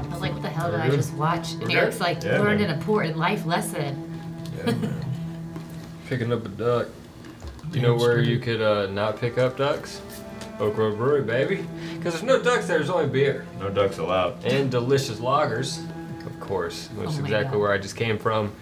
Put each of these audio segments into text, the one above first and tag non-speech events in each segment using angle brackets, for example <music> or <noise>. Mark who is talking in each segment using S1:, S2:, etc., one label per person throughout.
S1: hell did
S2: We're
S1: I
S2: good.
S1: just watch? And
S2: We're
S1: Eric's
S2: good.
S1: like,
S2: Yeah,
S1: learned
S2: man.
S1: an important life lesson.
S2: Yeah, man.
S3: Picking up a duck. You know where you could uh, not pick up ducks? Oak Grove Brewery, baby. Because there's no ducks there, there's only beer.
S2: No ducks allowed.
S3: And delicious lagers, of course, which is
S1: Oh my
S3: exactly
S1: God.
S3: where I just came from.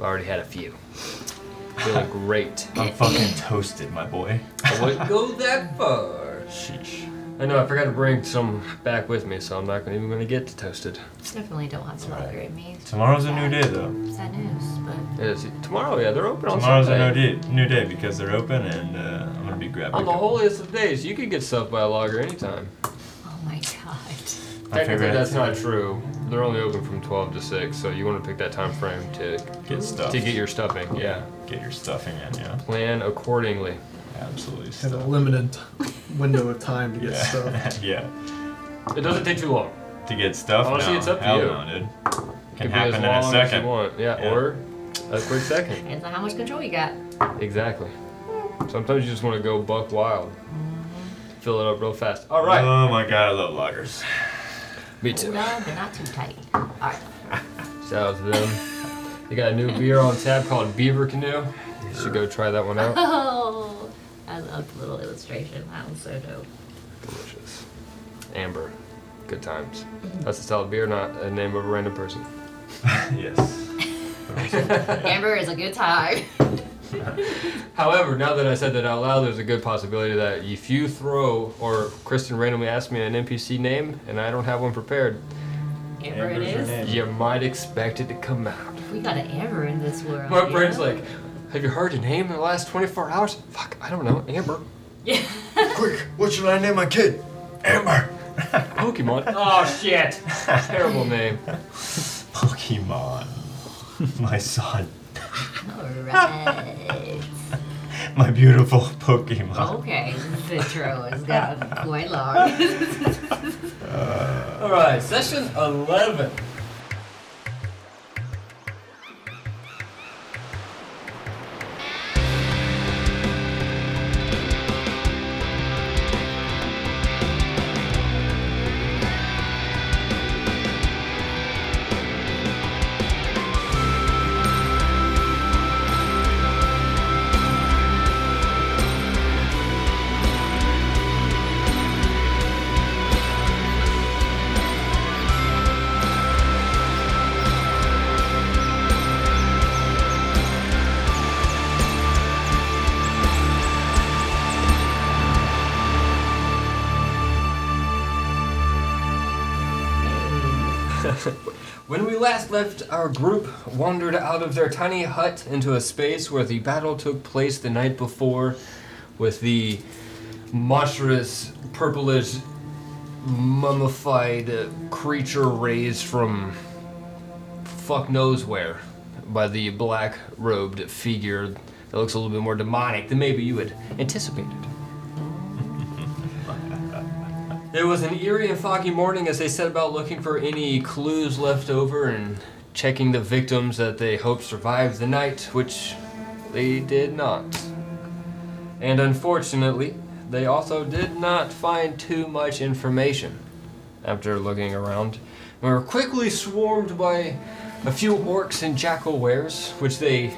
S3: I already had a few.
S1: <laughs>
S3: Feeling great.
S2: I'm fucking toasted, my boy.
S3: I wouldn't go that far.
S2: Sheesh.
S3: I know, I forgot to bring some back with me, so I'm not gonna, even going to get to toasted.
S1: Definitely don't have to
S2: all
S1: look
S2: right.
S1: at me.
S2: Tomorrow's a new day, though.
S1: Sad news, but
S3: Yeah, see, tomorrow, yeah, they're open on
S2: Tomorrow's a
S3: Sunday.
S2: new day, new day because they're open, and uh, I'm gonna be grabbing.
S3: On the holiest of days, you could get stuffed by a logger anytime.
S1: oh my god.
S2: my
S3: Technically,
S2: favorite.
S3: that's not true. They're only open from 12 to 6, so you want to pick that time frame to
S2: Get stuff.
S3: to get your stuffing. Yeah,
S2: get your stuffing in, yeah.
S3: plan accordingly.
S2: Absolutely.
S4: Had a
S2: Stuff.
S4: limited t- window of time to get <laughs> stuff.
S2: Yeah. <laughs> yeah.
S3: It doesn't take too long.
S2: To get stuff.
S3: Honestly,
S2: no.
S3: it's up to
S2: Hell
S3: you.
S2: no, dude.
S3: It
S2: Can
S3: could
S2: happen
S3: be as
S2: in
S3: long
S2: a
S3: As you
S2: second.
S3: want. Yeah,
S2: Yeah.
S3: or a quick second.
S1: Depends on how much control you got.
S3: Exactly. Sometimes you just want to go buck wild. Fill it up real fast. All right.
S2: Oh my god, I love loggers. <sighs>
S3: Me
S1: Hold on, but not too tight. Alright.
S3: Shout out to them. They got a new beer on tap called Beaver Canoe. You should go try that one out.
S1: Oh, <laughs> I love the little illustration. That was so dope.
S2: <laughs>
S3: Delicious. Amber. Good times. That's a solid beer, not a name of a random person.
S2: yes.
S1: Amber is a good time.
S3: However, now that I said that out loud, there's a good possibility that if you throw or Kristen randomly asks me an NPC name and I don't have one prepared,
S1: Amber it
S2: Amber's her
S1: is.
S2: name.
S3: you might expect it to come out.
S1: We got an Amber in this world.
S3: My
S1: you
S3: brain's
S1: know?
S3: like, have you heard your name in the last 24 hours? Fuck, I don't know. Amber.
S1: Yeah.
S2: Quick, what should I name my kid? Amber.
S3: Pokemon. <laughs> oh, shit. Terrible name.
S2: Pokemon. <laughs> my son. <laughs>
S1: Alright.
S2: My beautiful Pokemon.
S1: Okay, this intro has gotten quite
S2: <laughs>
S1: long.
S3: All right, session 11. When we last left, our group wandered out of their tiny hut into a space where the battle took place the night before with the monstrous, purplish, mummified uh, creature raised from fuck knows where by the black robed figure that looks a little bit more demonic than maybe you had anticipated. It was an eerie and foggy morning as they set about looking for any clues left over and checking the victims that they hoped survived the night, which they did not. And unfortunately, they also did not find too much information after looking around. We were quickly swarmed by a few orcs and jackal wares, which they,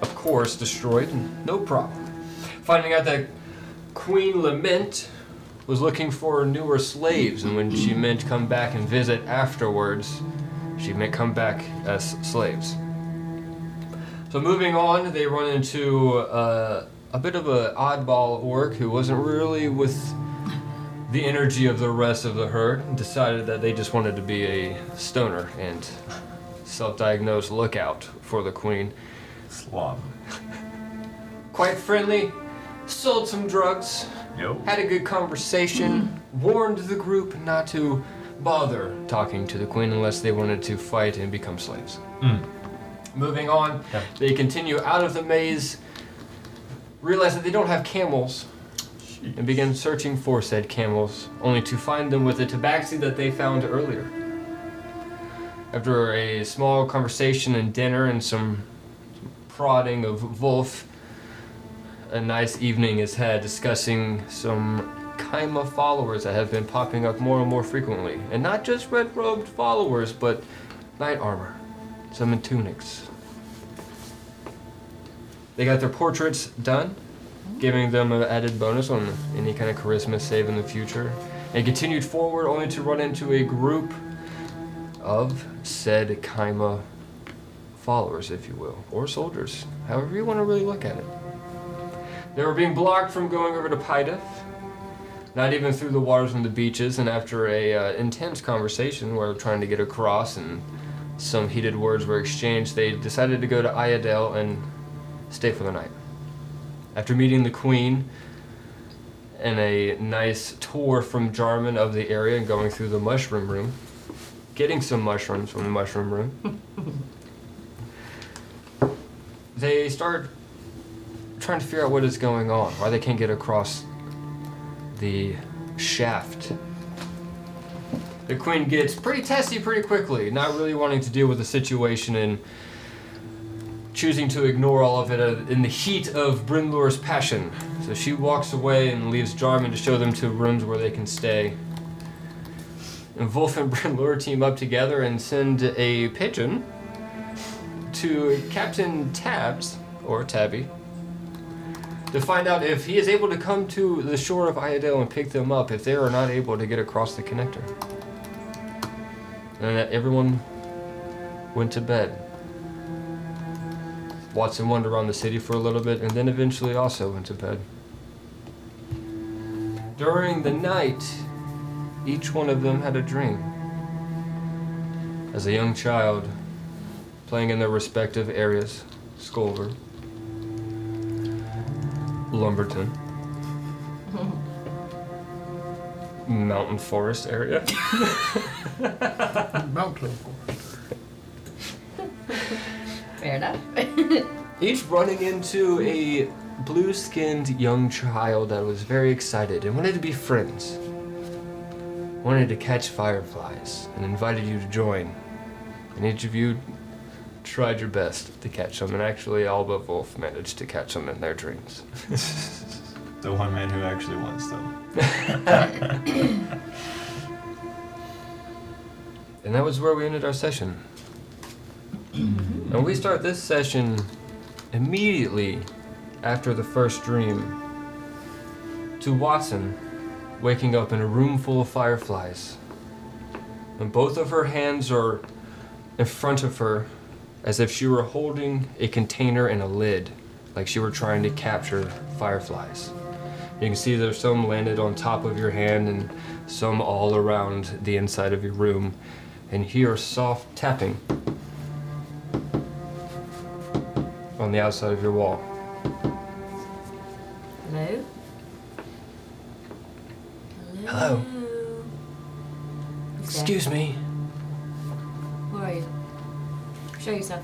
S3: of course, destroyed, no problem. Finding out that Queen Lament was looking for newer slaves, and when she meant come back and visit afterwards, she meant come back as slaves. So moving on, they run into uh, a bit of an oddball orc who wasn't really with the energy of the rest of the herd. and Decided that they just wanted to be a stoner and self-diagnosed lookout for the queen.
S2: Slum.
S3: Quite friendly, sold some drugs,
S2: Yo.
S3: had a good conversation, warned the group not to bother talking to the queen unless they wanted to fight and become slaves.
S2: Mm.
S3: Moving on,
S2: Yeah.
S3: they continue out of the maze, realize that they don't have camels,
S5: <laughs>
S3: and begin searching for said camels, only to find them with the tabaxi that they found earlier. After a small conversation and dinner and some prodding of Wolf, a nice evening is had discussing some Kaima followers that have been popping up more and more frequently. And not just red robed followers, but knight armor, some in tunics. They got their portraits done, giving them an added bonus on any kind of charisma save in the future. And continued forward only to run into a group of said Kaima followers, if you will, or soldiers, however you want to really look at it. They were being blocked from going over to Pydef, not even through the waters and the beaches. And after a uh, intense conversation, where trying to get across and some heated words were exchanged, they decided to go to Iadel and stay for the night. After meeting the queen and a nice tour from Jarman of the area and going through the mushroom room, getting some mushrooms from the mushroom room, <laughs> they start trying to figure out what is going on, why they can't get across the shaft. The queen gets pretty testy pretty quickly, not really wanting to deal with the situation and choosing to ignore all of it uh, in the heat of Bryn Lur's passion. So she walks away and leaves Jarman to show them to rooms where they can stay. And Wolf and <laughs> Bryn Lur team up together and send a pigeon to Captain Tabs, or Tabby, to find out if he is able to come to the shore of Iodale and pick them up if they are not able to get across the connector. And that everyone went to bed. Watson wandered around the city for a little bit and then eventually also went to bed. During the night, each one of them had a dream. As a young child, playing in their respective areas, Skolver, Lumberton, Mountain Forest area.
S4: Mountain.
S1: Fair enough.
S3: Each running into a blue skinned young child that was very excited and wanted to be friends. Wanted to catch fireflies and invited you to join. And each of you tried your best to catch them, and actually, all but Wolf managed to catch them in their dreams.
S2: The one man who actually wants them.
S3: And that was where we ended our session. and we start this session immediately after the first dream to Watson waking up in a room full of fireflies. And both of her hands are in front of her as if she were holding a container and a lid, like she were trying to capture fireflies. You can see there's some landed on top of your hand and some all around the inside of your room. And hear soft tapping on the outside of your wall.
S1: Hello?
S3: Hello.
S1: Who's there?
S3: Excuse me.
S1: Who are you? Show yourself.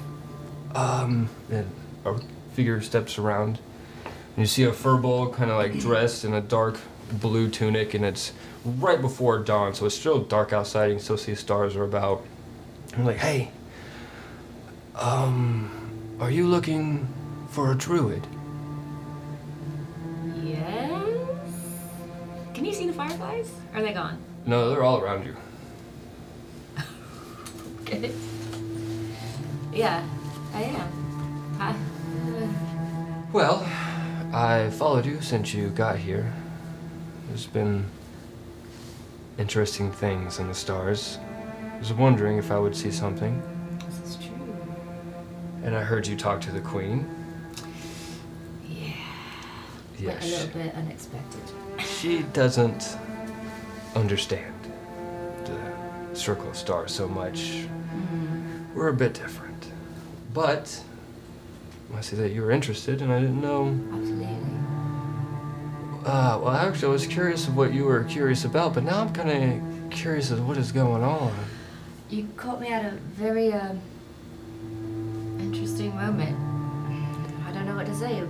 S3: Um, and a figure steps around. And you see a furball kind of like dressed in a dark blue tunic, and it's right before dawn, so it's still dark outside. You can still see stars are about. I'm like, hey, um, are you looking for a druid?
S1: Yes? Can you see the fireflies? Are they gone? <laughs>
S3: No, they're all around you.
S1: Good. Yeah, I am. Hi.
S3: Well, I followed you since you got here. There's been interesting things in the stars. I was wondering if I would see something,
S1: This is true.
S3: and I heard you talk to the queen.
S1: Yeah.
S3: Yes.
S1: But a little bit unexpected.
S3: She doesn't understand the circle of stars so much.
S1: Mm,
S3: We're a bit different. But I see that you were interested, and I didn't know.
S1: Absolutely.
S3: Uh, well, actually, I was curious of what you were curious about, but now I'm kind of curious of what is going on.
S1: You caught me at a very um, interesting moment. I don't know what to say.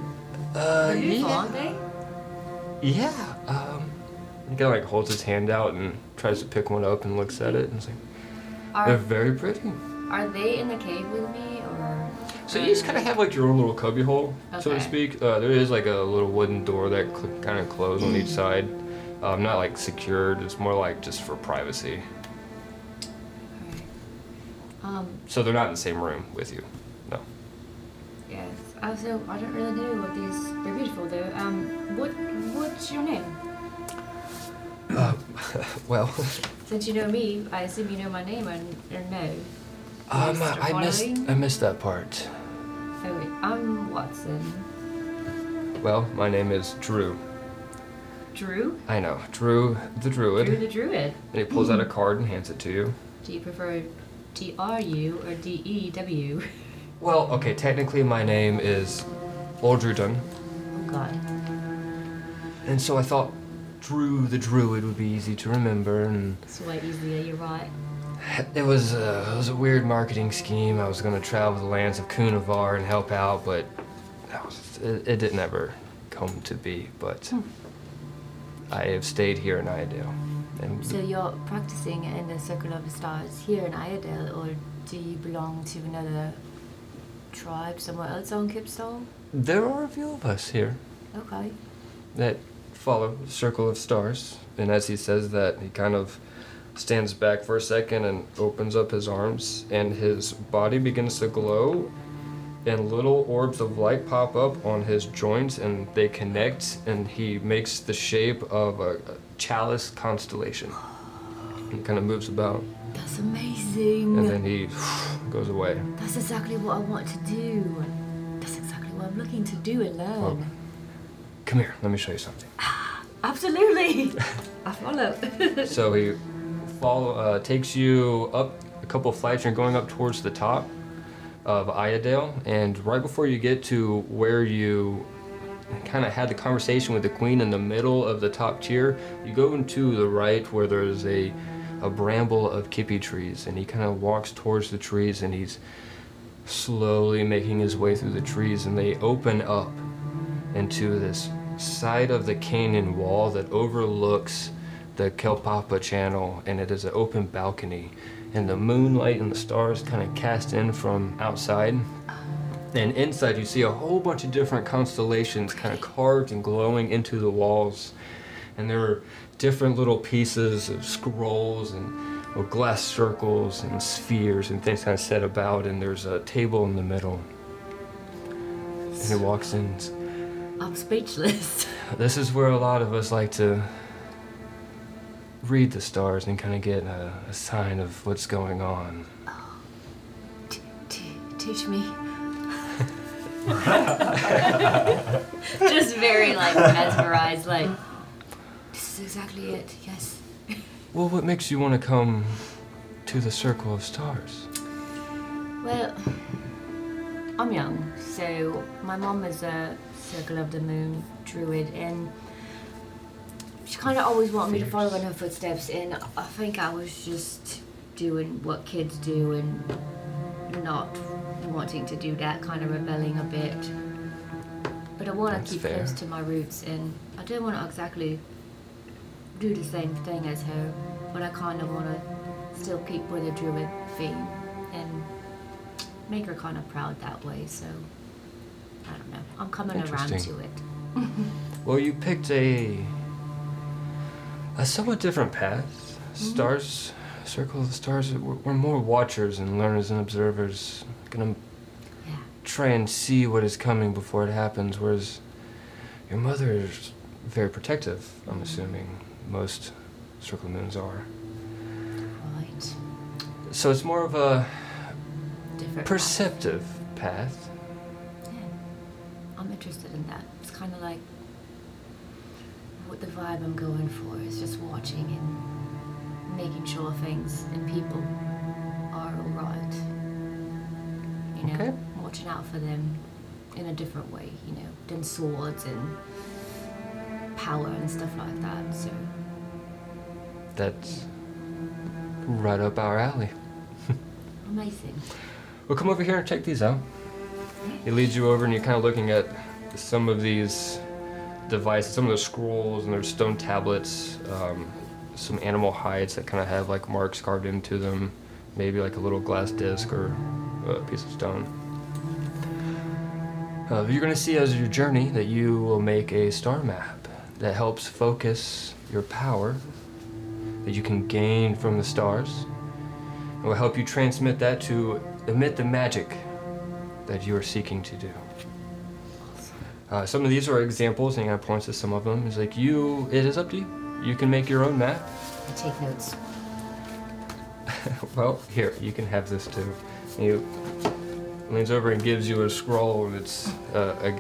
S3: Uh,
S1: They're beautiful,
S3: yeah.
S1: aren't they?
S3: Yeah. Um, the guy like holds his hand out and tries to pick one up and looks at it and is like, they're
S1: Are,
S3: very pretty.
S1: are they in the cave with me or?
S3: So you just kind of have like your own little cubby hole, so to
S1: Okay.
S6: Mm.
S3: speak. Uh, there is like a little wooden door that cl- kind of closes on each side. Um, not like secured. It's more like just for privacy.
S6: Alright. Um,
S3: So they're not in the same room with you. No.
S6: yes. Also, I don't really know what these. They're beautiful though. Um, what what's your name? <laughs>
S3: Well,
S6: Since you know me, I assume you know my name or, or no.
S3: um,
S6: Mr.
S3: I missed
S6: Farley?
S3: I missed that part.
S6: So wait, I'm Watson.
S3: Well, my name is Drew.
S6: Drew.
S3: I know Drew the Druid.
S6: Drew the Druid.
S3: And he pulls out a card and hands it to you.
S6: Do you prefer D R U or D E W?
S3: Well, okay, technically my name is Aldrudon,
S6: Oh God.
S3: and so I thought Drew the Druid would be easy to remember, and
S6: It's way easier. You're right.
S3: it was a, it was a weird marketing scheme. I was gonna travel the lands of Kunavar and help out, but that was, it, it didn't ever come to be. But I have stayed here in Iadale, and
S1: So you're practicing in the Circle of the Stars here in Iredale, or do you belong to another tribe somewhere else on Kipstone?
S3: there are a few of us here.
S1: Okay.
S3: that follow the circle of stars. And as he says that, he kind of stands back for a second and opens up his arms, and his body begins to glow, and little orbs of light pop up on his joints, and they connect, and he makes the shape of a, a chalice constellation. And kind of moves about,
S1: That's amazing.
S3: and then he goes away.
S1: That's exactly what I want to do. That's exactly what I'm looking to do and learn.
S3: Well- Come here, let me show you something.
S1: Absolutely. I follow.
S3: So he follow uh, takes you up a couple of flights. You're going up towards the top of Iadale, and right before you get to where you kind of had the conversation with the queen in the middle of the top tier, you go into the right where there's a a bramble of kippy trees, and he kind of walks towards the trees, and he's slowly making his way through the trees, and they open up into this side of the canyon wall that overlooks the Kelpapa Channel, and it is an open balcony. And the moonlight and the stars kind of cast in from outside. And inside, you see a whole bunch of different constellations kind of carved and glowing into the walls. And there are different little pieces of scrolls and or glass circles and spheres and things kind of set about. And there's a table in the middle. And he walks in.
S1: I'm speechless.
S3: This is where a lot of us like to read the stars and kind of get a, a sign of what's going on.
S1: T- t- teach me. <laughs>
S6: Just very like mesmerized. Like
S1: This is exactly it. Yes.
S3: Well, what makes you want to come to the circle of stars?
S1: Well, I'm young, so my mom is a Circle of the Moon druid, and she kind of always wanted me to follow in her footsteps, and I think I was just doing what kids do and not wanting to do that, kind of rebelling a bit. But I want
S3: That's
S1: to keep
S3: fair.
S1: close to my roots, and I don't want to exactly do the same thing as her, but I kind of want to still keep with the druid theme and make her kind of proud that way. So I don't know. I'm coming around
S3: Interesting.
S1: to it.
S3: Well, you picked a a somewhat different path. Stars, circle of the stars. We're, we're more watchers and learners and observers. Gonna
S1: Yeah.
S3: try and see what is coming before it happens. Whereas your mother is very protective, I'm assuming. Most circle moons are.
S1: Right.
S3: So it's more of a
S1: Different. path.
S3: perceptive path.
S1: Yeah. I'm interested in that. It's kind of like what the vibe I'm going for is just watching and making sure things and people are all right. You know,
S3: Okay.
S1: watching out for them in a different way, you know, than swords and power and stuff like that. So,
S3: That's right up our alley.
S1: amazing.
S3: Well, come over here and check these out. He leads you over, and you're kind of looking at some of these devices, some of the scrolls, and there's stone tablets, um, some animal hides that kind of have like marks carved into them, maybe like a little glass disc or a piece of stone. Uh, you're going to see as your journey that you will make a star map that helps focus your power that you can gain from the stars. It will help you transmit that to emit the magic that you are seeking to do. Uh, some of these are examples, and I points to some of them. It's like you, it is up to you. You can make your own map.
S7: I take notes.
S3: Well, here, you can have this too. And He leans over and gives you a scroll, and it's uh, a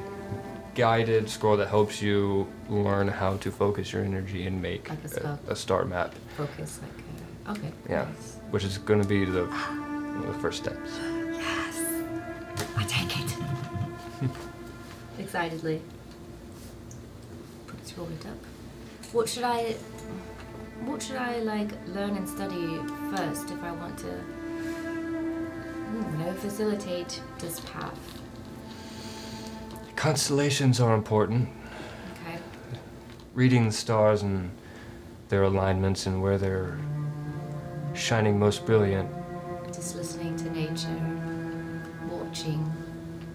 S3: guided scroll that helps you learn how to focus your energy and make
S7: Like a
S3: a,
S7: spell.
S3: a star map,
S7: Focus like. Uh, okay.
S3: Yeah.
S7: nice.
S3: which is going to be the, one of the first steps.
S7: I take it.
S1: <laughs>
S7: Excitedly. Let's roll it up.
S1: What should I? What should I like learn and study first if I want to? I don't know, facilitate this path.
S3: Constellations are important.
S1: Okay.
S3: Reading the stars and their alignments and where they're shining most brilliant
S1: Just listening to nature, watching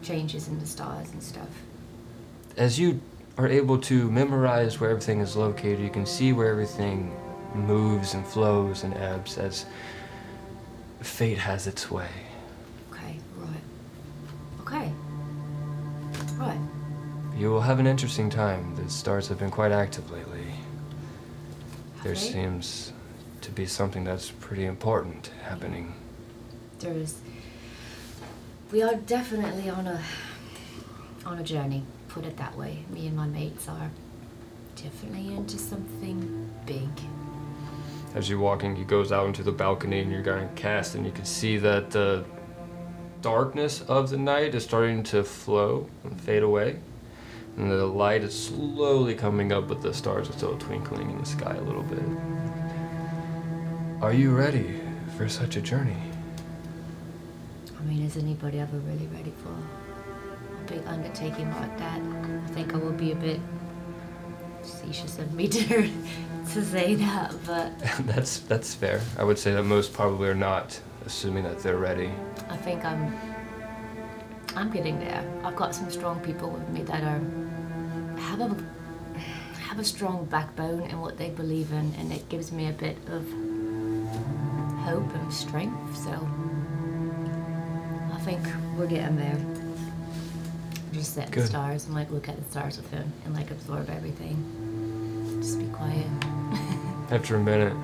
S1: changes in the stars and stuff.
S3: as you are able to memorize where everything is located, you can see where everything moves and flows and ebbs as fate has its way.
S1: Okay. Right. Okay. Right.
S3: You will have an interesting time. The stars have been quite active lately. There
S1: Okay.
S3: seems to be something that's pretty important happening.
S1: There is. We are definitely on a on a journey. Put it that way. Me and my mates are definitely into something big.
S3: As you're walking, he goes out into the balcony and you're going to cast, and you can see that the darkness of the night is starting to flow and fade away. And the light is slowly coming up, but the stars are still twinkling in the sky a little bit. Are you ready for such a journey?
S1: I mean, is anybody ever really ready for a big undertaking like that? I think I would be a bit facetious of me <laughs> to, to say that, but
S3: <laughs> that's that's fair. I would say that most probably are not, assuming that they're ready.
S1: I think I'm I'm getting there. I've got some strong people with me that are have a have a strong backbone in what they believe in, and it gives me a bit of hope and strength. So I think we're getting there. Just sit in the
S3: Good.
S1: stars and like look at the stars with him and like absorb everything. Just be quiet.
S3: After a minute,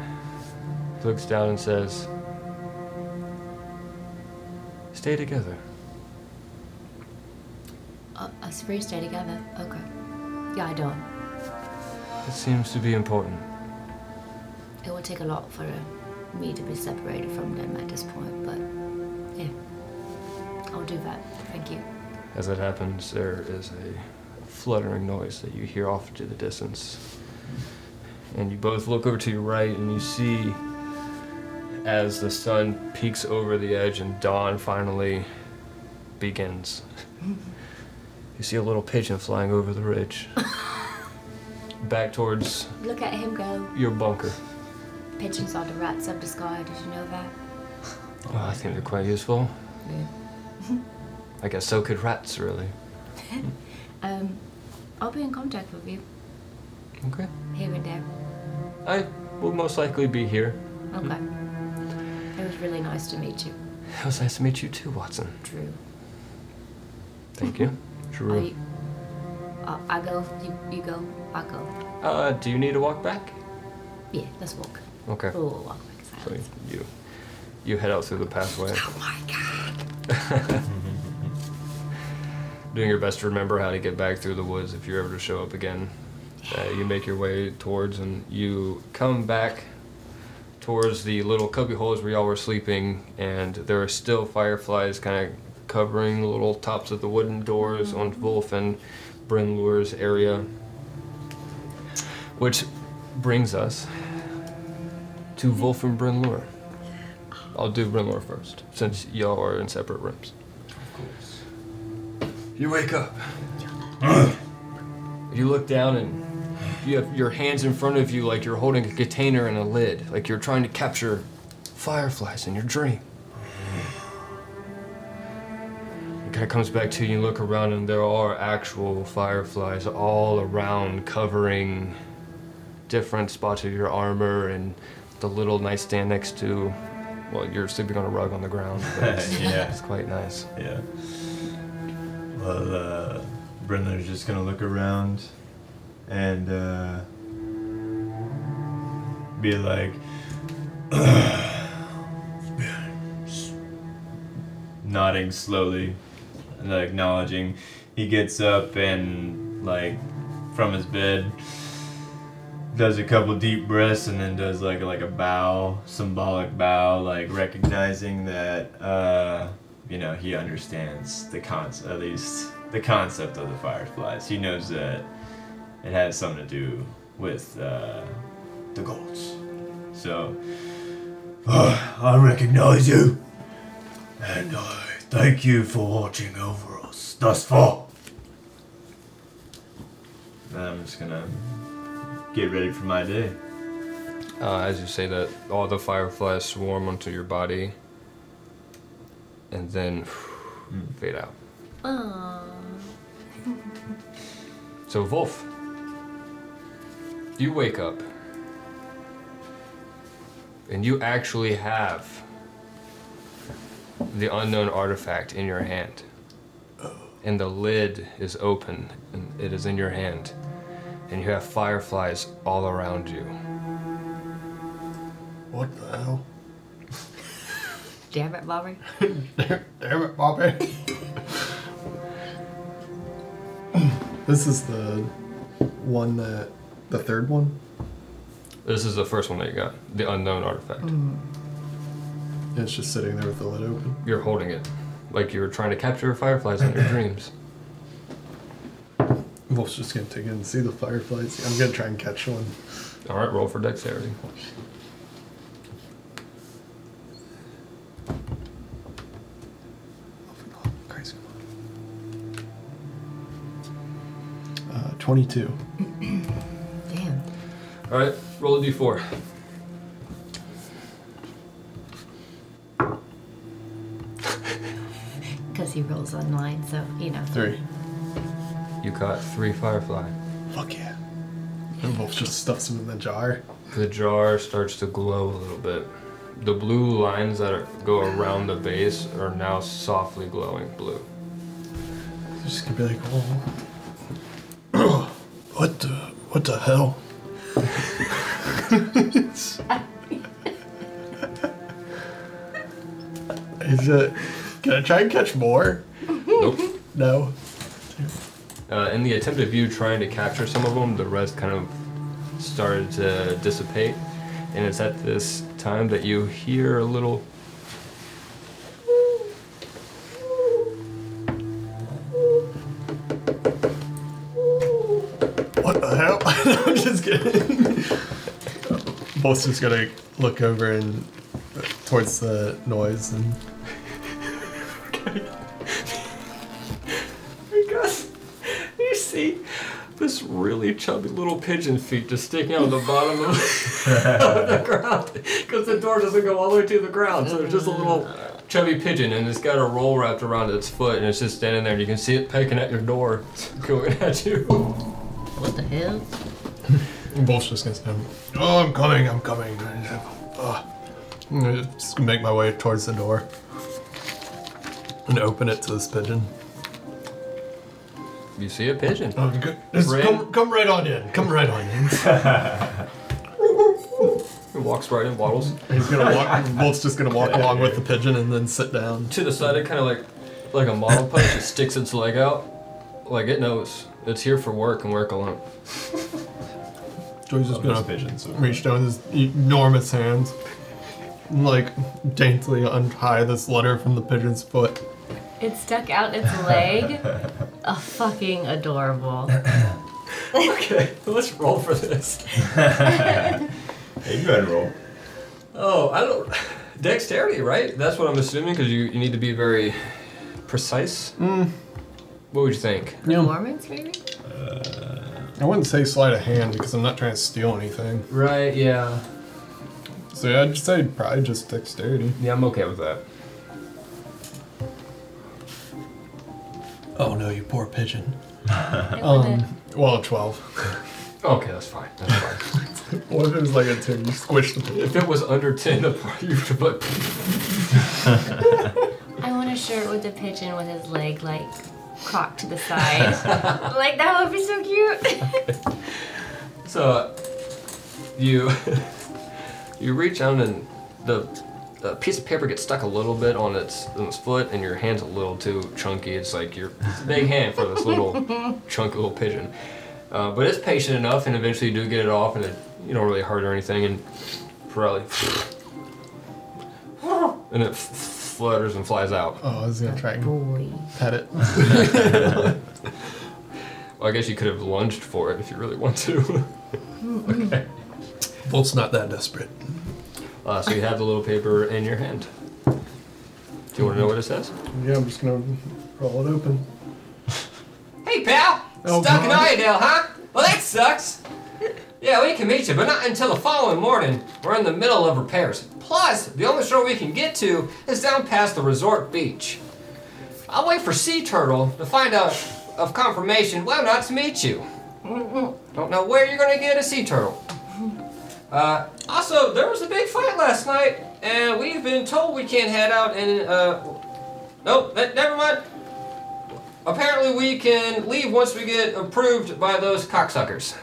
S3: he looks down and says, "Stay together."
S1: Uh, us three stay together. Okay. Yeah, I don't.
S3: It seems to be important.
S1: It will take a lot for uh, me to be separated from them at this point, but yeah, I'll do that. Thank you.
S3: As it happens, there is a fluttering noise that you hear off to the distance. And you both look over to your right and you see as the sun peaks over the edge and dawn finally begins. <laughs> you see a little pigeon flying over the ridge. Back towards
S1: Look at him go.
S3: your bunker.
S1: Pigeons are the rats of the sky. Did you know that?
S3: Oh, I think they're quite useful.
S1: Yeah.
S3: I guess so could rats, really.
S1: Um, I'll be in contact with you
S3: Okay.
S1: here and there.
S3: I will most likely be here.
S1: Okay. It was really nice to meet you,
S3: It was nice to meet you too, Watson.
S1: Drew.
S3: Thank you.
S1: Are
S3: True.
S1: you, uh, I go. You, you go. I go.
S3: Uh, do you need to walk back?
S1: Yeah. Let's walk.
S3: Okay.
S1: Oh, we'll walk back.
S3: So
S1: Silence.
S3: you you head out through the pathway,
S1: Oh my god.
S3: doing your best to remember how to get back through the woods if you're ever to show up again. Uh, you make your way towards, and you come back towards the little cubby holes where y'all were sleeping, and there are still fireflies kind of covering the little tops of the wooden doors on Wolf and Brimlure's area. Which brings us to Wolf and Brimlure. I'll do Brimlure first, since y'all are in separate rooms. You wake up. you look down and you have your hands in front of you like you're holding a container and a lid, like you're trying to capture fireflies in your dream. You kind of comes back to you. You look around, and there are actual fireflies all around, covering different spots of your armor and the little nightstand next to. Well, you're sleeping on a rug on the ground. but <laughs> It's,
S5: <laughs> Yeah.
S3: it's quite nice.
S5: Yeah. Well, uh, Brenda's just gonna look around and uh, be like, <clears throat> nodding slowly and acknowledging. He gets up and, like, from his bed. Does a couple deep breaths and then does like like a bow, symbolic bow, like recognizing that uh, you know he understands the concept at least the concept of the fireflies he knows that it has something to do with uh, the golds so <sighs> "Ah, i recognize you and i thank you for watching over us thus far and i'm just gonna get ready for my day
S3: Uh, as you say that, all the fireflies swarm onto your body, and then fade out.
S1: Aww.
S3: So, Wolf, you wake up and you actually have the unknown artifact in your hand. And the lid is open and it is in your hand. And you have fireflies all around you.
S4: What the hell?
S1: Damn it, Bobby.
S4: Damn it, Bobby. <laughs> this is the one that. The third one?
S3: This is the first one that you got the unknown artifact.
S4: It's just sitting there with the lid open.
S3: You're holding it like you were trying to capture fireflies in your dreams.
S4: Wolf's just gonna take it and see the fireflies. I'm gonna try and catch one.
S3: <laughs> All right, roll for dexterity.
S4: Guys, come on. Uh, 22.
S1: Damn.
S3: All right, roll a d4.
S1: Because he rolls online, so, you know.
S4: Three.
S3: You caught three firefly.
S4: Fuck yeah. And Wolf just stuffs them in the jar.
S3: The jar starts to glow a little bit. The blue lines that are, go around the base are now softly glowing blue.
S4: They're just gonna be like, oh. <clears throat> what the, what the hell? <laughs> Is it, can I try and catch more?
S3: Nope.
S4: No.
S3: <laughs> Uh, in the attempt of you trying to capture some of them, the rest kind of started to dissipate. And it's at this time that you hear a little.
S4: What the hell? <laughs> I'm just kidding. <laughs> Both just gonna look over and towards the noise and
S3: Because you see this really chubby little pigeon feet just sticking out of the bottom of <laughs> the ground. Because the door doesn't go all the way to the ground, so there's just a little chubby pigeon, and it's got a roll wrapped around its foot, and it's just standing there, and you can see it pecking at your door, <laughs> going at you.
S1: What the hell?
S4: Wolf's just gonna stand. Oh, I'm coming! I'm coming! Ugh. I'm gonna just make my way towards the door and open it to this pigeon.
S3: You see a pigeon.
S4: Oh, good. Just
S3: Red.
S4: Come, come right on in. Come right on in.
S3: It walks right in, waddles.
S4: He's gonna walk. Wolf's just gonna walk along with the pigeon and then sit down.
S3: To the side, it kind of like, like a model punch, it sticks its leg out. Like it knows it's here for work and work alone.
S4: Joey's just
S5: Oh, Those
S4: gonna
S5: pigeons, so-
S4: reach down with his enormous hands, and like daintily untie this letter from the pigeon's foot.
S1: It stuck out its leg. <laughs> A fucking adorable.
S3: Okay, let's roll for this.
S5: Hey, you had roll.
S3: Oh, I don't. Dexterity, right? That's what I'm assuming because you, you need to be very precise. What would you think?
S1: Performance, maybe?
S4: I wouldn't say sleight of hand because I'm not trying to steal anything.
S3: Right, yeah.
S4: So yeah, I'd say probably just dexterity.
S3: Yeah, I'm okay with that.
S4: Oh no, you poor pigeon.
S5: Uh,
S1: It wouldn't-
S4: Um, well, 12.
S3: Okay, that's fine. That's fine.
S4: <laughs> What if it was like a 10? You squished the pigeon.
S3: if it was under ten, <laughs> the party would have like,
S1: I want a shirt with a pigeon with his leg like cocked to the
S5: <laughs>
S1: side. like that would be so cute.
S3: So you <laughs> you reach out and the, the piece of paper gets stuck a little bit on its on its foot, and your hand's a little too chunky. It's like your it's a big hand for this little chunky little pigeon. Uh, but it's patient enough, and eventually you do get it off, and it you don't really hurt or anything, and probably <laughs> and it f- flutters and flies out.
S4: Oh, I was gonna try and
S1: Boy.
S4: pet <laughs> it.
S3: Well, I guess you could have lunged for it if you really want to. <laughs>
S4: Bolt's not that desperate.
S3: uh, so you have the little paper in your hand. Do you want to know what it says?
S4: Yeah, I'm just gonna roll it open.
S3: Hey, pal!
S4: Oh,
S3: Stuck in
S4: God.
S3: Iodale, huh? Well, that sucks. Yeah, we can meet you, but not until the following morning. We're in the middle of repairs. Plus, the only shore we can get to is down past the resort beach. I'll wait for Sea Turtle to find out of confirmation whether or not to meet you. Don't know where you're gonna get a Sea Turtle. Uh, also, there was a big fight last night, and we've been told we can't head out and, uh, nope, ne- never mind. Apparently, we can leave once we get approved by those cocksuckers.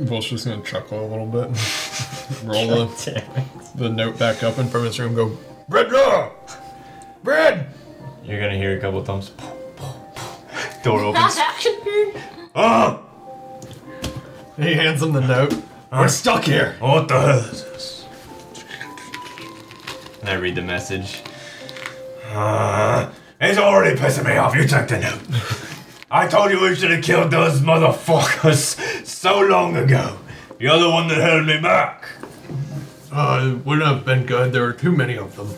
S4: Bolt's just gonna chuckle a little bit. <laughs> roll <laughs> the, the note back up and from his room go, Bread drawer! Bread!
S5: You're gonna hear a couple thumps. <laughs> Door <laughs> opens. Ah!
S4: He hands him the note. We're stuck here!
S5: What the hell is this? And I read the message. Uh, it's already pissing me off. You took the note. I told you we should have killed those motherfuckers so long ago. You're the one that held me back.
S4: Uh, it wouldn't have been good. There were too many of them.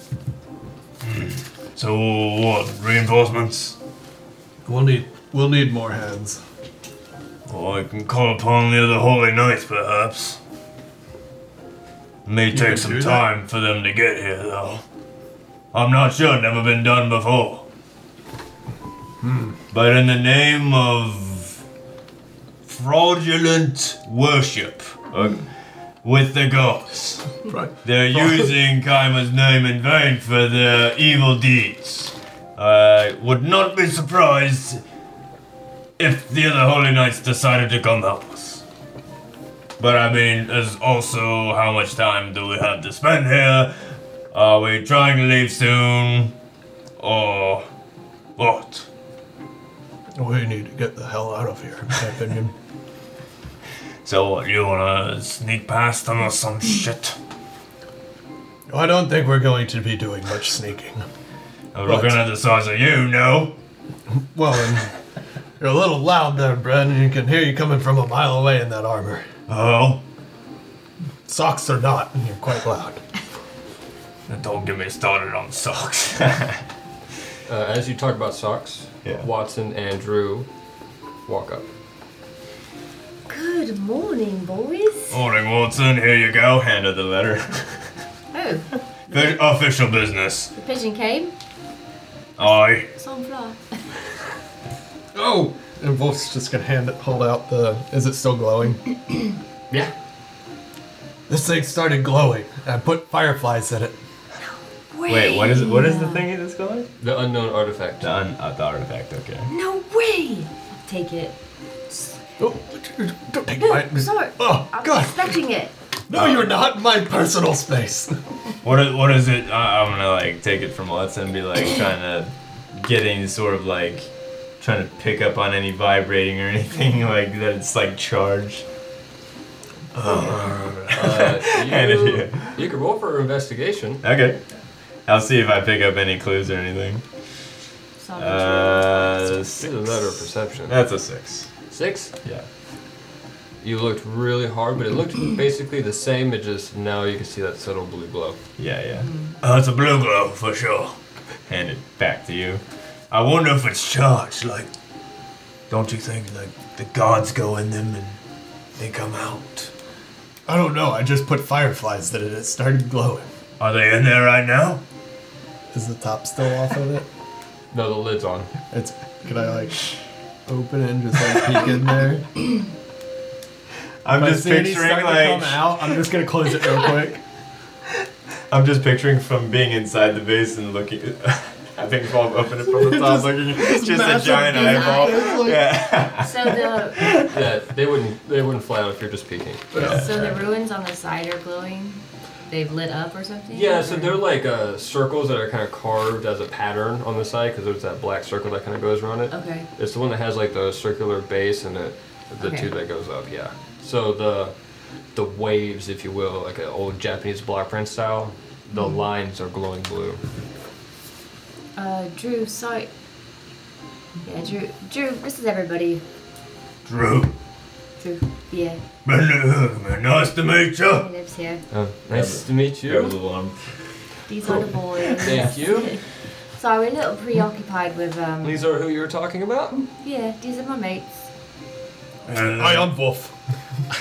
S5: So what? Reinforcements?
S4: We'll need we'll need more hands.
S5: Or I can call upon the other holy knights, perhaps. It may
S4: can
S5: take some
S4: do that.
S5: time for them to get here, though. I'm not sure, never been done before.
S4: Hmm.
S5: But in the name of fraudulent worship uh, with the gods,
S4: <laughs> Right.
S5: they're using Kaima's name in vain for their evil deeds. I would not be surprised if the other Holy Knights decided to come help us. But I mean, there's also how much time do we have to spend here? Are we trying to leave soon? Or what?
S4: We need to get the hell out of here, in my <laughs> opinion.
S5: So, what, you wanna sneak past them or some shit?
S4: I don't think we're going to be doing much sneaking.
S5: I'm
S4: What?
S5: looking at the size of you, no?
S4: Well, and you're a little loud there, Brad, and you can hear you coming from a mile away in that armor.
S5: Oh?
S4: Socks or not, and you're quite loud.
S5: Don't get me started on <laughs> socks.
S3: Uh, as you talk about socks,
S5: Yeah.
S3: Watson and Drew walk up.
S1: Good morning, boys.
S5: Morning, Watson. Here you go. Hand her the letter.
S1: Oh,
S5: Fi- <laughs> official business.
S1: the pigeon came.
S5: Aye.
S1: Sunflower.
S4: Oh! And Wolf's just gonna hand it, hold out the. Is it still glowing?
S3: Yeah.
S4: This thing started glowing. and I put fireflies in it.
S5: Wait, what is what is the thing that's going?
S3: The unknown
S5: <laughs>
S3: artifact.
S5: The, un, uh, the artifact. Okay.
S1: No way. Take it.
S4: Oh, don't take
S1: No,
S4: my.
S1: sorry.
S4: Oh,
S1: I'm
S4: God!
S1: expecting it.
S4: No, you're not my personal space.
S5: What is, what is it? I, I'm gonna like take it from Watson and be like trying to get any sort of like trying to pick up on any vibrating or <laughs> anything like that. It's like charged.
S3: Uh,
S5: Hand it
S3: you,
S5: here.
S3: you can roll for investigation.
S5: Okay. I'll see if I pick up any clues or anything.
S1: Sorry.
S5: Uh,
S3: It's a
S5: six.
S3: letter of perception.
S5: That's a six.
S3: Six.
S5: Yeah.
S3: You looked really hard, but it looked basically the same. It just now you can see that subtle blue glow.
S5: Yeah, yeah. Oh, it's a blue glow for sure. Hand it back to you. I wonder if it's charged. Like, don't you think like the gods go in them and they come out?
S4: I don't know. I just put fireflies in it. It started glowing.
S5: Are they in there right now?
S4: Is the top still off of it?
S3: No, the lid's on.
S4: It's can I like open it and just like peek
S5: <laughs>
S4: in there?
S5: I'm
S4: If I
S5: just
S4: see any
S5: picturing
S4: starting to come
S5: like
S4: out. I'm just gonna close it real <laughs> quick.
S5: I'm just picturing from being inside the vase and looking. <laughs> having Bob open it from
S4: <laughs>
S5: the top, looking it's just a
S4: massive
S5: giant
S4: big
S5: eyeball.
S4: eyes, like-
S5: yeah.
S1: So the
S3: Yeah, they wouldn't. They wouldn't fly out if you're just peeking.
S1: so the ruins on the side are glowing. They've lit up or something.
S3: Yeah, so
S1: Or-
S3: they're like uh, circles that are kind of carved as a pattern on the side because there's that black circle that kind of goes around it.
S1: okay.
S3: It's the one that has like the circular base and it, the
S1: Okay.
S3: tube that goes up. Yeah. So the the waves, if you will, like an old Japanese block print style. The
S1: Mm-hmm.
S3: lines are glowing blue.
S1: Uh, Drew, sorry. Yeah, Drew. Drew, this is everybody.
S5: Drew,
S1: Drew. Yeah, <coughs>
S5: nice to meet you.
S1: he lives here.
S3: Oh, nice to meet
S5: Grab his
S3: you.
S5: little arm.
S1: These are the boys.
S3: <laughs> Thank you.
S1: Sorry, we're a little preoccupied with um.
S3: These are who you were talking about.
S1: Yeah, these are my mates.
S4: I am Wolf.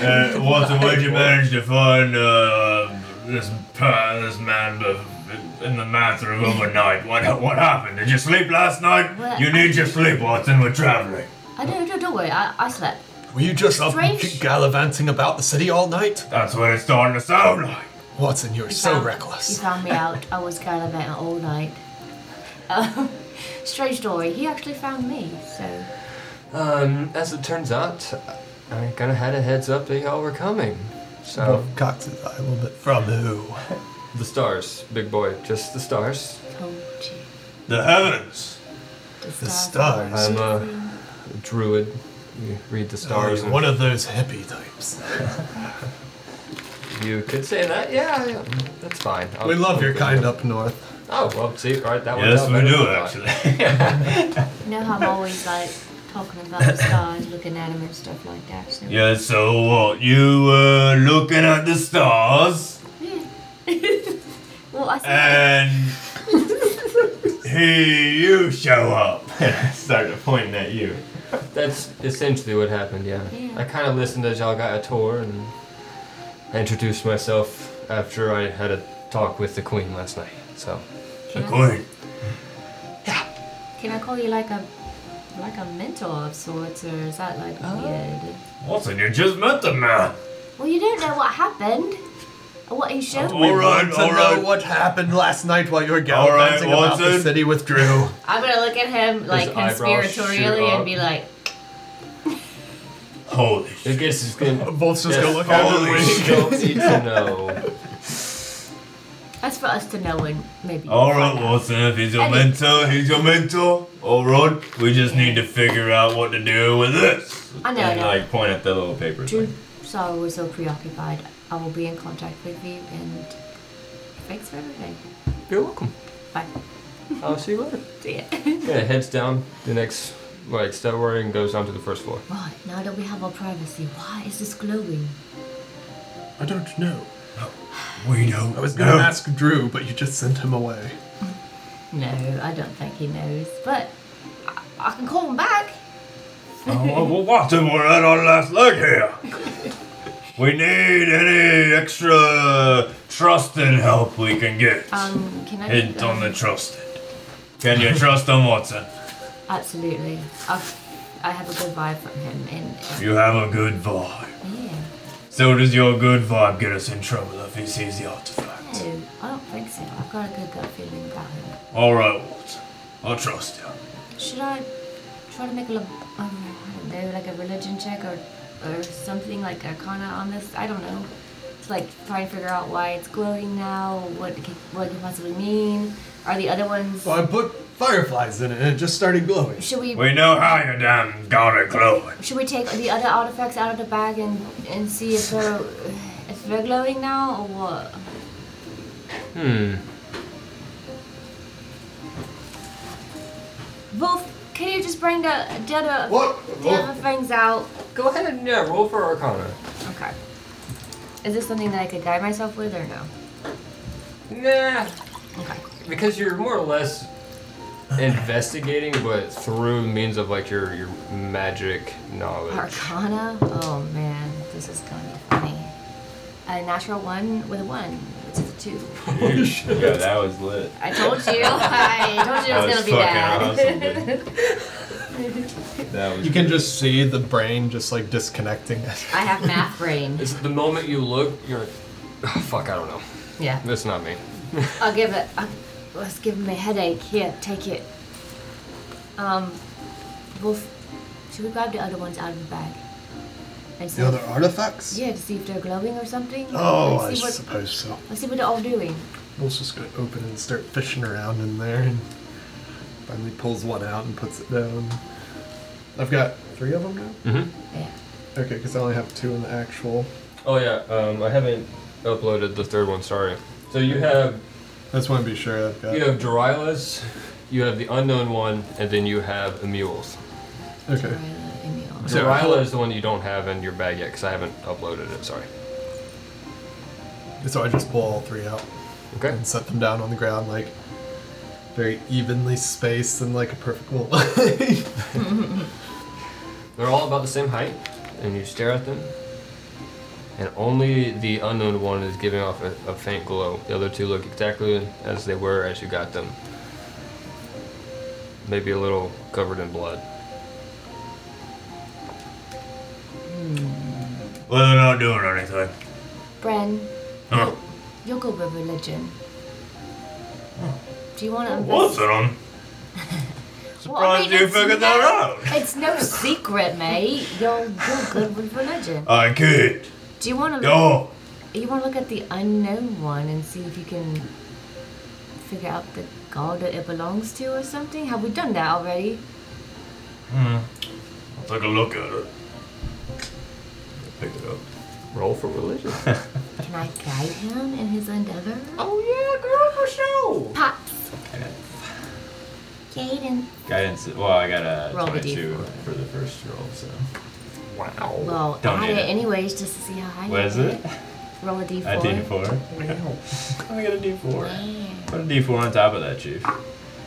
S5: Uh, Walter, where'd you manage to find uh, this pa- this man bef- in the matter of overnight? What what happened? Did you sleep last night?
S1: Well,
S5: you need your sleep, Watson. We're traveling.
S1: I don't don't, don't worry. I, I slept.
S4: Were you just up
S1: Strange.
S4: gallivanting about the city all night?
S5: That's what it's starting to sound like.
S4: Watson, you're
S1: You
S4: so
S1: found- You
S4: reckless.
S1: found me out. I was gallivanting all night. <laughs> Um, strange story. He actually found me. So
S3: Um, as it turns out, I kind of had a heads up that y'all were coming. So
S4: Wolf cocked his eye a little bit. From who?
S3: the stars, big boy, just the stars.
S1: told you.
S5: The heavens.
S4: The
S1: stars.
S4: stars.
S3: I'm uh, a druid. You read the
S4: Oh,
S3: stars.
S4: you're
S3: and-
S4: one of those hippie types.
S3: You could say that. Yeah, yeah. that's fine. I'll-
S4: We love your
S3: I'll-
S4: kind up north.
S3: Oh well, see, right, that one's
S5: Yes,
S3: out
S5: we
S3: better
S5: do
S3: than I thought.
S5: actually. <laughs>
S1: You know how I'm always like talking about the stars, looking at them and stuff like that. So.
S5: yeah. So what? You were looking at the stars,
S1: Well, I said
S5: and here you show up. Start pointing at you.
S3: That's essentially what happened. Yeah.
S1: Yeah.
S3: I kind of listened as y'all got a tour and I introduced myself after I had a talk with the queen last night. So
S5: The
S1: can, I,
S5: queen.
S1: can I call you like a like a mentor of sorts, or is that like weird?
S5: Watson, you just met the man.
S1: Well, you don't know what happened or what he showed me.
S5: All right,
S4: Want
S5: all right.
S4: what happened last night while you were
S5: All right,
S4: gallivanting about the
S5: Watson.
S4: city with Drew.
S1: I'm gonna look at him like
S3: eyebrows shoot
S1: conspiratorially
S3: up.
S1: and be like,
S5: Holy shit.
S3: it gets it's
S4: <laughs>
S3: gonna
S4: Wolf's just
S3: Yes.
S4: gonna look at
S5: Holy
S4: him.
S5: shit.
S3: Don't need to know.
S4: <laughs>
S1: "That's for us to know and maybe."
S5: All right, Watson, if he's your
S1: Any-
S5: mentor, he's your mentor. All right, we just need to figure out what to do with this.
S1: I know,
S5: And
S1: I know.
S5: like point at the little paper.
S1: Drew, sorry, we're so preoccupied. I will be in contact with you, and thanks for everything.
S3: You're welcome.
S1: Bye.
S3: I'll see you later.
S1: See ya. <laughs>
S3: Yeah, heads down. The next like stairway and goes down to the first floor.
S1: Right, now that we have our privacy, why is this glowing?
S4: <laughs> I don't know.
S5: We know.
S4: I was gonna ask Drew, but you just sent him away.
S1: No, I don't think he knows, but I, I can call him back.
S5: Oh, well, well, Watson, we're at our last leg
S1: <laughs>
S5: here. we need any extra trust and help we can get.
S1: Um, can I?
S5: Hint on the trusted. Can you trust him, Watson?
S1: Absolutely. I've, I have a good vibe from him, and
S5: You have a good vibe.
S1: yeah,
S5: So does your good vibe get us in trouble if he sees the artifact?
S1: no, I don't think so. I've got a good gut feeling about him.
S5: All right, Watson. I trust you.
S1: Should I try to make a, lo- um, I don't know, like a religion check or or something like arcana on this? I don't know. To like try and figure out why it's glowing now, what it can, what it can possibly mean. Are the other ones?
S4: Well, I put fireflies in it and it just started glowing.
S1: Should we?
S5: We know how you damn got it glowing.
S1: Should we take the other artifacts out of the bag and, and see if they're, if they're glowing now or what?
S3: Hmm.
S1: Wolf, can you just bring the, the other
S4: What?
S1: the other things out?
S3: Go ahead and yeah, roll for Arcana.
S1: Okay. Is this something that I could guide myself with or no?
S3: Nah,
S1: Okay.
S3: because you're more or less investigating, but through means of like your your magic knowledge.
S1: Arcana? Oh man, this is going to be funny. A natural one with a one. best of the two.
S5: Dude, Yo, that was lit.
S1: I told you. I told you it
S5: That
S1: was,
S5: was
S1: gonna be
S5: fucking
S1: bad.
S5: That was.
S4: You can just see the brain just like disconnecting it.
S1: <laughs> I have math brain.
S3: It's the moment you look, you're like, "Ah, fuck, I don't know.
S1: Yeah.
S3: That's not me.
S1: I'll give it. I'll, let's give him a headache. Here, take it. Um, Wolf, should we grab the other ones out of the bag? And see
S4: <laughs> The
S1: if-
S4: other artifacts?
S1: Yeah, to see if they're glowing or something.
S4: Oh, I
S1: let's see what,
S4: suppose so.
S1: let's see what they're all doing.
S4: Wolf's just gonna open and start fishing around in there and finally pulls one out and puts it down. I've got three of them now?
S3: Mm-hmm.
S1: Yeah.
S4: Okay, because I only have two in the actual.
S3: Oh yeah, um, I haven't uploaded the third one. Sorry. So you have
S4: I just want to be sure I've got.
S3: you have Doryla's, you have the unknown one, and then you have Emule's.
S4: Okay.
S1: Delilah, Emil.
S4: So-
S3: Doryla is the one you don't have in your bag yet because I haven't uploaded it. Sorry.
S4: So I just pull all three out
S3: Okay.
S4: and set them down on the ground, like very evenly spaced and like a perfect little <laughs> line.
S3: They're all about the same height, and you stare at them. And only the unknown one is giving off a, a faint glow. The other two look exactly as they were as you got them. Maybe a little covered in blood.
S5: Well, they're not doing anything.
S1: Bren,
S5: Huh.
S1: you're good with religion.
S4: Oh.
S1: Do you want to
S5: What's
S1: <laughs>
S5: it on? Surprised you figured that out.
S1: It's no secret, mate. You're, you're good with religion.
S5: I could.
S1: Do you want to look?
S5: Yo.
S1: You want to look at the unknown one and see if you can figure out the god that it belongs to or something? Have we done that already?
S5: Hmm. I'll take a look at it. Pick it up.
S3: Roll for religion.
S1: Can I guide him in his endeavor?
S3: <laughs> oh yeah, girl, for sure.
S1: Pops! Caden.
S5: Guidance. Well, I got a
S1: Roll the
S5: 22
S1: D4.
S5: for the first roll, so.
S3: Wow.
S1: Well,
S5: Don't
S1: I
S5: need
S1: had it
S5: it.
S1: anyways just to see how high
S5: What
S1: I
S5: is
S1: did.
S5: it?
S1: Roll a d4.
S5: A <laughs> D4. I got a D4. Put a D4 on top of that, Chief.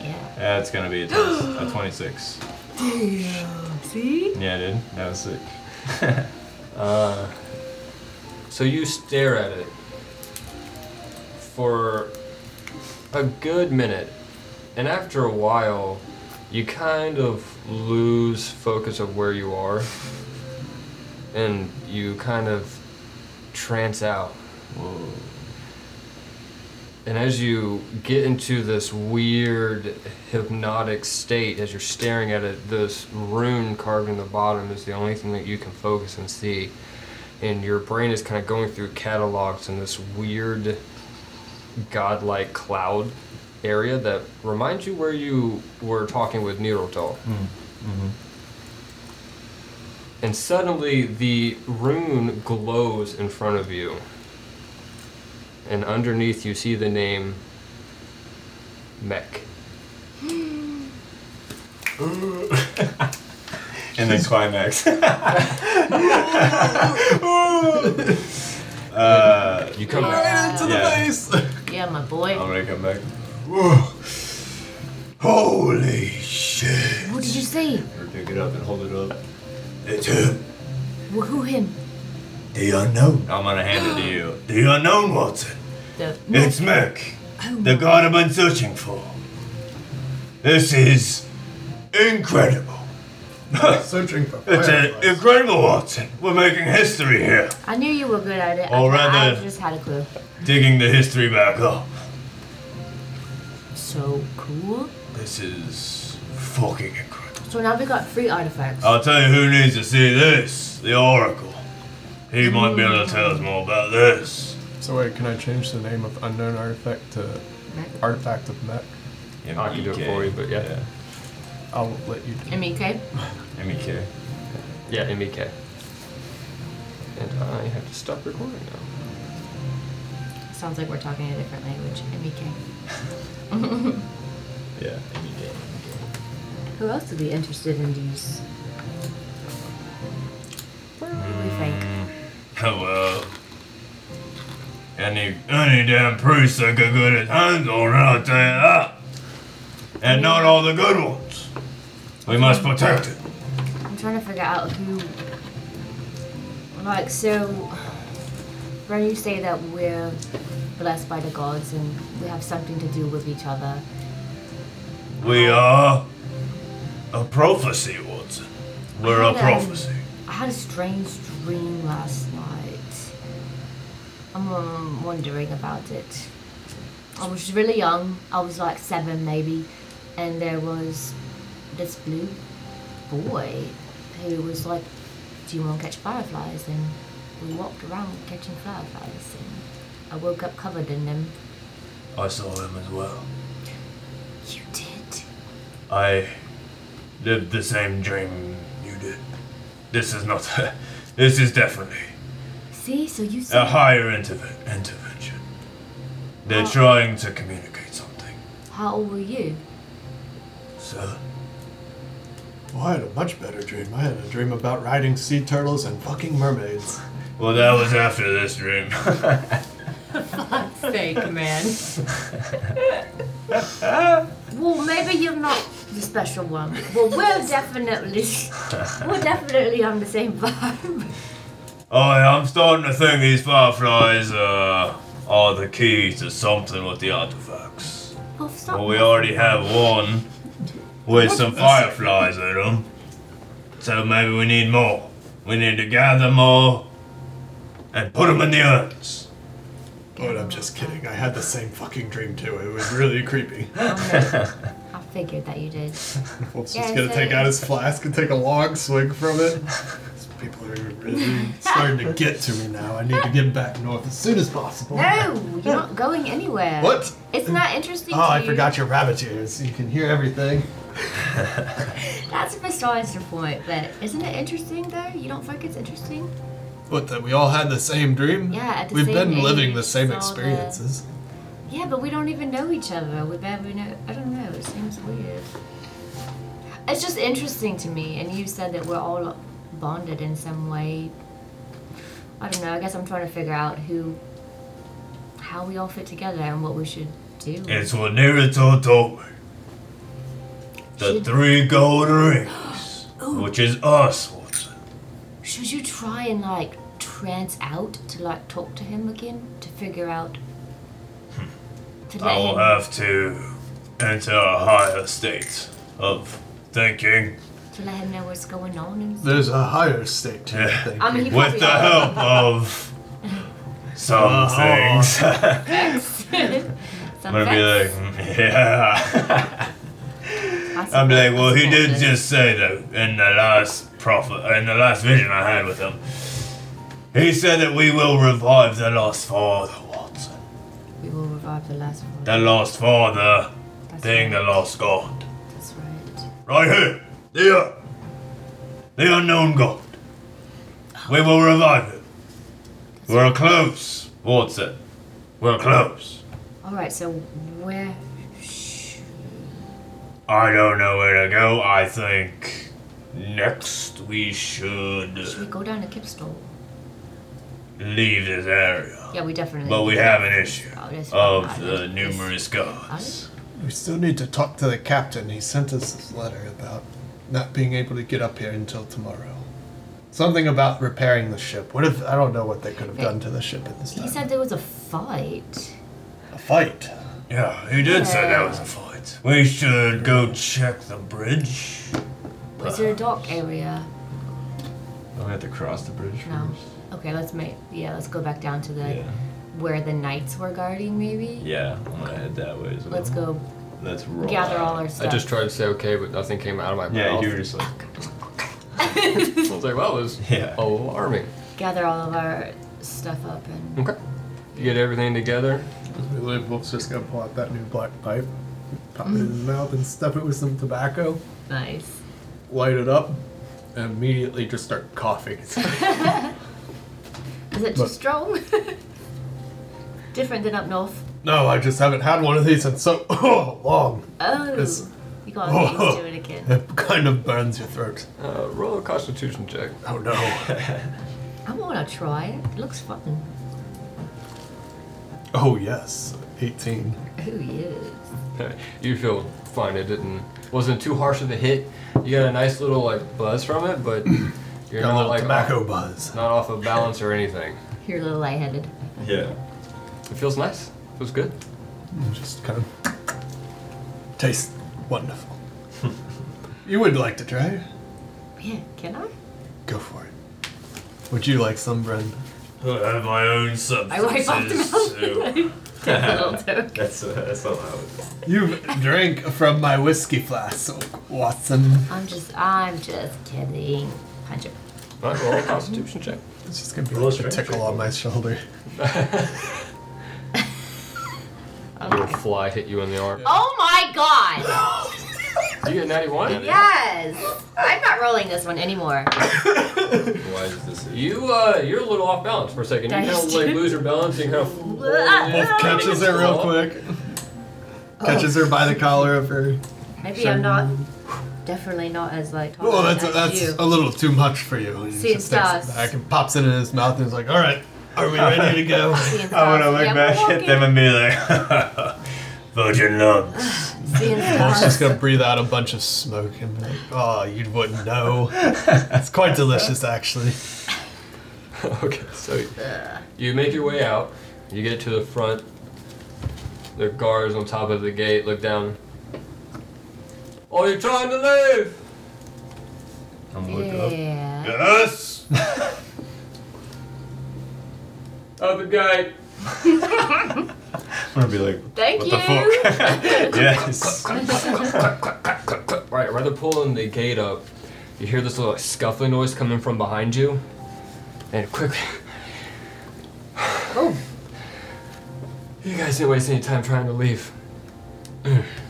S1: Yeah.
S5: That's gonna be a, 20, a 26.
S1: See?
S5: <gasps> Yeah, dude. That was sick.
S3: Uh, so you stare at it for a good minute, and after a while, you kind of lose focus of where you are, and you kind of trance out.
S5: Whoa.
S3: And as you get into this weird hypnotic state, as you're staring at it, this rune carved in the bottom is the only thing that you can focus and see. And your brain is kind of going through catalogs in this weird godlike cloud area that reminds you where you were talking with Neurotol.
S8: Hmm, mm-hmm.
S3: And suddenly the rune glows in front of you and underneath you see the name Mech.
S5: And then <laughs> climax. uh,
S3: You come back.
S4: right into the
S5: Yeah. <laughs>
S4: face!
S1: Yeah, my boy.
S5: I'm gonna come back. Whoa. Holy shit.
S1: What did you see?
S5: Or pick it up and hold it up. It's him.
S1: Well, who him?
S5: The unknown. I'm gonna hand it to you. <gasps> The unknown, Watson.
S1: The Oh
S5: It's Mech, the god I've been searching for. This is <laughs> incredible.
S4: Searching for
S5: It's an
S4: fireflies.
S5: incredible, Watson. We're making history here.
S1: I knew you were good at it.
S5: All
S1: I,
S5: right
S1: I
S5: then.
S1: just had a clue.
S5: Digging the history back up.
S1: So cool.
S5: This is fucking incredible.
S1: So now we got three artifacts.
S5: I'll tell you who needs to see this the Oracle. He might be able to tell us more about this.
S4: So wait, can I change the name of unknown artifact to artifact of mech?
S3: I can do it for you, but yeah.
S4: I'll let you. Do.
S1: MEK.
S5: MEK.
S3: Yeah, MEK. And I have to stop recording now.
S1: Sounds like we're talking a different language. E MEK.
S5: Yeah, MEK.
S1: Who else would be interested in these? What do we think?
S5: Oh well. Any any damn priest that could get his hands on it, I'll tell you that. And not all the good ones. We must protect it.
S1: I'm trying to figure out who. Like, so. When you say that we're blessed by the gods and we have something to do with each other.
S5: We are a prophecy, Watson. We're a
S1: I had, um,
S5: prophecy.
S1: I had a strange dream last night. I'm um, wondering about it. I was really young. I was like seven, maybe, and there was this blue boy who was like, "Do you want to catch fireflies?" And we walked around catching fireflies, and I woke up covered in them.
S5: I saw him as well.
S1: You did.
S5: I did the same dream you did. This is not. this is definitely
S1: See, so you
S5: a
S1: saw.
S5: higher interve- intervention. They're
S1: Oh.
S5: trying to communicate something,
S1: How old were you?
S5: sir.
S4: Well, I had a much better dream. I had a dream about riding sea turtles and fucking mermaids.
S5: Well, that was after this dream. <laughs>
S9: Fake man.
S1: <laughs> Well, maybe you're not the special one. Well, we're definitely, we're definitely on the same vibe.
S5: Oh, yeah, I'm starting to think these fireflies uh, are the key to something with the artifacts.
S1: Well, Oh, stop.
S5: Well, we already have one with some fireflies in them. So maybe we need more. We need to gather more and put them in the urns.
S4: But I'm just kidding. I had the same fucking dream too. It was really creepy.
S1: I figured that you did.
S4: Wolf's
S1: Yeah,
S4: just gonna
S1: so-
S4: take out his flask and take a long swig from it. These people are really starting to get to me now. I need to get back north as soon as possible.
S1: No, you're not going anywhere.
S4: What?
S1: Isn't that interesting?
S4: Oh,
S1: to
S4: I
S1: you?
S4: forgot your rabbit ears. You can hear everything.
S1: That's besides the point, but isn't it interesting though? You don't think it's interesting?
S4: What? That we all had the same dream?
S1: Yeah, at the
S4: We've
S1: same
S4: been living
S1: age,
S4: the same
S1: saw the-
S4: experiences.
S1: Yeah, but we don't even know each other. We barely know. I don't know. It seems weird. It's just interesting to me. And you said that we're all bonded in some way. I don't know. I guess I'm trying to figure out who, how we all fit together and what we should do.
S5: It's what Naruto told me. The three gold rings, which is us, Watson.
S1: Should you try and like trance out to like talk to him again to figure out?
S5: Hmm.
S1: To
S5: I
S1: let
S5: will
S1: him-
S5: have to enter a higher state of thinking
S1: to let him know what's going on. And
S4: There's a higher state to
S5: Yeah.
S4: think.
S1: I mean, he
S5: with
S1: probably
S5: the help of some
S4: Oh.
S1: <laughs>
S5: things. <laughs>
S1: Some
S5: I'm gonna be like,
S1: facts.
S5: "Mm, <laughs> yeah. <laughs>
S1: That's
S5: I'm like, well, he
S1: important.
S5: did just say that in the last prophet, uh, in the last vision I had with him. He said that we will revive the lost father, Watson.
S1: We will revive the last one.
S5: The lost father,
S1: That's
S5: being
S1: right.
S5: the lost god.
S1: That's right.
S5: Right here, the the unknown god. We will revive him. We're close, Watson. We're close.
S1: All right. So where? sh-
S5: I don't know where to go. I think next we should
S1: Should we go down to Kipstall?
S5: leave this area.
S1: Yeah, we definitely.
S5: But we have an issue
S1: Oh, that's
S5: of
S1: right.
S5: the
S1: Yes.
S5: numerous gods.
S4: We still need to talk to the captain. He sent us this letter about not being able to get up here until tomorrow. Something about repairing the ship. What if I don't know what they could have done to the ship at this time?
S1: He said there was a fight.
S4: a fight.
S5: Yeah, he did say that was a fight. We should go check the bridge.
S1: Was
S5: Uh.
S1: there a dock area?
S8: Don't we have to cross the bridge
S1: No.
S8: first?
S1: Okay, let's make. Yeah, let's go back down to the
S8: Yeah.
S1: where the knights were guarding. Maybe.
S8: Yeah, I'm gonna head that way as well.
S1: Let's go
S8: Let's roll.
S1: gather
S8: out.
S1: all our
S3: I
S1: stuff.
S3: just tried to say okay, but nothing came out of my mouth.
S8: Yeah, you were just like.
S3: I was like, well, it was
S8: Yeah.
S1: Oh.
S3: alarming.
S1: gather all of our stuff up and.
S3: Okay. You get everything together.
S4: We live, Wolf's just gonna pull out that new black pipe, pop it in his
S1: Mm.
S4: mouth, and stuff it with some tobacco,
S1: Nice.
S4: light it up, and immediately just start coughing.
S1: Is it too
S4: Look.
S1: strong? <laughs> Different than up north.
S4: no, I just haven't had one of these in so <laughs> long.
S1: Oh,
S4: It's-
S1: you gotta get used to it again.
S4: It kind of burns your throat.
S3: Uh, roll a constitution check. <laughs>
S4: Oh no.
S1: I wanna try it. It looks fun.
S4: oh yes. 18.
S1: Oh yes.
S3: You feel fine. It didn't wasn't too harsh of a hit. You got a nice little like buzz from it,
S4: <clears throat>
S3: but you're
S4: Got a
S3: not
S4: little
S3: like
S4: tobacco
S3: off,
S4: buzz.
S3: not off of balance or anything.
S1: You're a little lightheaded.
S8: Yeah.
S3: It feels nice. It feels good.
S4: And just kind of tastes <laughs> wonderful. you would like to try it?
S1: Yeah, can I?
S4: Go for it. Would you like some, Bren?
S2: I have my own
S1: I wipe off the
S2: substances.
S8: <laughs>
S1: mouth. <laughs>
S2: too.
S1: Take a little toke.
S5: That's uh, that's not loud.
S4: You drank from my whiskey flask, Watson.
S1: I'm just, I'm just kidding. Punch it.
S3: All right, roll a constitution check.
S4: It's just gonna be
S5: Roll
S4: like a
S5: strength
S4: tickle
S5: check.
S4: on my <laughs> shoulder.
S3: Little fly hit you in the arm.
S1: Oh my god!
S3: You get 91?
S1: Yes! I'm not rolling this one anymore.
S5: Why is this? a-
S3: You uh, you're a little off balance for a second. You kind of like lose your balance and
S4: <laughs>
S3: kind of
S4: Wolf catches her real quick. Catches her by the collar of her.
S1: Maybe I'm not, definitely not as like.
S4: Oh, that's
S1: as
S4: that's
S1: you.
S4: a little too much for you. He
S1: See,
S4: just takes
S1: stars.
S4: it back and pops it in his mouth and is like, "All right, are we ready to go?" <laughs>
S5: I want to look back at them and be like, <laughs> "Virgin lumps."
S1: <laughs>
S4: Wolf's just <laughs> gonna breathe out a bunch of smoke and be like, "Oh, you wouldn't know. It's quite delicious, actually."
S3: <laughs> okay, so you make your way out. You get to the front. There are guards on top of the gate. Look down. Oh, you're trying to leave!
S5: I'm looking up.
S1: Yeah.
S5: Yes. <laughs>
S3: Open gate.
S5: I'm gonna be like,
S1: Thank
S5: "What
S1: you.
S5: the
S1: <laughs>
S5: fuck?" yes.
S3: Right, rather pulling the gate up, you hear this little scuffling noise coming from behind you, and quickly. <sighs>
S1: Oh.
S3: You guys didn't waste any time trying to leave.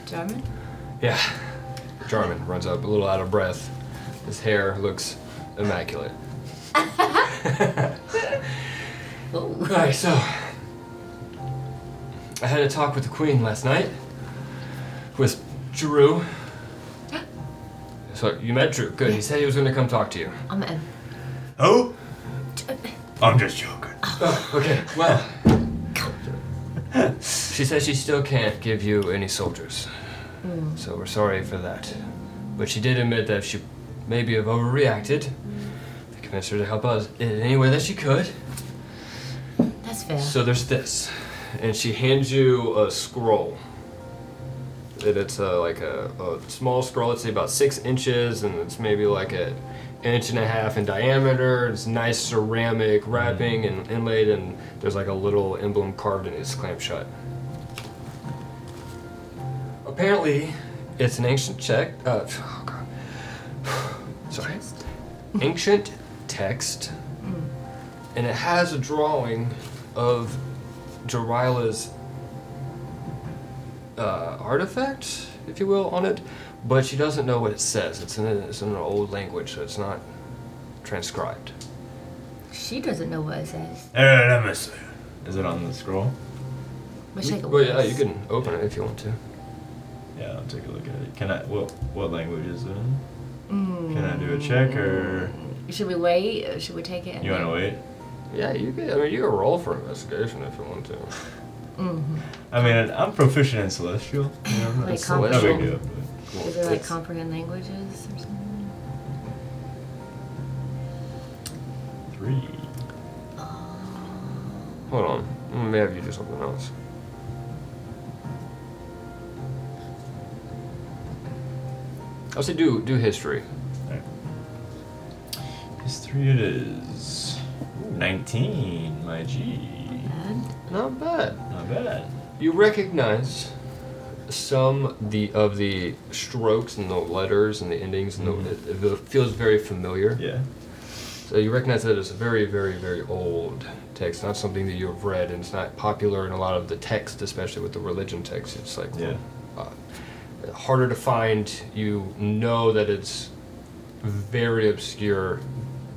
S1: German?
S3: Yeah. Jarman runs up, a little out of breath. His hair looks immaculate.
S1: Oh.
S3: Alright, so. I had a talk with the Queen last night. With Drew. So you met Drew. Good. He said he was going to come talk to you.
S1: I'm in.
S5: Who? Oh. I'm just joking.
S3: Okay, well. she says she still can't give you any soldiers. So we're sorry for that. But she did admit that she maybe have overreacted. I convinced her to help us in any way that she could.
S1: That's fair.
S3: So there's this. And she hands you a scroll. And it's uh like a, a small scroll, it's about six inches, and it's maybe like an inch and a half in diameter. It's nice ceramic wrapping and inlaid, and there's like a little emblem carved in it, it's clamped shut. Apparently, it's an ancient check. Uh, <sighs> oh God. Sorry. Ancient text and it has a drawing of Jarila's uh, artifact, if you will, on it, but she doesn't know what it says. It's in, a, it's in an old language, so it's not transcribed.
S1: She doesn't know what it says.
S5: Hey, let me see. Is it on the scroll?
S1: Wish I could.
S3: well, yeah, you can open it if you want to.
S5: Yeah, I'll take a look at it. Can I? What what language is it in? Can I do a check or
S1: Mm. Should we wait? Or should we take it?
S5: you want to wait?
S3: Yeah, you can. I mean, you can roll for investigation if you want to.
S1: Mm-hmm.
S5: I mean, I'm proficient in celestial. You know, I'm not-
S1: Like
S3: It's celestial.
S5: no big
S1: comprehend?
S5: deal. But
S1: Is it like
S3: It's-
S1: comprehend languages or something?
S5: three.
S3: Hold on. Let me have you do something else. I'll say do do history.
S5: It's three. It is. Ooh, Nineteen. My G.
S3: Not bad.
S5: Not bad.
S3: You recognize some the of the strokes and the letters and the endings, and the, it, it feels very familiar.
S5: Mm-hmm. Yeah.
S3: So you recognize that it's a very, very, very old text, not something that you have read, and it's not popular in a lot of the text, especially with the religion text. It's like
S5: Yeah.
S3: uh, harder to find. You know that it's very obscure,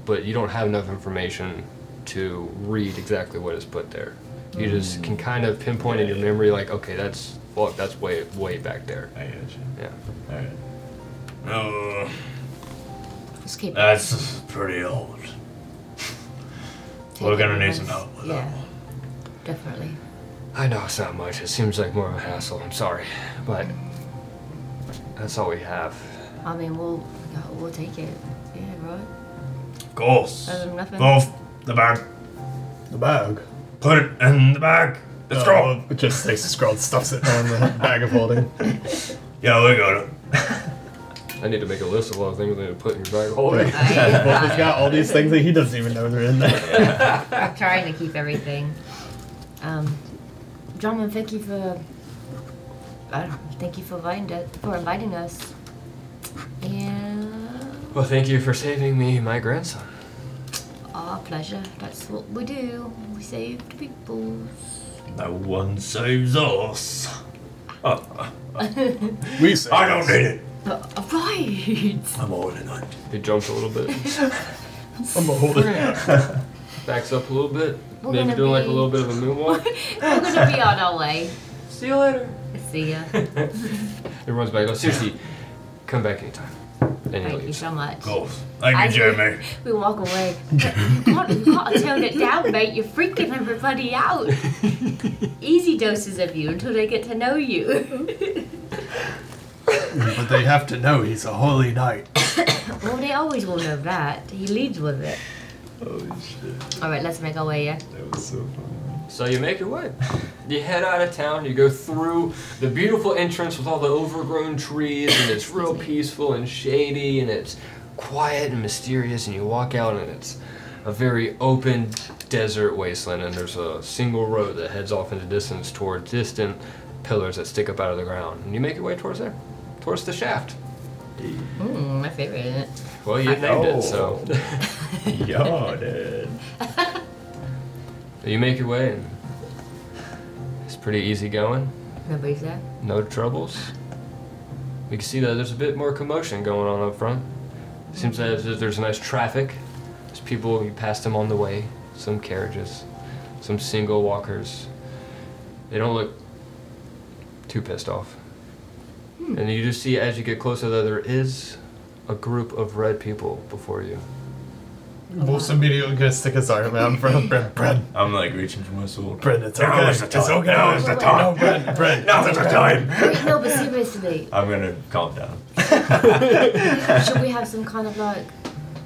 S3: but you don't have enough information to read exactly what is put there. You just can kind of pinpoint in your memory, like, okay, that's look, that's way, way back there.
S5: I got you.
S3: Yeah.
S5: All right. Oh,
S1: Just keep.
S5: Uh, that's pretty old.
S1: take
S5: We're gonna
S1: it
S5: need
S1: once.
S5: some help with
S1: Yeah,
S5: that one.
S1: definitely.
S3: I know it's not much. It seems like more of a hassle. I'm sorry, but that's all we have.
S1: I mean, we'll yeah, we'll take it. Yeah, right.
S5: Of course.
S1: Other than nothing.
S5: Both the bag.
S4: The bag. Oh,
S5: Put it in the bag. It's strong.
S4: It just takes the scroll and stuffs it on <laughs> the bag of holding.
S5: Yeah, we got it.
S3: I need to make a list of all the things I need to put in your bag of holding.
S4: Wolf has got all these things that he doesn't even know they're in there.
S5: <laughs>
S1: I'm trying to keep everything. Um, John, thank you for. I don't, thank you for inviting us. For inviting us. And
S3: <laughs> Well, thank you for saving me, my grandson.
S1: our pleasure. That's what we do. We save the people. <laughs>
S5: No one saves us. Oh,
S4: <laughs> We say
S5: I don't need it.
S1: But, uh, <laughs> right. <laughs>
S5: I'm all in it.
S3: He jumps a little bit,
S4: I'm gonna hold it.
S3: backs up a little bit,
S1: We're
S3: maybe
S1: gonna
S3: doing like a
S1: be-
S3: little bit of
S1: <laughs>
S3: a moonwalk.
S1: We're gonna be on our way.
S3: See you later.
S1: See ya.
S3: He runs back. Goes, oh, Seriously, come back anytime. And he
S1: Thank you
S3: leaves.
S1: so much.
S5: Golf. Thank you,
S1: I-
S5: Jamie.
S1: We walk
S5: <laughs>
S1: away. But you can't, you can't turn it down, mate. You're freaking everybody
S5: <laughs>
S1: out. Easy doses of you until they get to know
S5: <laughs>
S1: you.
S4: <laughs> But they have to know he's a holy knight.
S1: well, they always will know that. He leads with it.
S5: Holy shit.
S1: All right, let's make our way. Yeah.
S5: That was so funny.
S3: So you make your way. You head out of town. You go through the beautiful entrance with all the overgrown trees, and it's
S1: <laughs>
S3: real peaceful and shady, and it's quiet and mysterious. And you walk out, and it's a very open desert wasteland. And there's a single road that heads off into distance toward distant pillars that stick up out of the ground. And you make your way towards there, towards the shaft.
S1: Mm, my favorite.
S3: Well, you named it, so
S5: <laughs> Yeah, dude.
S3: you make your way, and it's pretty easy going.
S1: Nobody's there.
S3: No troubles. We can see that there's a bit more commotion going on up front. Seems that there's- there's nice traffic. There's people, you pass them on the way. Some carriages, some single walkers. They don't look too pissed off. And you just see as you get closer that there is a group of red people before you.
S4: Wolf's immediately gonna stick his arm out in front of Brent. Brent,
S5: I'm like reaching for my sword.
S4: Brent, it's okay.
S5: Now is the
S4: It's
S5: time.
S4: okay.
S5: Now is the
S4: No,
S5: time.
S4: Brent, Brent.
S5: Now is the time. <laughs>
S1: Wait, <laughs> no, but seriously,
S5: I'm gonna calm down. <laughs>
S1: should we have some kind of like?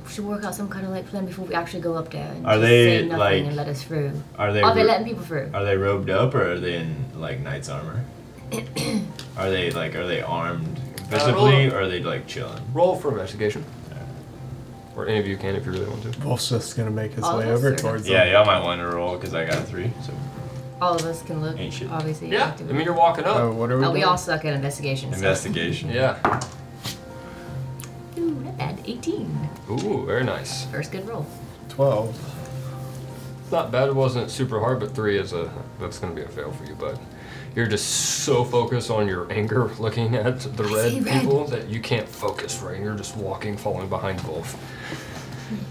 S1: We should work out some kind of like plan before we actually go up there. And
S5: Are
S1: just
S5: they,
S1: say nothing
S5: like-
S1: and let us through?
S5: Are they?
S1: Are Oh, they
S5: ro-
S1: letting people through?
S5: Are they robed up or are they in like
S1: <clears throat>
S5: knight's armor? are they like are they armed visibly or are they like chilling?
S3: Roll for investigation. Or any of you can if you really want to.
S4: Wolf's just gonna make his
S1: All
S4: way
S1: of us
S4: over
S1: are-
S4: towards
S5: Yeah,
S4: him.
S5: y'all might want to roll because I got a three. So
S1: All of us can look.
S5: Ain't shit.
S1: Obviously.
S3: Yeah, I
S1: Do we-
S3: mean, you're walking up.
S4: Oh, what are we?
S1: Oh, we
S4: doing?
S1: all suck at investigations. so-
S5: investigation.
S3: Yeah.
S1: Ooh, not bad. 18.
S3: Ooh, very nice.
S1: First good roll.
S4: twelve.
S3: Not bad. It wasn't super hard, but three is a that's gonna be a fail for you. But you're just so focused on your anger, looking at the
S1: see
S3: red
S1: red.
S3: people, that you can't focus. Right, you're just walking, falling behind both.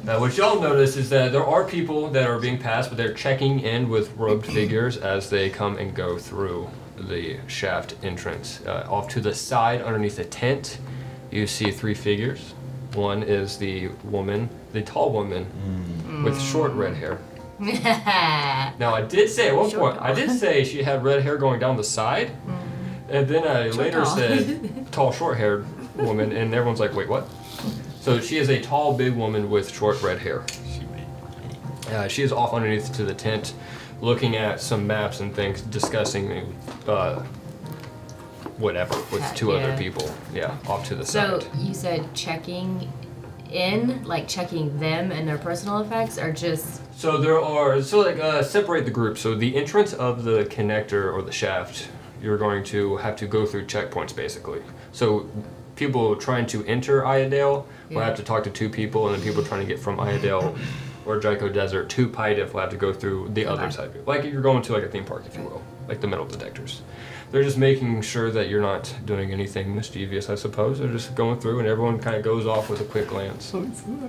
S3: Now, what y'all notice is that there are people that are being passed, but they're checking in with robed figures as they come and go through the shaft entrance. Uh, off to the side, underneath a tent, you see three figures. One is the woman, the tall woman with short red hair. Now I did say at one
S1: Short
S3: point I
S1: tall.
S3: did say she had red hair going down the side,
S1: Mm.
S3: and then I later
S1: tall. <laughs>
S3: said tall short-haired woman, and everyone's like, "Wait, what?" So she is a tall, big woman with short red hair. Uh, she is off underneath to the tent, looking at some maps and things, discussing uh, whatever with
S1: Uh,
S3: two other
S1: yeah.
S3: people. Yeah, off to the
S1: So
S3: side.
S1: you said checking in, like checking them and their personal effects, or just.
S3: So there are so like uh, separate the group. So the entrance of the connector or the shaft, you're going to have to go through checkpoints basically. So people trying to enter Iodale will
S1: Yeah.
S3: have to talk to two people, and then people trying to get from Iodale or Draco Desert to Pydiff will have to go through the other
S1: Okay.
S3: side. Like if you're going to like a theme park, if you will, like the metal detectors. They're just making sure that you're not doing anything mischievous, I suppose. They're just going through, and everyone kind of goes off with a quick glance.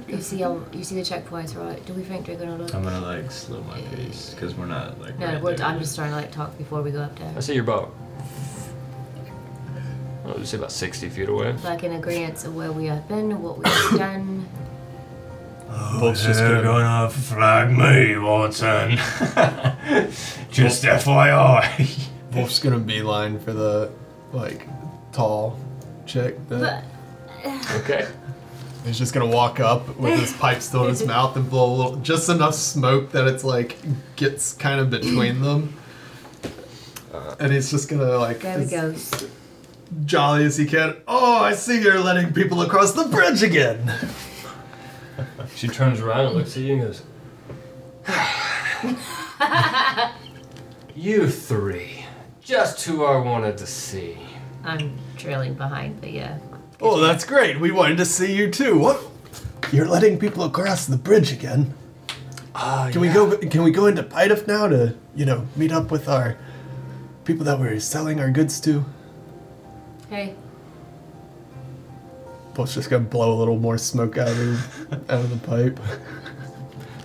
S1: You see all, you see the checkpoints, right? Do we think they're gonna look?
S5: I'm gonna like slow my pace because we're not like.
S1: No,
S5: right
S1: we're,
S5: there
S1: I'm
S5: yet.
S1: just trying to like talk before we go up there.
S3: I see your boat. I would say about 60 feet away.
S1: Like in agreement of where we have been, what we've <coughs> done.
S4: Wolf's just
S5: They're
S4: gonna.
S5: Oh, gonna uh, flag me, Watson. <laughs> just FYI.
S4: Wolf's gonna beeline for the like tall chick. that-
S1: But
S3: Okay.
S4: He's just gonna walk up with his pipe still
S7: <laughs>
S4: in his mouth and blow a little, just enough smoke that it's like gets kind of between them, and he's just gonna like
S7: There we
S4: as
S7: go.
S4: jolly as he can. Oh, I see you're letting people across the bridge again.
S3: She turns around and looks at you and goes, You three. Just who I wanted to see.
S1: I'm trailing behind, but yeah.
S4: Oh, that's great. We wanted to see you too. What? You're letting people across the bridge again.
S3: Ah,
S4: Can we go? Can we go into Pidef now to you know meet up with our people that we're selling our goods to?
S1: Hey,
S4: Bolt's just gonna blow a little more smoke out of out of the pipe.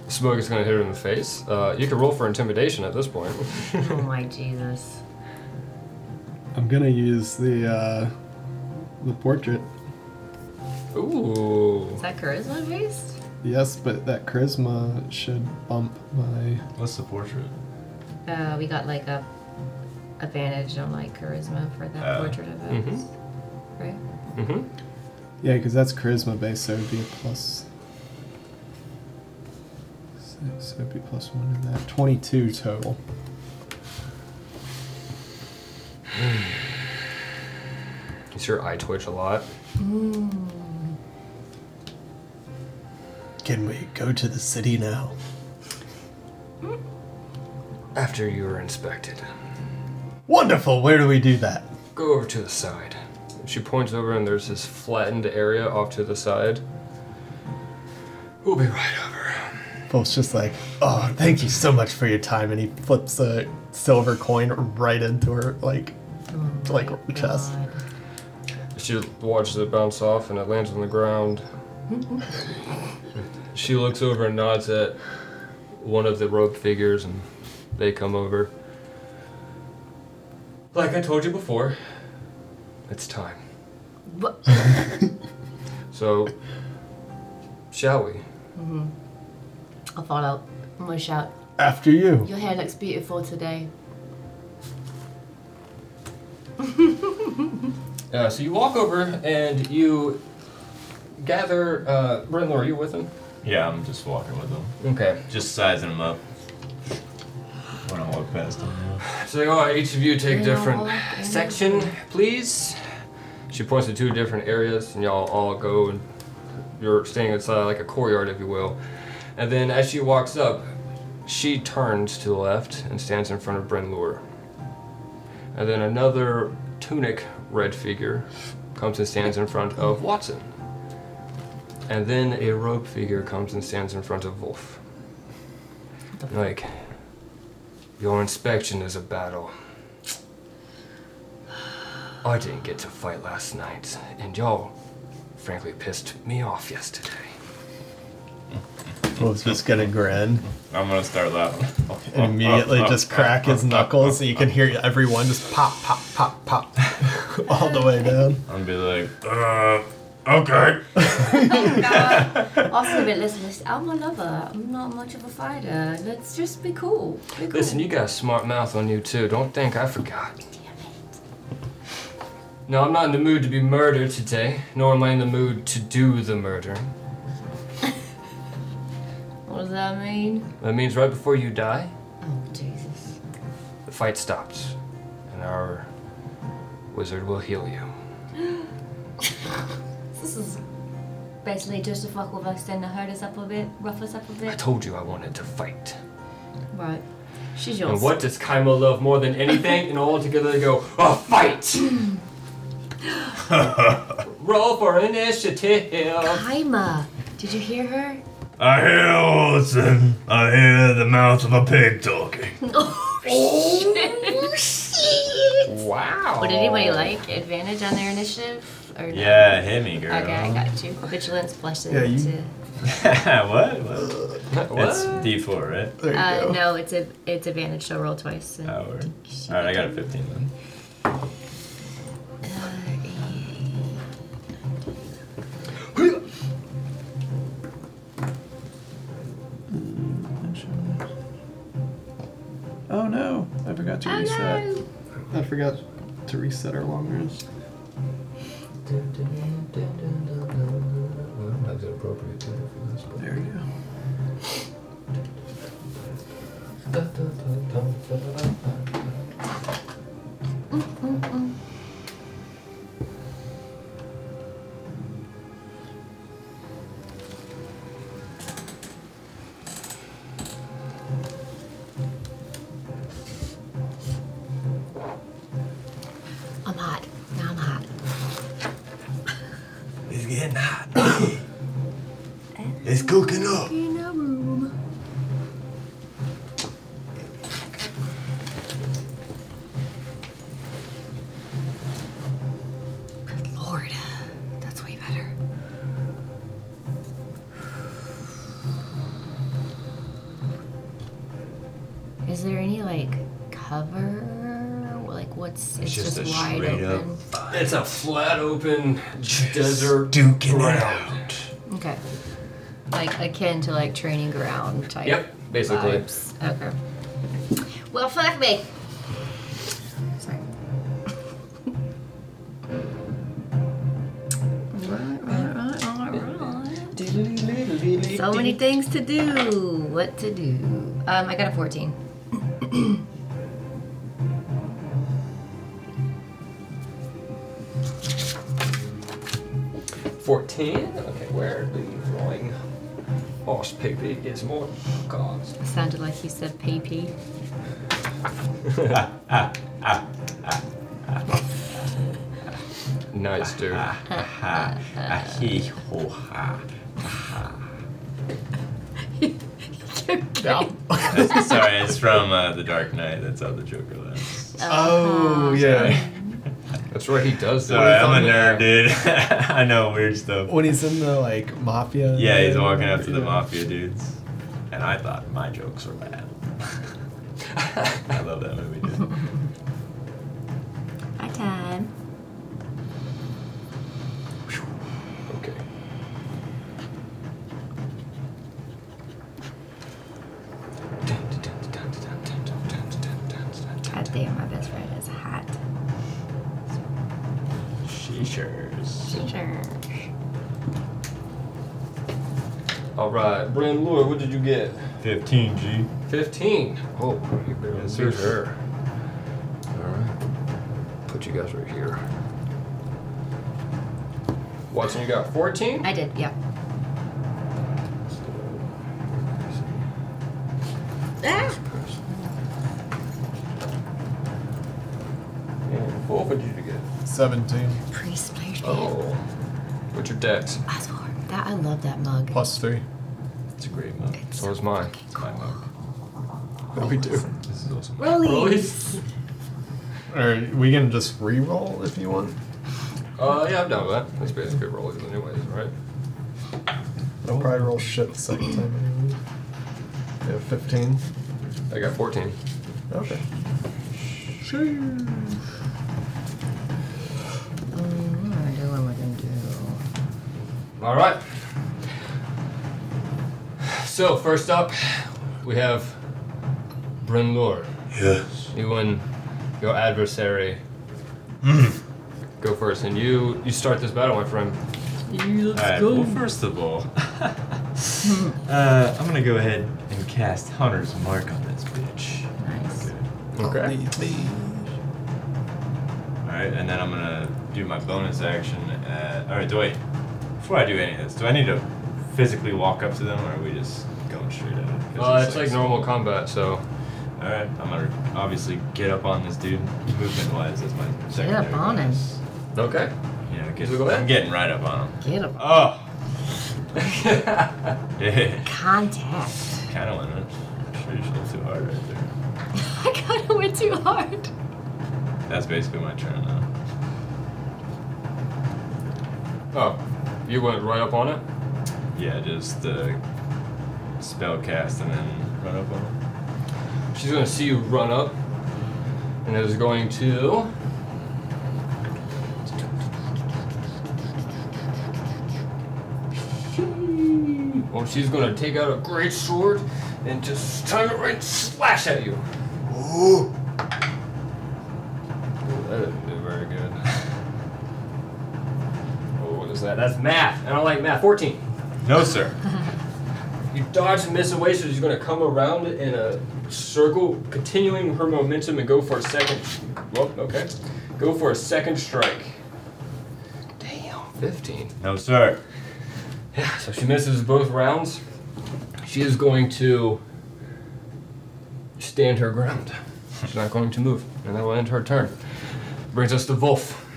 S3: Smoke is going to hit her in the face. Uh, you can roll for intimidation at this point.
S1: oh my Jesus.
S4: I'm gonna use the uh, the portrait.
S3: Ooh.
S1: Is that charisma based?
S4: Yes, but that charisma should bump my.
S5: <laughs> What's the portrait?
S1: Uh, we got like a advantage on like charisma for that
S5: Oh.
S1: portrait of us, right?
S3: Mm-hmm.
S4: Yeah, because that's charisma based, so it'd be a plus. Six, so it'd be plus one in that. 22 total.
S3: You see her eye twitch a lot.
S4: Can we go to the city now?
S3: After you were inspected,
S4: Wonderful! Where do we do that?
S3: go over to the side. She points over and there's this flattened area off to the side. We'll be right over.
S4: Bolt's just like, oh, thank you so much for your time. And he flips a silver coin right into her, like, like chest.
S3: She watches it bounce off and it lands on the ground. she looks over and nods at one of the rope figures and they come over. Like I told you before, it's time.
S1: But
S3: So, shall we?
S1: I'll fall out. I'm gonna shout.
S4: After you.
S1: Your hair looks beautiful today.
S3: Uh, so you walk over and you gather. Uh, Brendan, are you with him?
S5: Yeah, I'm just walking with them.
S3: Okay.
S5: Just sizing them up. When I walk past them. yeah.
S3: So they are, each of you take a
S1: They are
S3: different
S1: all in
S3: section, please. She points to two different areas, and y'all all go and you're standing inside like a courtyard, if you will. And then as she walks up, she turns to the left and stands in front of Bryn Lure. And then another tunic red figure comes and stands in front of Watson. And then a robe figure comes and stands in front of Wolf. Like, your inspection is a battle. I didn't get to fight last night, and y'all frankly pissed me off yesterday.
S4: Bolt's just gonna grin.
S5: I'm gonna start laughing.
S4: and immediately just crack his knuckles, and you can hear every one just pop, pop, pop, pop, <laughs> all the way down.
S5: I'm gonna be like, uh, okay.
S7: Also, but listen, listen, I'm a lover. I'm not much of a fighter. Let's just be cool. Be cool.
S3: Listen, you got a smart mouth on you too. Don't think I forgot. No, I'm not in the mood to be murdered today, nor am I in the mood to do the murder.
S7: What does that mean?
S3: That means right before you die,
S7: Oh, Jesus.
S3: the fight stops, and our wizard will heal you.
S7: This is basically just to fuck with us and to hurt us up a bit, rough us up a
S3: I
S7: bit.
S3: told you I wanted to fight.
S7: Right.
S1: She's
S3: And
S1: yours.
S3: what does Kaima love more than anything? and all together they go, a <laughs> fight! Roll for initiative.
S1: Kaima, did you hear her?
S5: I hear Olsen. I hear the mouth of a pig talking.
S3: Wow.
S1: Would anybody like advantage on their initiative? Or no?
S5: Yeah, hit me, girl.
S1: Okay, I got you. Vigilance plus
S4: Yeah, you-
S1: into-
S5: <laughs> what? what?
S3: What?
S5: It's D4, right?
S4: There you
S1: Uh,
S4: go.
S1: no, it's a it's advantage. She'll roll twice. So. <laughs>
S5: Oh, word. Alright, I got a 15 then.
S4: Oh no, I forgot
S1: Oh,
S4: to reset. I forgot to reset our long range. There we go.
S5: It's cooking up.
S7: In a room. Good lord. That's way better.
S1: Is there any like cover? Like what's? It's,
S5: just a
S1: wide
S5: straight up-
S1: open.
S3: It's a flat open desert
S5: duking it
S3: ground.
S1: Okay. Like akin to like training ground type.
S3: Yep, basically.
S1: vibes. Okay. Well, fuck me. Sorry. Right, right, right, right, right. So many things to do. What to do? Um, I got a 14.
S3: Fourteen. Okay, where are we rolling? Horse pee is more cards.
S1: It sounded like you said <laughs> PP.
S3: Nice, dude.
S5: Ha, ah, hee, ho, ha. That's- Sorry, it's from uh, The Dark Knight. That's how the Joker laughs.
S4: <laughs>
S5: Uh-huh.
S4: Oh, yeah.
S3: That's right, he does. that.
S5: Sorry, I'm a nerd, dude. <laughs> I know weird stuff.
S4: When he's in the, like, mafia.
S5: Yeah, he's walking up to the
S4: Yeah.
S5: mafia dudes. And I thought my jokes were bad. <laughs> I love that movie, dude.
S1: Hi, time.
S3: Okay.
S1: God damn, my best friend is hot.
S5: She sure is.
S1: Sure.
S3: All right, Bryn Lure, what did you get?
S5: 15 G.
S3: Fifteen. Oh, you barely
S5: Yes,
S3: beat
S5: sir.
S3: her. All right. Put you guys right here. Watson, you got fourteen.
S1: I did, yeah.
S3: And Wolf, what did you get?
S4: 17
S1: Priest players.
S3: Oh, what's your dex?
S1: Osborne. That I love that mug.
S4: plus 3.
S5: It's a great movie.
S1: It's
S3: So is mine.
S5: It's my mug.
S4: What do we do?
S5: This is awesome.
S1: Rollies.
S4: Or we can just re-roll if you want.
S3: Uh, yeah, I'm done with that. That's basically rolling anyways, right?
S4: I'll probably roll shit the second time. anyway. Yeah, 15.
S3: I got 14.
S4: Okay.
S1: Mm,
S3: All right. So first up, we have Bryn Lure.
S5: Yes.
S3: You and your adversary go first, and you you start this battle, my friend.
S5: Alright, well, first of all, <laughs> uh, I'm gonna go ahead and cast Hunter's Mark on this bitch.
S1: Nice.
S5: Good. Alright, and then I'm gonna do my bonus action. Uh, Alright, do I. Before I do any of this, do I need to physically walk up to them or are we just going straight at it? 'Cause
S3: Uh, it's like normal combat, so
S5: Alright, I'm gonna obviously get up on this dude. Movement wise, that's my second.
S1: up on him.
S3: okay.
S5: Yeah, get,
S3: So go ahead.
S5: I'm getting right up on him.
S1: Get him.
S5: <laughs> Oh! Yeah,
S1: Contact. <laughs>
S5: kinda went in. Sheesh, a little too hard right
S1: I
S5: there.
S1: kind of went too hard.
S5: That's basically my turn now.
S3: <laughs> Oh, you went right up on it.
S5: Yeah, just uh, spell cast and then run up on him.
S3: She's gonna see you run up, and is going to. Well, she's gonna take out a great sword and just turn it right and slash at you. Ooh, that didn't do very good. Oh, what is that? That's math. I don't like math. 14.
S5: No, sir.
S3: You dodge and miss away, so she's gonna come around in a circle, continuing her momentum and go for a second. Well, okay. Go for a second strike. Damn, 15.
S5: No, sir.
S3: Yeah, so she misses both rounds. She is going to stand her ground. She's not going to move, and that will end her turn. Brings us to Wolf.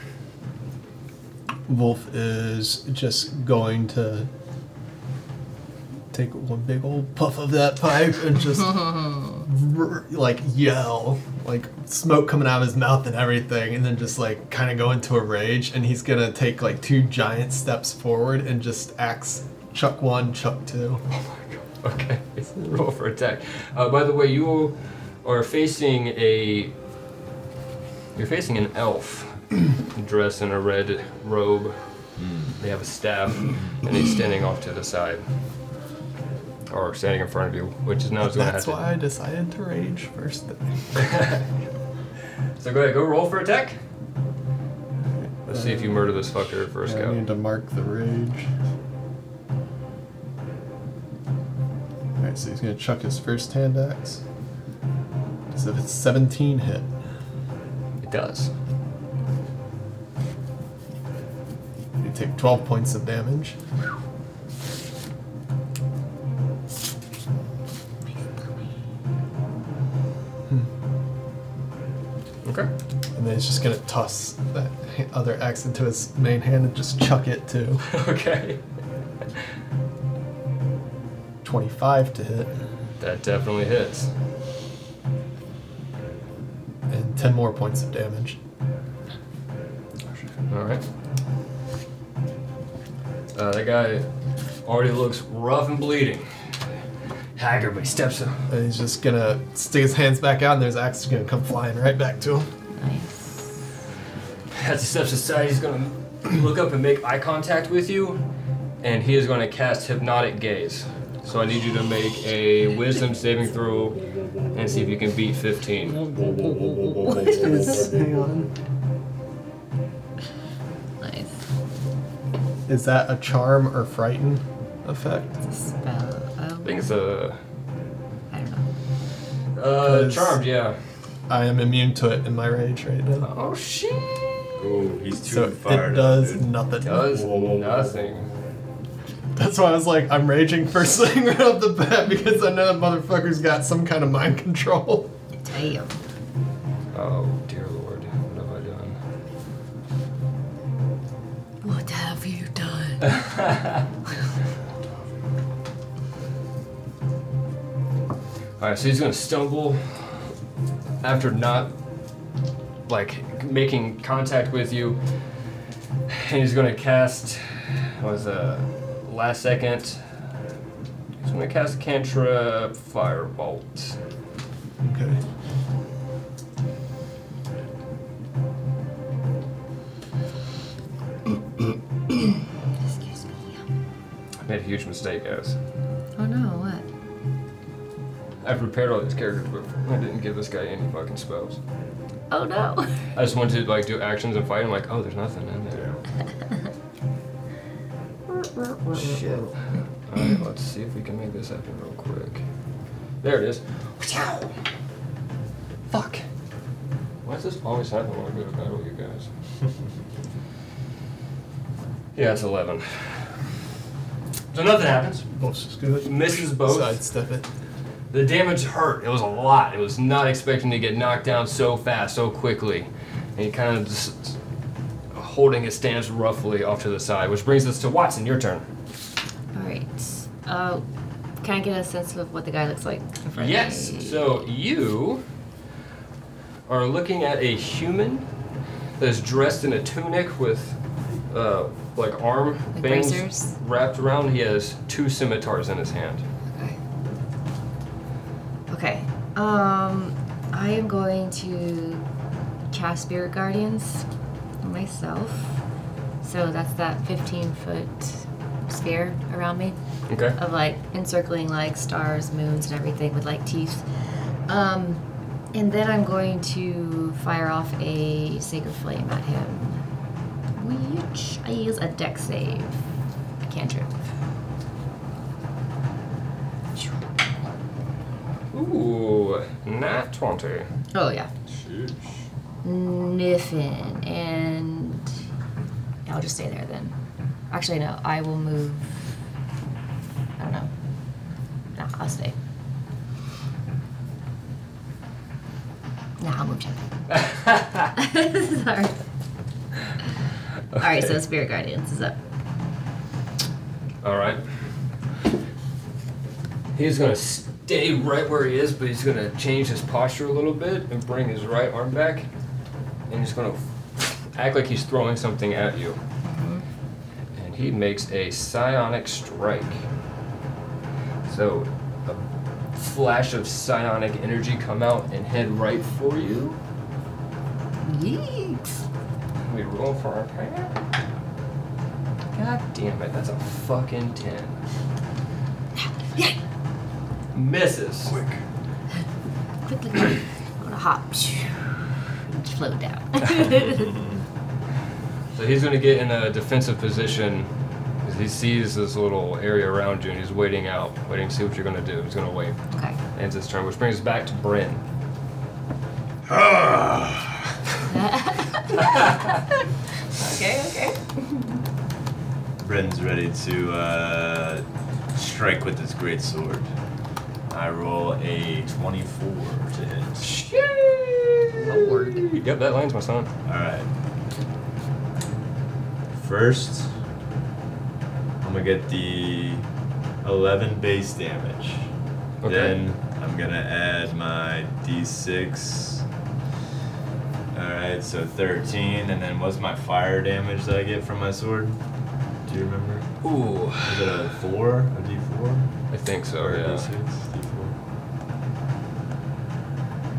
S4: Wolf is just going to take one big old puff of that pipe and just r- like yell, like smoke coming out of his mouth and everything, and then just like kind of go into a rage. And he's gonna take like two giant steps forward and just axe chuck one, chuck two.
S3: Okay, roll for attack. Uh, by the way, you are facing a. You're facing an elf <clears throat> dressed in a red robe. They have a staff, and he's standing off to the side. Or standing in front of you, which is now going to
S4: That's
S3: happen.
S4: why I decided to rage first thing.
S3: <laughs> So go ahead, go roll for attack. Let's see if you murder this fucker first
S4: Yeah, I
S3: go.
S4: need to mark the rage. Alright, so he's gonna chuck his first hand axe. So if it's 17 hit.
S3: It does.
S4: You take 12 points of damage.
S3: Okay. <laughs>
S4: And then he's just gonna toss that ha- other axe into his main hand and just chuck it to
S3: okay.
S4: 25 to hit.
S3: That definitely hits.
S4: And 10 more points of damage.
S3: All right. Uh, that guy already looks rough and bleeding. Haggard, but he steps up.
S4: And he's just gonna stick his hands back out and those axes are gonna come flying right back to him.
S1: Nice.
S3: As he steps aside, he's gonna <clears throat> look up and make eye contact with you, and he is gonna cast hypnotic gaze. So I need you to make a wisdom saving throw and see if you can beat 15.
S4: Is, hang on.
S1: Nice.
S4: Is that a charm or frighten effect?
S1: Spell. Oh,
S3: I think it's a
S1: I don't know.
S3: uh,
S4: Cause-
S3: charmed, yeah.
S4: I am immune to it in my rage right now.
S3: Oh shit!
S5: Ooh, he's too
S4: so
S5: fired
S4: it does
S5: up. dude.
S4: nothing.
S3: Does nothing.
S4: That's why I was like, I'm raging <laughs> first thing right off the bat because I know that motherfucker's got some kind of mind control.
S1: Damn.
S3: Oh dear lord, what have I done?
S1: What have you done?
S3: All right, so he's gonna stumble after not like making contact with you, and he's gonna cast what was a last second. He's gonna cast Cantra Firebolt.
S4: Okay.
S1: Excuse me.
S3: I made a huge mistake, guys.
S1: Oh no, what?
S3: I've prepared all these characters, but I didn't give this guy any fucking spells.
S1: Oh no. <laughs>
S3: I just wanted to like do actions and fight. and like, oh, there's nothing in there. Shit. Alright, let's see if we can make this happen real quick. There it is. Fuck. Why does this always happen when I go to battle, you guys? <laughs> yeah, it's 11. So nothing happens.
S4: Both is good.
S3: Misses both.
S4: Sidestep it.
S3: The damage hurt. It was a lot. It was not expecting to get knocked down so fast, so quickly. And he kind of just holding his stance roughly off to the side, which brings us to Watson. Your turn.
S1: All right. Uh, can I get a sense of what the guy looks like? in front of
S3: Yes.
S1: me?
S3: So you are looking at a human that is dressed in a tunic with uh, like arm
S1: Like
S3: bands
S1: bracers?
S3: wrapped around. He has two scimitars in his hand.
S1: Okay. Okay. Um, I am going to cast Spirit Guardians on myself. So that's that 15 foot sphere around me
S3: Okay.
S1: of like encircling like stars, moons, and everything with like teeth. Um, and then I'm going to fire off a sacred flame at him, which I use a deck save. I can't trip.
S3: Ooh, nat twenty. <laughs>
S1: Oh yeah.
S5: Sheesh.
S1: Niffin, and I'll just stay there then. Actually, no, I will move. I don't know. Nah, I'll stay. Nah, I'll move ten. <laughs> Sorry. All right, so Spirit Guardians is up.
S3: All right. He's gonna stay right where he is, but he's gonna change his posture a little bit and bring his right arm back, and he's gonna act like he's throwing something at you. And he makes a psionic strike. So a flash of psionic energy come out and head right for you.
S1: Yeeks.
S3: We roll for our prayer. God damn it, that's a fucking 10. Misses. Quick.
S1: Quickly, gonna hop. and Flow <laughs> down.
S3: So he's gonna get in a defensive position. 'cause He sees this little area around you and he's waiting out, waiting to see what you're gonna do. He's gonna wait.
S1: okay.
S3: Ends his turn, which brings us back to Bryn.
S5: Ah!
S1: Okay, okay.
S5: Bren's ready to uh, strike with his great sword. I roll a 24 to hit.
S1: Lord.
S3: Yep, that lands my son.
S5: All right. First, I'm gonna get the 11 base damage.
S3: Okay.
S5: Then I'm gonna add my d6. All right, so 13, and then what's my fire damage that I get from my sword? Do you remember?
S3: Ooh,
S5: Is it a four? A d4?
S3: I think so,
S5: Or a
S3: yeah.
S5: d6?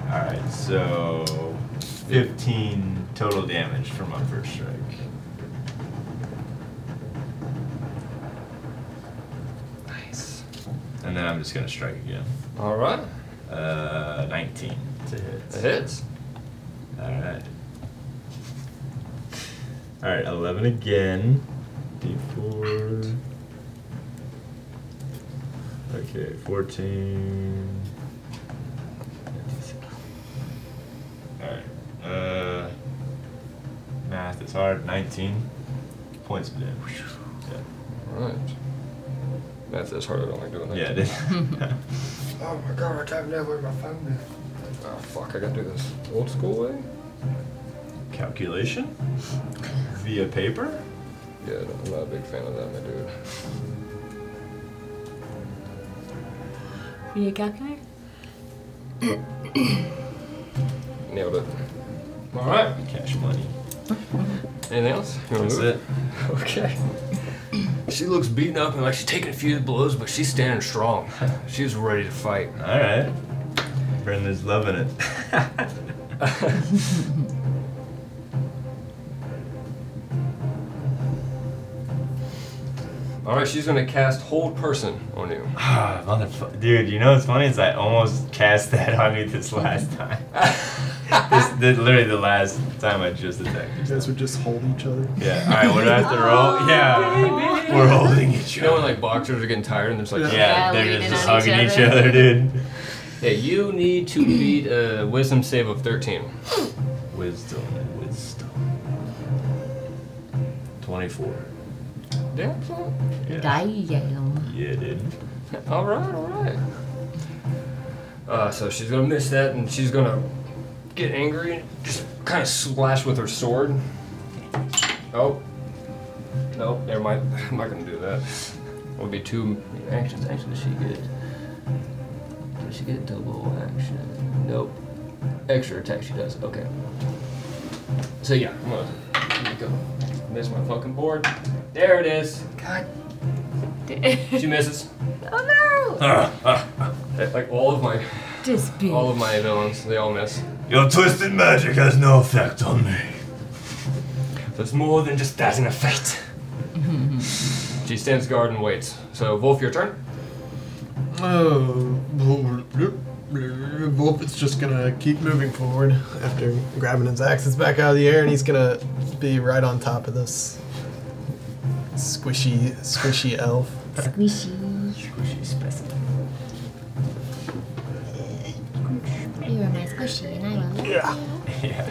S5: d4. Alright, so 15 total damage from my first strike.
S3: Nice.
S5: And then I'm just gonna strike again.
S3: Alright,
S5: Uh, 19 to
S3: that
S5: hit.
S3: hits.
S5: Alright. Alright, 11 again. d4. Okay, 14. Alright. Uh, math is hard. 19 points of damage.
S3: Alright. Math is hard, I don't like doing
S5: Yeah,
S3: that.
S5: yeah it is. <laughs>
S3: Oh my god, I typed down where my phone is. Oh fuck, I gotta do this old school way?
S5: Calculation? Via paper?
S3: Yeah, I'm not a big fan of that, my dude.
S1: You got there?
S3: Nailed it. Alright.
S5: Cash money.
S3: Anything else? You wanna
S5: That's
S3: move?
S5: it.
S3: Okay. She looks beaten up and like she's taking a few blows, but she's standing <laughs> strong. She's ready to fight.
S5: Alright. Brenda's loving it.
S3: All right, she's gonna cast hold person on you.
S5: <laughs> Ah, motherfucker. Dude, you know what's funny is I almost cast that on you this last <laughs> time. this, this literally the last time I just attacked you.
S4: You guys would just hold each other.
S5: Yeah. All right. What do I have to roll? Yeah. We're holding each
S3: You
S5: other.
S3: know when like boxers are getting tired and it's like,
S5: yeah,
S3: yeah,
S1: Yeah,
S5: they're
S1: leaning
S5: just
S1: on each
S5: hugging each
S1: other.
S5: other, dude.
S3: you need to beat a wisdom save of 13.
S5: Wisdom, wisdom. Twenty-four.
S3: Damn. son.
S5: Yeah.
S1: Damn.
S5: Yeah, dude.
S3: All right, all right. Uh, so she's gonna miss that, and she's gonna get angry and just kind of slash with her sword. Oh, no, never mind. <laughs> I'm not gonna do that. It would be two actions. Actually, does she get? Does she get double action? Nope. Extra attack. She does. Okay. So yeah, I'm gonna here we go. miss my fucking board. There it is. God, she misses.
S1: oh no!
S5: Ah,
S3: Like all of my
S1: Just be.
S3: All of my villains, they all miss.
S5: Your twisted magic has no effect on me.
S3: There's more than just that in
S1: <laughs>
S3: a fate. she stands guard and waits. So, Wolf, your turn.
S4: Oh, Wolf is just gonna keep moving forward after grabbing his axes back out of the air, and he's gonna be right on top of this squishy, squishy elf.
S1: Squishy.
S5: Squishy specimen.
S7: You are my squishy, and I love you.
S5: Yeah.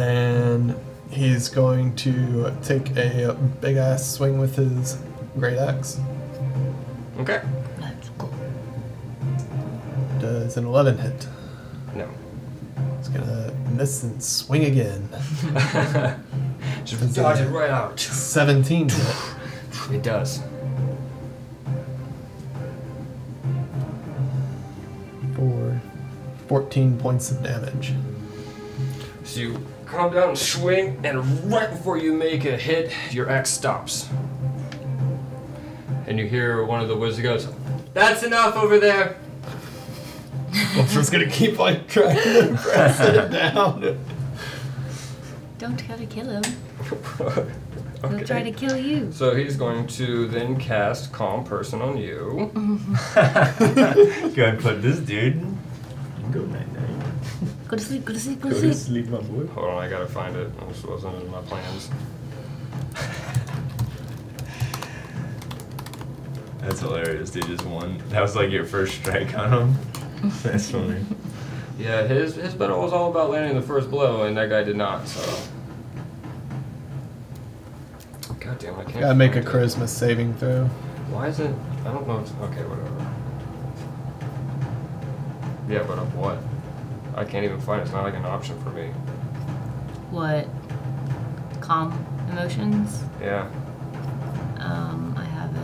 S4: And he's going to take a big ass swing with his great axe.
S3: Okay.
S1: Let's go.
S4: Does uh, an 11 hit?
S3: <laughs> No.
S4: He's gonna miss and swing again. <laughs>
S3: She dodges right out.
S4: 17 hit.
S3: It does.
S4: 14 points of damage.
S3: So you come down and swing, and right before you make a hit, your axe stops. And you hear one of the wizards goes, That's enough
S1: <laughs>
S3: over there! <laughs>
S4: I'm just gonna keep like trying to press it <laughs> down.
S1: Don't try to kill him. He'll try to kill you.
S3: So he's going to then cast Calm Person on you.
S5: <laughs> Go and put this dude. Go night night.
S1: Go to sleep. Go to sleep. Go
S5: Go
S1: to
S5: to
S1: sleep.
S5: sleep, my boy.
S3: Hold on, I gotta find it. This wasn't in my plans.
S5: That's hilarious, dude. Just one. That was like your first strike on him. That's funny.
S3: Yeah, his his battle was all about landing the first blow, and that guy did not. So. God damn, I can't.
S4: Gotta make a
S3: find it.
S4: charisma saving throw.
S3: Why is it? I don't know. It's, okay, whatever. Yeah, but of what? I can't even find it. It's not like an option for me.
S1: What? Calm emotions.
S3: Yeah.
S1: Um, I have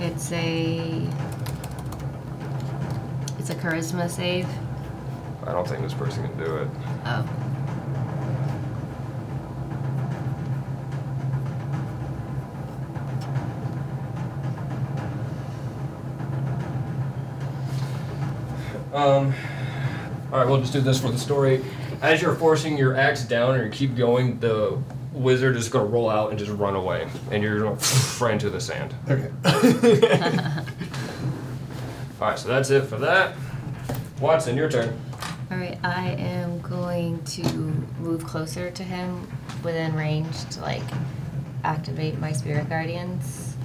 S1: it. It's a. It's a charisma save.
S3: I don't think this person can do it.
S1: Oh.
S3: Um, all right, we'll just do this for the story. As you're forcing your axe down and you keep going, the wizard is going to roll out and just run away, and you're <laughs> going to right into the sand.
S4: Okay. <laughs>
S1: Oh. <laughs>
S3: All right, so that's it for that. Watson, your turn.
S1: All right, I am going to move closer to him within range to like activate my spirit guardians.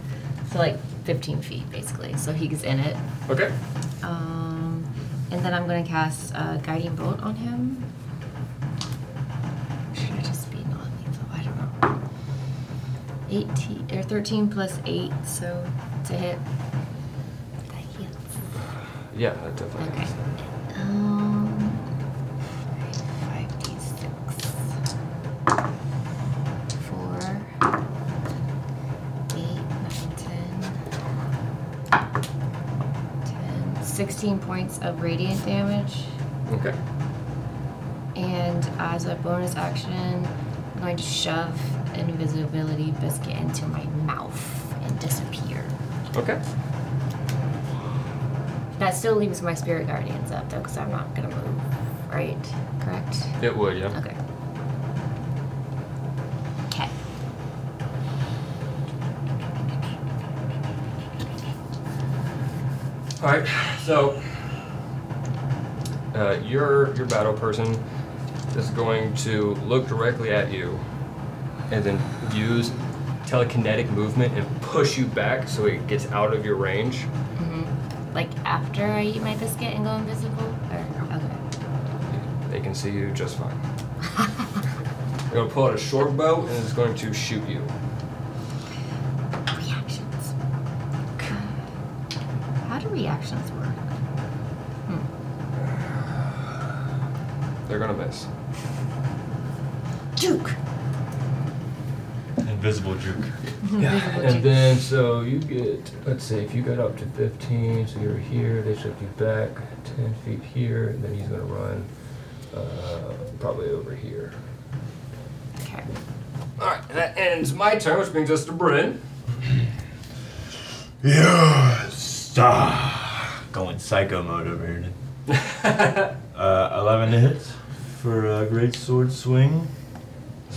S1: So like 15 feet basically. So he's in it.
S3: Okay.
S1: Um, and then I'm gonna cast a guiding bolt on him. Should I just be non-lethal? I don't know. 18 or 13 plus 8, so to hit. That hits.
S3: Yeah, that definitely.
S1: Okay.
S3: is.
S1: Um, five d six. Four. Eight, nine, ten. Ten. Sixteen points of radiant damage,
S3: Okay.
S1: and as a bonus action, I'm going to shove an invisibility biscuit into my mouth and disappear.
S3: Okay.
S1: That still leaves my spirit guardians up though, because I'm not gonna move. Right? Correct.
S3: It would, yeah.
S1: Okay. Okay.
S3: All right, so uh, your your battle person is going to look directly at you, and then use telekinetic movement and push you back so it gets out of your range.
S1: Mm-hmm. Like after I eat my biscuit and go invisible, or okay.
S3: They can see you just fine. You're gonna pull out a short bow and it's going to shoot you.
S1: Reactions. <sighs> How do reactions work? Hmm.
S3: They're gonna miss.
S1: Juke.
S5: Invisible juke.
S3: And then, so you get, let's see, if you got up to 15, so you're here, they shoved you back 10 feet here, and then he's going to run uh, probably over here.
S1: Okay.
S3: Alright, that ends my turn, which brings us to Bryn.
S5: Yeah, stop. Ah, Going psycho mode over here. <laughs> uh, 11 to hit for a great sword swing.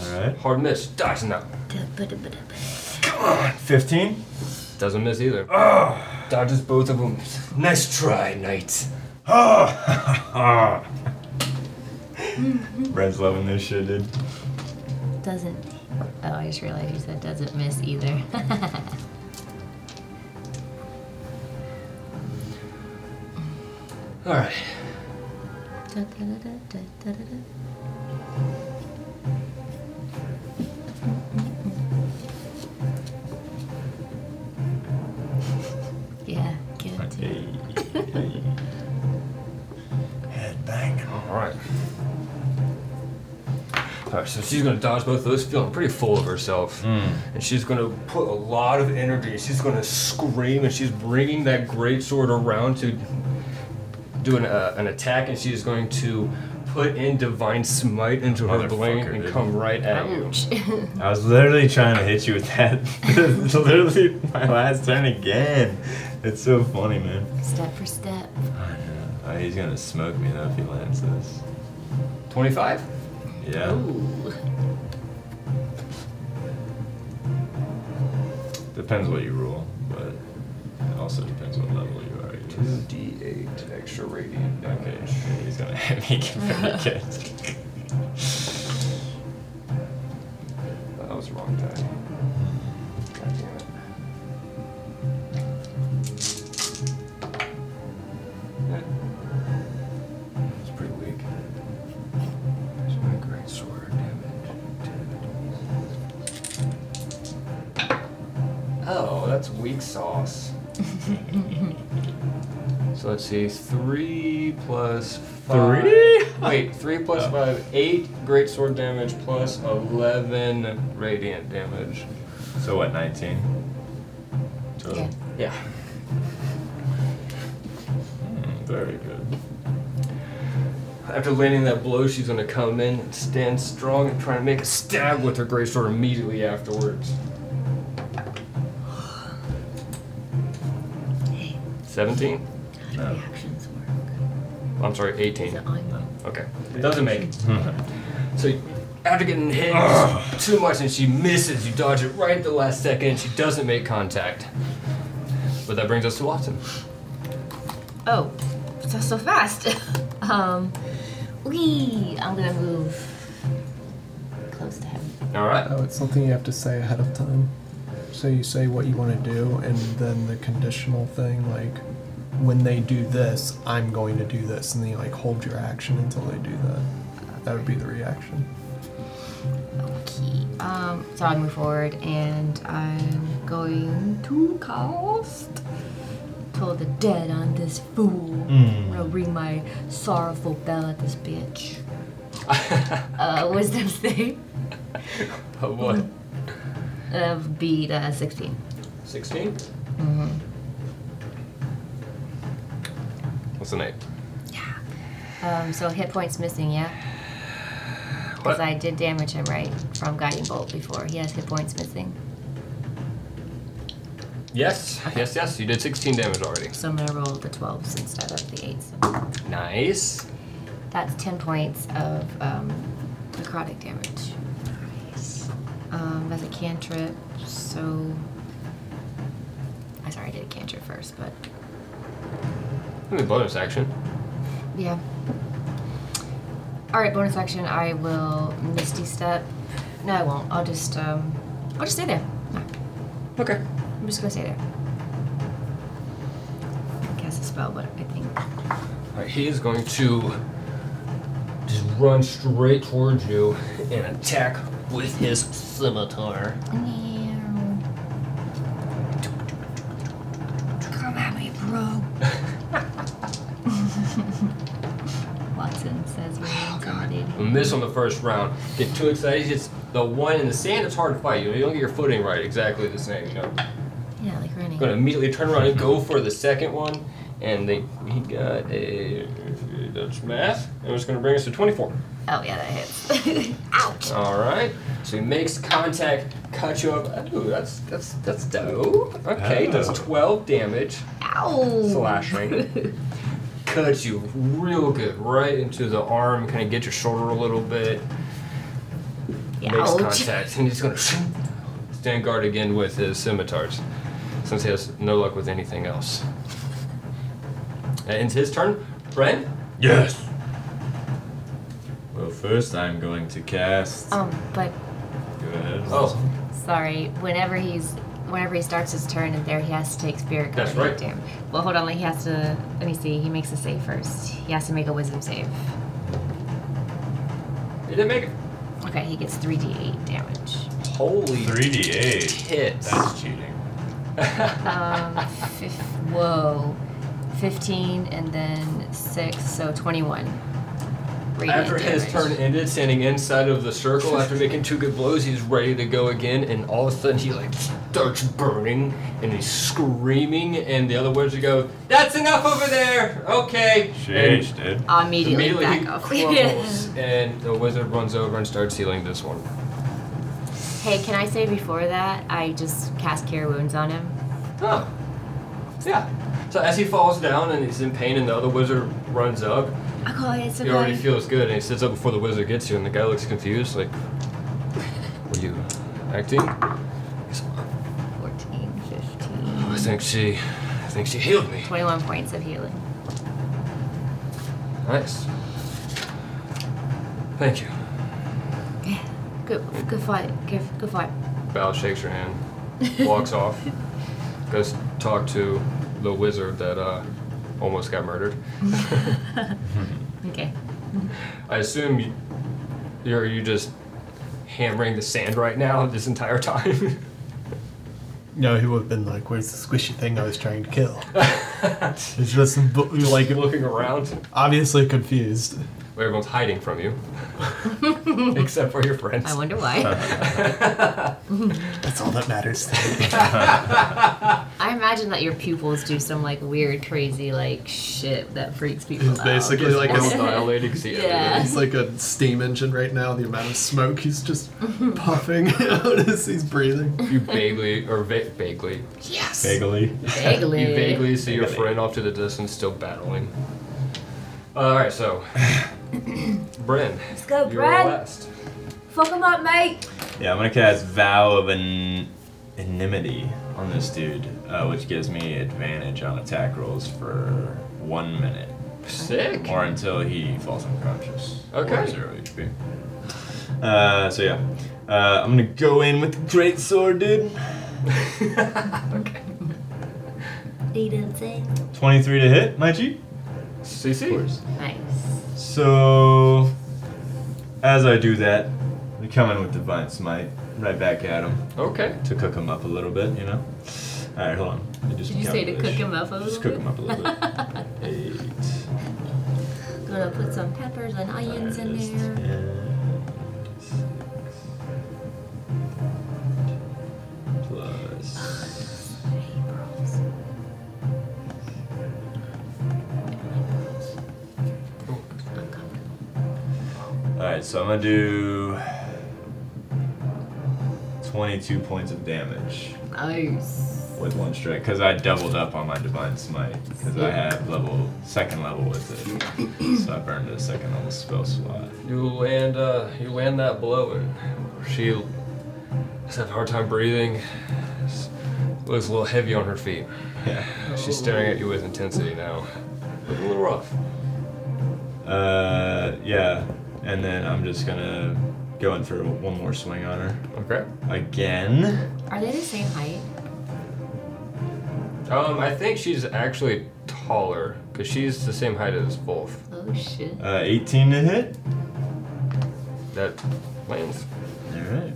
S5: Alright.
S3: Hard miss, dies now.
S5: Come on. <laughs> 15.
S3: Doesn't miss either. Dodges both of them. Nice try, knight.
S5: Oh. Brad's loving this shit, dude.
S1: Doesn't. Oh, I just realized you said doesn't miss either. <laughs>
S3: Alright.
S1: yeah, give it to me.
S5: Head bang.
S3: Alright. Alright, so she's gonna dodge both of those, feeling pretty full of herself.
S2: Hmm.
S3: And she's gonna put a lot of energy. She's gonna scream and she's bringing that great sword around to do an, uh, an attack, and she's going to put in divine smite into her blade
S2: Motherfucker,
S3: and
S2: dude.
S3: come right at you.
S1: Ouch.
S5: I was literally trying to hit you with that. <laughs> It's literally my last turn again. It's so funny, man.
S1: <laughs> step for step.
S5: I know. Oh, he's gonna smoke me though if he lands this.
S3: 25?
S5: Yeah.
S1: Ooh.
S5: Depends what you roll, but it also depends what level you are. I guess.
S3: 2d8 extra radiant
S5: Okay, yeah, he's gonna <laughs> hit me again. very good.
S3: That was the wrong die. God damn it. That was pretty weak. There's my great sword damage. Oh, that's weak sauce. so let's see, three plus five.
S5: Three?
S3: Wait, three plus five, eight great sword damage plus eleven radiant damage.
S5: So what, 19? Total?
S1: Yeah.
S3: Yeah.
S5: Hmm, very good.
S3: After landing that blow, she's gonna come in and stand strong and try to make a stab with her great sword immediately afterwards.
S1: Hey,
S3: Seventeen?
S1: how do
S5: No.
S1: reactions work?
S3: I'm sorry,
S1: Is
S3: eighteen.
S1: it on?
S3: Okay. It doesn't make it. So after getting hit too much and she misses, you dodge it right at the last second and she doesn't make contact. But that brings us to Watson.
S1: Oh, that's so fast. <laughs> um, wee. I'm gonna move close to him.
S3: Alright.
S4: Oh, it's something you have to say ahead of time. So you say what you want to do, and then the conditional thing, like when they do this, I'm going to do this, and then you like hold your action until they do that. That would be the reaction.
S1: Okay. Um, so I move forward and I'm going to cast Toll the Dead on this fool. I'll ring my sorrowful bell at this bitch. uh, wisdom save
S3: Oh boy.
S1: of beat uh, 16.
S3: 16? What's an 8?
S1: Um, so hit points missing, yeah? Because
S3: What?
S1: I did damage him, right? From Guiding Bolt before. He has hit points missing.
S3: Yes, yes, yes. You did 16 damage already.
S1: So I'm going to roll the 12s instead of the 8s.
S3: Nice.
S1: That's 10 points of um, necrotic damage. Um, that's a cantrip, so. I sorry, I did a cantrip first, but.
S3: I mean, bonus action.
S1: Yeah. Alright, bonus action, I will Misty Step. No, I won't. I'll just. Um, I'll just stay there. No,
S3: Okay.
S1: I'm just gonna stay there. Cast a spell, but I think.
S3: Alright, he is going to just run straight towards you and attack with his scimitar.
S1: Come at me, bro. Watson says we're
S3: A
S1: intimidating.
S3: miss on the first round. Get too excited. He hits the one in the sand. It's hard to fight. You know, you don't get your footing right exactly the same. You know,
S1: Yeah, like running.
S3: gonna immediately turn around and go for the second one. And they he got a that's math. And it's gonna bring us to 24.
S1: Oh yeah, that hits. Ouch.
S3: All right. So he makes contact, cuts you up. Ooh, that's that's that's dope. Okay, does
S5: Oh.
S3: 12 damage,
S1: Ow.
S3: slashing. cuts you real good, right into the arm. Kind of get your shoulder a little bit.
S1: Yeah,
S3: makes
S1: ouch.
S3: contact, and he's gonna stand guard again with his scimitars, since he has no luck with anything else. That ends his turn. Brent,
S5: Yes! Well, first I'm going to cast.
S1: Um, but
S5: Go ahead.
S3: oh,
S1: sorry. Whenever he's whenever he starts his turn in there, he has to take spirit.
S3: That's
S1: guardian
S3: right.
S1: Damn. Well, hold on. Like, he has to. Let me see. He makes a save first. He has to make a wisdom save.
S3: he didn't make it.
S1: Okay, he gets three d eight damage.
S3: Holy
S5: 3d8.
S3: hits!
S5: That's cheating.
S3: <laughs>
S1: Um,
S7: Uh,
S1: fif- whoa, fifteen and then six, so twenty-one. Radiant
S3: After his
S1: damage.
S3: turn ended, standing inside of the circle after making two good blows, he's ready to go again, and all of a sudden he like starts burning and he's screaming, and the other wizards go, That's enough over there! Okay. And
S5: Sheesh, dude.
S7: I immediately,
S3: immediately
S7: back
S3: he <laughs>
S7: off.
S3: crumbles, and the wizard runs over and starts healing this one.
S7: <laughs> hey, can I say before that I just cast Cure Wounds on him?
S3: Huh. Oh. Yeah. So as he falls down and he's in pain, and the other wizard runs up,
S7: I call it it's
S3: he already feels good, and he sits up before the wizard gets here, and the guy looks confused, like, "Were you acting?" He's,
S7: 14, 15,
S3: "Oh, I think she, I think she healed me.
S7: 21 points of healing.
S3: Nice. Thank you.
S7: Good, good fight. Good, good fight.
S3: Val shakes her hand, walks off, goes talk to the wizard that uh, almost got murdered.
S7: Okay.
S3: I assume you, you're you just hammering the sand right now this entire time. <laughs>
S4: No, he would have been like, "Where's the squishy thing I was trying to kill?" <laughs> It's just bu- like
S3: looking around.
S4: obviously confused.
S3: Where everyone's hiding from <laughs> you, except for your friends.
S7: I wonder why.
S3: <laughs>
S4: That's all that matters.
S7: I imagine that your pupils do some like weird, crazy like shit that freaks people
S4: He's
S7: out.
S4: basically like
S3: Almost
S4: a,
S3: annihilating the
S7: <laughs> Yeah.
S3: enemy.
S4: he's like a steam engine right now. The amount of smoke he's <laughs> just puffing out as he's breathing.
S3: You vaguely, or va- vaguely,
S2: Vaguely.
S7: vaguely.
S3: you vaguely see your friend off to the distance still battling. All right,
S7: <coughs>
S3: so Bryn,
S7: Let's go,
S3: you're
S7: Brad.
S3: last.
S7: Fuck him up, mate.
S5: Yeah, I'm gonna cast Vow of an Enmity on this dude, uh, which gives me advantage on attack rolls for one minute,
S3: Sick.
S5: or until he falls unconscious. or
S3: Okay.
S5: zero HP. Uh, so yeah, uh, I'm gonna go in with the great sword, dude.
S7: He didn't say.
S5: 23 to hit, my G.
S3: CC.
S7: Nice.
S5: So, as I do that, we come in with divine smite right back at him.
S3: Okay.
S5: to cook them up a little bit, you know. All right, hold on. I just
S7: Did you say to cook
S5: calculation.
S7: him up a little
S5: Just cook
S7: bit?
S5: them up a little bit. Eight.
S7: <laughs> Gonna put some peppers and onions
S5: Alright,
S7: in
S5: that's
S7: there.
S5: 10, Plus. All right, so I'm gonna do 22 points of damage.
S7: Nice.
S5: with one strike because I doubled up on my divine smite because I had level second level with it, so I burned a second level spell slot. <laughs>
S3: You land, uh, you land that blow, and she has a hard time breathing. S- Looks a little heavy on her feet.
S5: Yeah.
S3: She's staring at you with intensity now. Looking a little rough.
S5: Uh, yeah, and then I'm just gonna go in for one more swing on her
S3: Okay.
S5: again.
S7: Are they the same height?
S3: Um, I think she's actually taller because she's the same height as Wolf.
S7: Oh shit.
S5: Uh, 18 to hit.
S3: That lands.
S5: All right.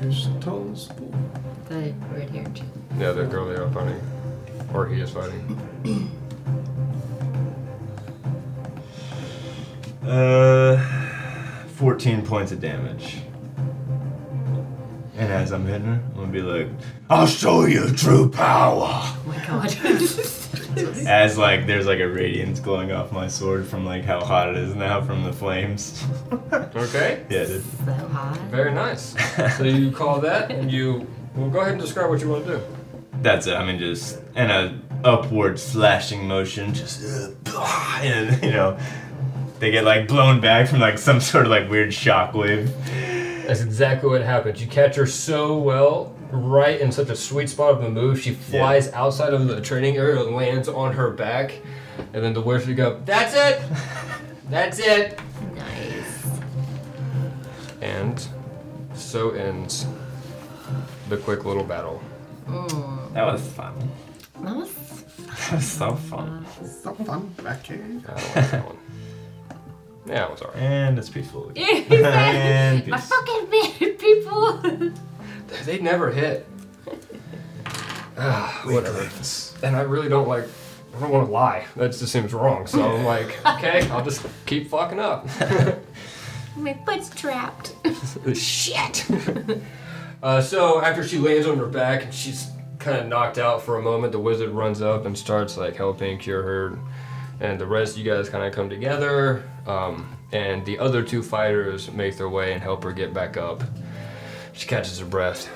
S4: Who's tallest?
S7: The red hair chick.
S3: The other girl they're fighting, or he is fighting.
S5: Uh, 14 points of damage. And as I'm hitting her, I'm gonna be like, "I'll show you true power."
S7: Oh my
S5: <laughs>
S7: god. <laughs>
S5: As like there's like a radiance glowing off my sword from like how hot it is now from the flames. <laughs>
S3: Okay.
S5: yeah, dude.
S7: so hot.
S3: Very nice. So you call that, and you. Well, go ahead and describe what you want to do.
S5: That's it. I mean, just in a upward slashing motion, just <laughs> uh, blah, and you know, they get like blown back from like some sort of like weird shockwave.
S3: That's exactly what happens. You catch her so well, right in such a sweet spot of a move. She flies outside of the training area, and lands on her back, and then the wizard go, "That's it, that's it,"
S7: Nice.
S3: and so ends the quick little battle. <laughs>
S7: Mm.
S5: That was fun. <laughs>
S7: That <laughs> was
S5: That was so fun.
S3: I don't like that one. Yeah, it was alright.
S5: And it's peaceful. again. and
S7: my
S5: peace.
S7: fucking man, people. <laughs>
S3: They never hit. Ah, whatever. And I really don't like. I don't want to lie. That just seems wrong. So I'm <laughs> like, okay, I'll just keep fucking up.
S7: My foot's trapped.
S3: Shit. <laughs> Uh, so after she lands on her back and she's kind of knocked out for a moment, the wizard runs up and starts like helping cure her. And the rest of you guys kind of come together. Um, and the other two fighters make their way and help her get back up. She catches her breath.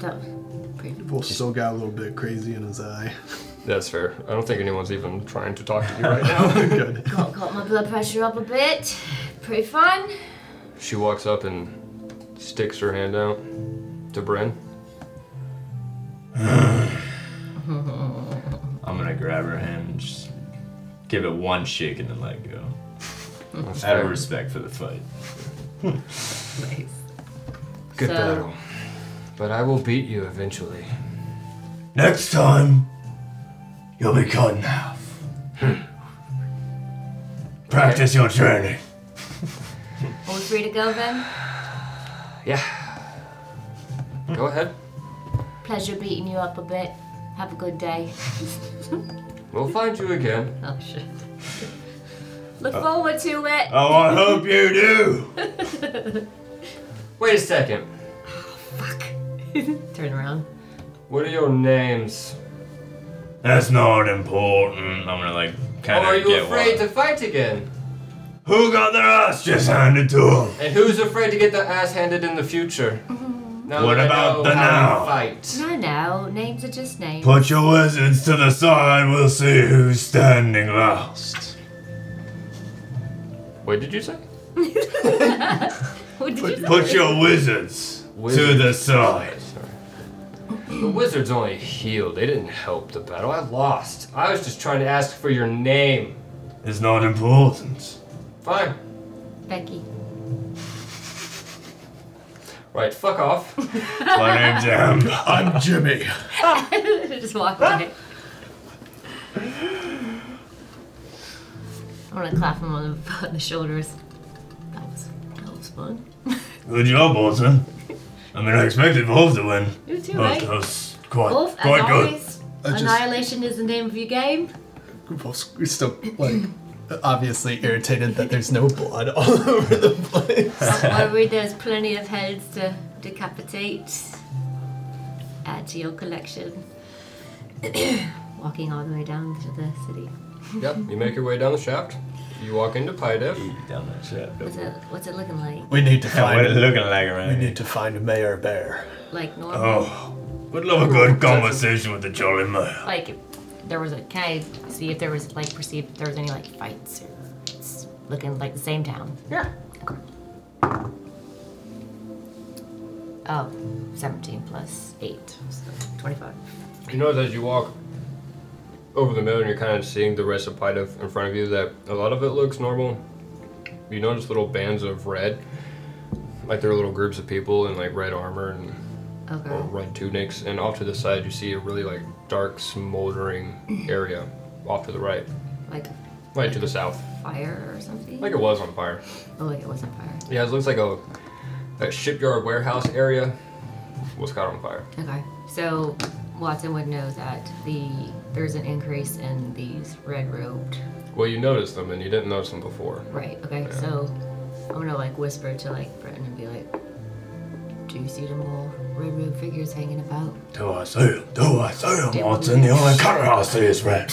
S1: That was pretty.
S4: Wolf still got a little bit crazy in his <laughs> eye.
S3: That's fair. I don't think anyone's even trying to talk to you
S4: <laughs>
S3: right now.
S4: Good.
S1: Got, got my blood pressure up a bit. Pretty fun.
S3: She walks up and sticks her hand out to Bryn.
S5: I'm gonna grab her hand and just give it one shake and then let go.
S3: That's
S5: Out of
S3: fair.
S5: respect for the fight.
S1: Nice.
S3: Good
S1: So-
S3: battle. But I will beat you eventually.
S5: Next time, you'll be cut in half. Practice your training.
S1: All three to go then.
S3: Yeah. Go ahead.
S1: Pleasure beating you up a bit. Have a good day.
S3: We'll find you again.
S1: Oh shit. Look
S5: Uh.
S1: forward to it.
S5: Oh, I hope you do.
S3: Wait a second.
S1: <laughs> Turn around.
S3: What are your names?
S5: That's not important. I'm gonna like kind
S3: Or
S5: of
S3: are you
S5: get
S3: afraid to
S5: one.
S3: fight again?
S5: Who got their ass just handed to them?
S3: And who's afraid to get their ass handed in the future? Now
S5: Mm-hmm. What
S3: that I
S5: about
S3: know
S5: the
S3: how you
S5: now?
S3: Fight.
S1: No, no. Names are just names.
S5: Put your wizards to the side. We'll see who's standing last.
S3: What did you say?
S1: What did you say?
S5: Put your wizards, to the
S3: Wizards. Sorry.
S5: side.
S3: The wizards only healed. They didn't help the battle. I lost. I was just trying to ask for your name.
S5: It's not important.
S3: Fine.
S1: Becky. <laughs>
S3: Right, fuck off.
S5: My name's Amber.
S4: I'm Jimmy.
S1: just walk away. I want to clap him on the, <laughs> on the shoulders. That was, that was fun.
S5: Good job, Bolton. I mean, I expected both to win.
S1: You too,
S5: But
S1: right?
S5: that was quite,
S1: Wolf, as
S5: quite good.
S1: always,
S4: I just-
S1: annihilation is the name of your
S5: <laughs>
S1: game.
S4: Wolf's still like <clears throat> obviously irritated that there's no blood all <laughs> over the place.
S1: Don't worry, there's plenty of heads to decapitate. Add to your collection. <coughs> Walking all the way down to the city.
S3: <laughs> yep, you make your way down the shaft. You walk into Pidev.
S5: Down that shaft.
S1: What's it, what's it looking like?
S4: We need to
S5: What it
S4: find.
S5: looking like
S4: We
S5: around here?
S4: need to find Mayor Bear.
S1: Like normal?
S5: Oh, would love a good conversation with the Jolly Mayor.
S1: Like, if there was a. Can I see if there was, like, perceived if there was any, like, fights or. It's looking like the same town.
S3: Yeah.
S1: Oh, 17 plus 8. So 25.
S3: You notice as you walk over the mill and you're kind of seeing the rest of Pidev in front of you that a lot of it looks normal. You notice little bands of red, like there are little groups of people in like red armor and or
S1: Okay.
S3: red tunics, and off to the side you see a really like dark smoldering area off to the right,
S1: Like
S3: right to the south,
S1: fire or something?
S3: like it was on fire.
S1: oh, wait, it wasn't fire.
S3: Yeah, it looks like a, a shipyard warehouse area was caught on fire.
S1: Okay, so Watson would know that the there's an increase in these red robed.
S3: Well, you noticed them and you didn't notice them before.
S1: Right. Okay. So I'm gonna like whisper to like Breton and be like, "Do you see the more red robed figures hanging about?"
S5: Do I see him? Do I see him, Watson? The only color I see is red.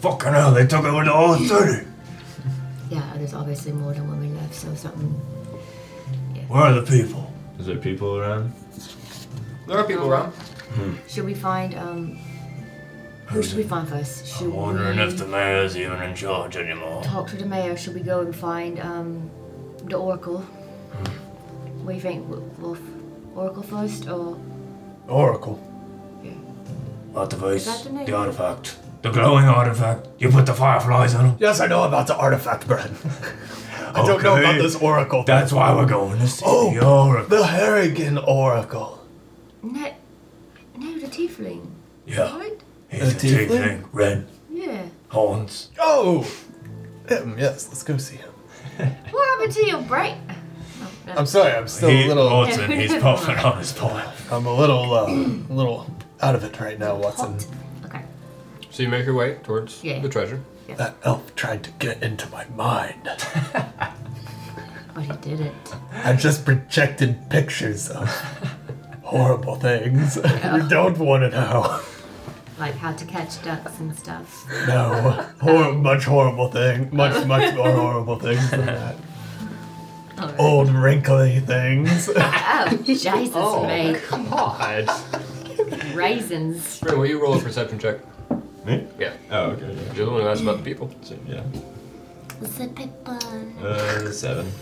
S5: Fucking hell, they took over the whole city.
S1: Yeah, there's obviously more than women left, so something.
S5: Where are the people? Is there people around?
S3: There are people around.
S1: Should we find um? Who should we find first? Should
S5: I'm wondering
S1: we
S5: if the mayor's even in charge anymore.
S1: talk to the mayor? Should we go and find um, the oracle? Hmm. What do you think, Wo- Wolf? Oracle first, or
S4: Oracle.
S5: What
S1: Is that
S5: device?
S1: the name?
S5: The artifact. The glowing artifact. You put the fireflies on it.
S4: Yes, I know about the artifact, Brad. <laughs> I don't know about
S5: Okay.
S4: this oracle.
S5: That's why we're going to see
S4: Oh.
S5: the oracle.
S4: the Harrigan Oracle.
S1: no? No, the tiefling.
S5: Yeah,
S1: Right?
S5: he's a
S4: A tiefling?
S5: tiefling. Red
S1: Yeah.
S5: horns.
S4: Oh! Him, yes, let's go see him.
S1: What happened to your brain? Oh, no.
S4: I'm sorry, I'm still
S5: he,
S4: a little.
S5: Watson,
S4: <laughs>
S5: he's puffing on his pipe.
S4: I'm a little, uh, a little out of it right now, Watson.
S1: Hot. Okay.
S3: So you make your way towards
S1: Yeah.
S3: the treasure.
S4: That elf tried to get into my mind.
S1: But he did it.
S4: I just projected pictures of horrible things. you don't want to know.
S1: Like how to catch ducks and stuff.
S4: No, Hor- much horrible thing. Much, much more horrible things than that.
S1: Alright.
S4: Old wrinkly things.
S1: Oh, Jesus, mate.
S3: God. <laughs>
S1: Raisins.
S3: Ray, will you roll a perception check?
S5: Me?
S3: Yeah.
S5: Oh, okay. yeah.
S3: You're the one who asked about the people.
S5: So, yeah.
S1: Zip it, bud.
S5: Uh, seven.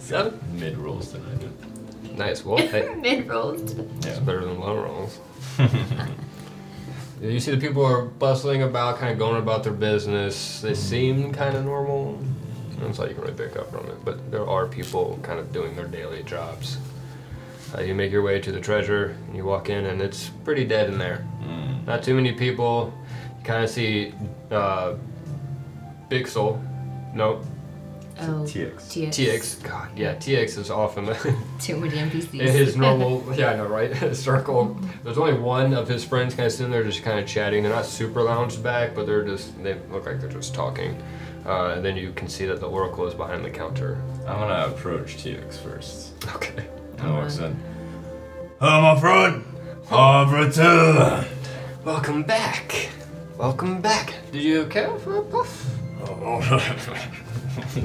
S3: Seven.
S5: Mid rolls tonight.
S3: Nice.
S1: <laughs>
S3: Well, hey,
S1: Mid rolls.
S3: that's better than low rolls. <laughs> you see, the people are bustling about, kind of going about their business. They seem kind of normal. That's all you can really pick up from it. But there are people kind of doing their daily jobs. Uh, you make your way to the treasure, and you walk in, and it's pretty dead in there. Not too many people. You kind of see uh, Bixel. Nope.
S1: Oh,
S5: TX.
S1: TX.
S3: TX. God, yeah, TX is off <laughs> in, the-
S1: Too many NPCs.
S3: in his normal, yeah, I know, right? <laughs> Circle. There's only one of his friends kind of sitting there just kind of chatting. They're not super lounged back, but they're just, they look like they're just talking. Uh, and then you can see that the Oracle is behind the counter.
S5: I'm gonna approach TX first.
S3: Okay.
S5: I walks in. Hello, Oh, my friend. I've returned.
S3: Welcome back. Welcome back. Did you care for a puff?
S5: <laughs>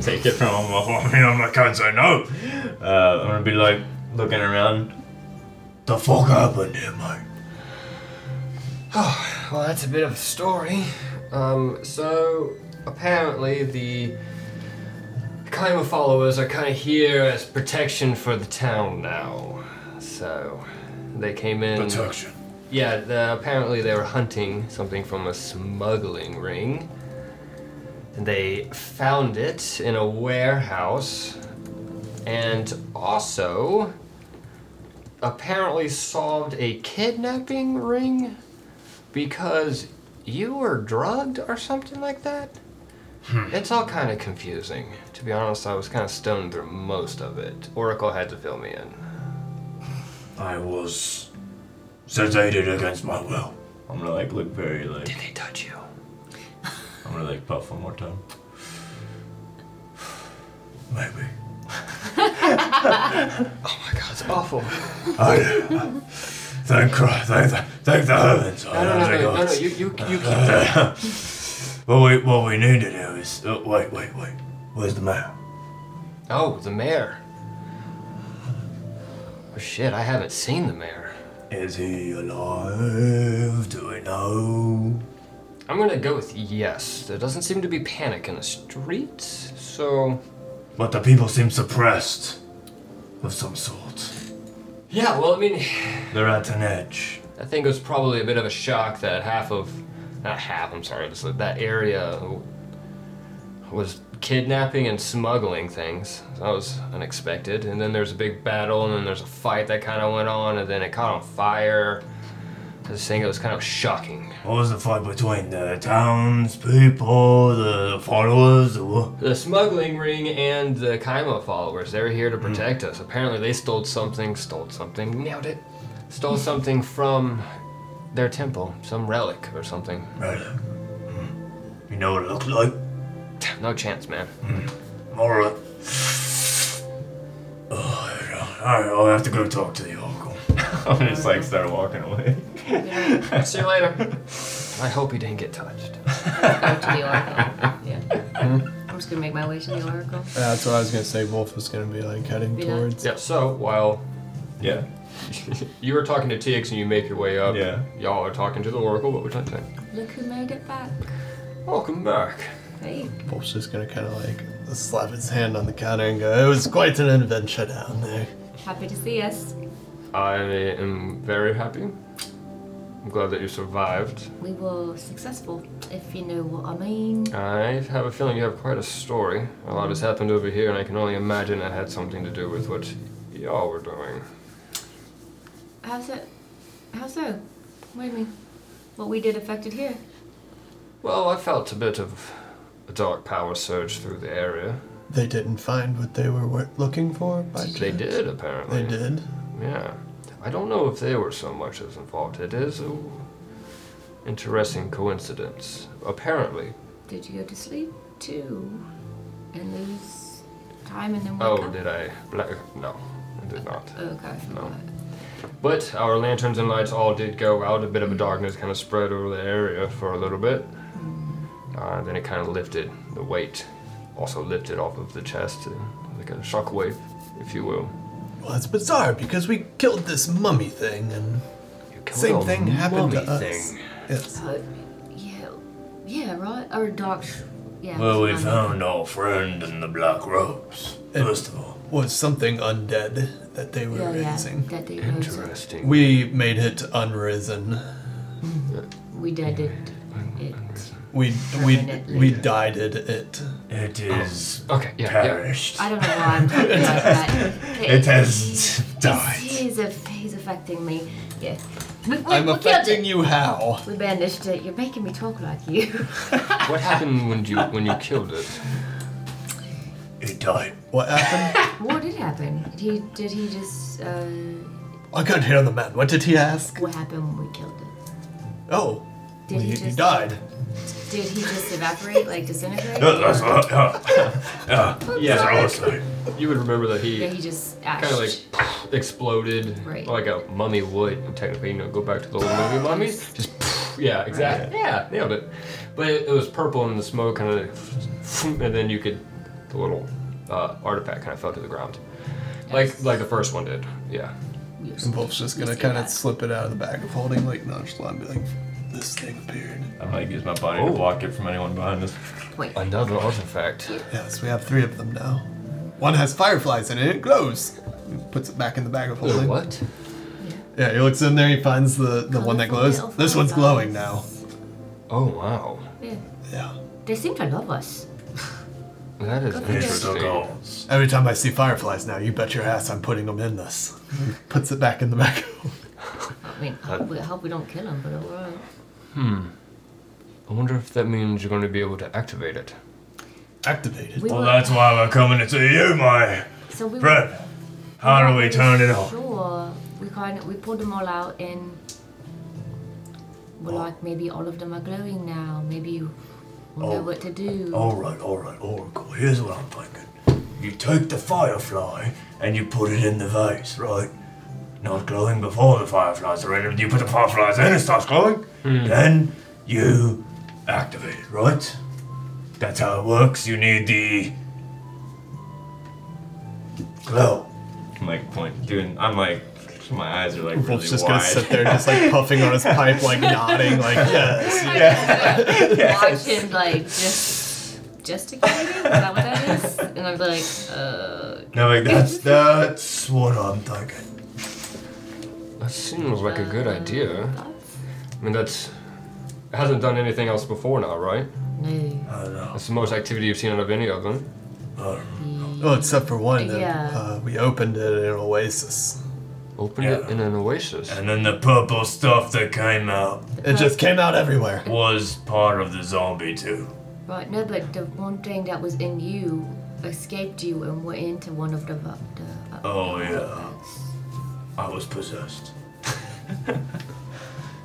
S5: Take it from him. I mean, I'm not going to say no. Uh, I'm gonna be like looking around. The fuck happened here, mate?
S3: Well, that's a bit of a story. Um, so apparently the Kaima followers are kind of here as protection for the town now. So they came in.
S5: uh,
S3: Yeah, the, apparently they were hunting something from a smuggling ring. And they found it in a warehouse. And also apparently solved a kidnapping ring because you were drugged or something like that. It's all kind of confusing. To be honest, I was kind of stoned through most of it. Oracle had to fill me in.
S5: I was sedated against my will. I'm gonna like look very like.
S3: Did they touch you?
S5: I'm gonna like puff one more time. Maybe.
S3: Oh my god, it's awful.
S5: I, Oh, thank Christ. Thank the, thank the heavens.
S3: No, no, no, no, no, no, you, you, you keep
S5: Uh.
S3: that.
S5: Well, we, <laughs> what we need to do is. Oh, wait, wait, wait. Where's the map?
S3: Oh, the mayor. Oh, shit, I haven't seen the mayor.
S5: Is he alive? Do we know?
S3: I'm gonna go with yes. There doesn't seem to be panic in the streets, so.
S5: But the people seem suppressed of some sort.
S3: Yeah, well, I mean,
S5: They're at an edge.
S3: I think it was probably a bit of a shock that half of. Not half, I'm sorry, just that that area w- was kidnapping and smuggling things. That was unexpected. And then there's a big battle, and then there's a fight that kind of went on, and then it caught on fire. I just think it was kind of shocking.
S5: What was the fight between the townspeople, the followers, the what?
S3: The smuggling ring and the Kaima followers, they were here to protect us. Apparently, they stole something, stole something, nailed it. Stole something from their temple, some relic or something.
S5: Right. You know what it looked like?
S3: No chance, man.
S5: Alright. Oh, Alright, I'll have to go talk to the oracle. I'm gonna just like start walking away.
S3: See you later. I hope he didn't get touched.
S1: Go to the Oracle. Yeah. I'm just gonna make my way to the Oracle.
S4: that's what I was gonna say. Wolf was gonna be like heading
S1: Be like-
S4: towards.
S3: Yeah, so while
S5: Yeah.
S3: <laughs> you were talking to TX and you make your way up,
S5: Yeah.
S3: y'all are talking to the Oracle. What would you like to say?
S1: Look who made it back.
S3: Welcome back.
S1: Hey.
S4: Wolf's just gonna kind of like slap his hand on the counter and go, "It was quite an adventure down there."
S1: Happy to see us.
S3: I am very happy. I'm glad that you survived.
S1: We were successful, if you know what I mean.
S3: I have a feeling you have quite a story. A lot
S4: Mm.
S3: has happened over here, and I can only imagine it had something to do with what y'all were doing.
S1: How's it? How so? What do you mean? What we did affected here?
S3: Well, I felt a bit of a dark power surge through the area.
S4: They didn't find what they were wor- looking for. By
S3: They
S4: chance?
S3: did, apparently.
S4: They did.
S3: Yeah. I don't know if they were so much as involved. It is a interesting coincidence. Apparently.
S1: Did you go to sleep too? And lose time and then woke
S3: Oh,
S1: up? Oh,
S3: did I? Black? No, I did not.
S1: Okay.
S3: No. But our lanterns and lights all did go out. A bit of a darkness kind of spread over the area for a little bit. Uh, then it kind of lifted. The weight also lifted off of the chest, uh, like a shockwave, if you will.
S4: Well, it's bizarre because we killed this mummy thing, and
S3: You killed
S4: same
S3: a
S4: thing happened to
S3: mummy
S4: us.
S3: thing.
S4: Yes.
S1: Uh, yeah, yeah, right? Or a dark. sh- Yeah.
S5: Well, we
S1: um,
S5: found our friend in the black robes. First of all,
S4: Was something undead that they were
S1: Yeah, yeah.
S4: raising.
S1: That they rose.
S3: Interesting.
S4: We made it unrisen.
S1: We did it. it.
S4: We we
S1: Permanently.
S4: we dided it.
S5: it is
S3: okay, yeah, yeah.
S5: perished.
S1: I don't know why I'm talking like that.
S5: <laughs> It has <laughs> died.
S1: He's, a, he's affecting me. Yeah. We, we,
S4: I'm
S1: we
S4: affecting
S1: killed
S4: you how?
S1: it. We bandaged it. You're making me talk like you. <laughs>
S3: What happened when you when you killed it?
S5: It died.
S1: <laughs>
S4: What happened?
S1: what did happen? Did he, did he just. Uh,
S4: I couldn't hear the man. What did he ask?
S1: what happened when we killed it?
S4: Oh,
S1: Did
S4: he,
S1: he
S4: he
S1: just-
S4: died.
S1: Did he just evaporate, like disintegrate?
S5: <laughs> Yeah, that's what- yeah, <laughs> yeah, that's what I was like.
S3: You would remember that
S1: Yeah,
S3: he
S1: he just ashed.
S3: kind of like exploded,
S1: Right.
S3: like a mummy would. Technically, you know, go back to the old movie mummies. Just yeah, exactly. Yeah, nailed it. But it, it was purple, and the smoke kind of, and then you could the little uh, artifact kind of fell to the ground, like like the first one did. Yeah.
S4: And Wolf's just gonna
S1: see
S4: kind of
S1: that.
S4: slip it out of the bag of holding, like nonchalant, be like, "This thing appeared."
S10: I might use my body
S3: Oh.
S10: to block it from anyone behind us.
S1: Wait.
S3: Another artifact.
S4: Yes, we have three of them now. One has fireflies in it. It glows. He puts it back in the bag of holding.
S3: What?
S4: Yeah, he looks in there. He finds the the one
S1: Colourful
S4: that glows.
S1: little
S4: This one's
S1: fireflies.
S4: glowing now.
S3: Oh wow,
S1: Yeah.
S4: Yeah.
S1: They seem to love us.
S3: that is
S5: It's the
S3: interesting.
S5: goals.
S4: Every time I see fireflies now, you bet your ass I'm putting them in this. <laughs> Puts it back in the bag.
S1: I mean, I hope we, I hope we don't kill him, but alright.
S3: I wonder if that means you're going to be able to activate it.
S4: Activated.
S1: We
S5: Well,
S1: were-
S5: that's why we're coming to you, my
S1: so we were
S5: friend. How do we turn it on?
S1: Sure. We kind of we pulled them all out and we're
S5: Oh.
S1: like maybe all of them are glowing now. Maybe we'll know
S5: Oh. <laughs>
S1: what to do. <laughs>
S5: All right, all right, Oracle. Here's what I'm thinking. You take the firefly and you put it in the vase, right? Not glowing before the fireflies are in it. You put the fireflies in, it starts glowing.
S4: Hmm.
S5: Then you activate it, right? That's how it works. You need the glow.
S10: I'm like point doing. I'm like my eyes are like really
S4: Wolf's just
S10: wide.
S4: gonna sit there,
S5: <laughs>
S4: just
S3: <laughs>
S4: like puffing on his pipe, like nodding, like yes.
S1: Watch him like just gesticulating. Is that what that is? And I'm like, uh,
S10: no, like
S5: That's
S10: that's
S5: that's what I'm thinking.
S3: That seems like a good idea. I mean, that's. It hasn't done anything else before now, right?
S1: no.
S5: I don't know.
S3: That's the most activity you've seen out of any of them.
S4: Well,
S5: Oh,
S4: except for one. That,
S1: Yeah.
S4: uh, we opened it in an oasis.
S3: Opened it
S5: Yeah.
S3: in an oasis.
S5: And then the purple stuff that came out
S4: It just came out everywhere.
S5: was part of the zombie too.
S1: Right, no, but the one thing that was in you escaped you and went into one of the. the uh,
S5: Oh yeah, I was possessed.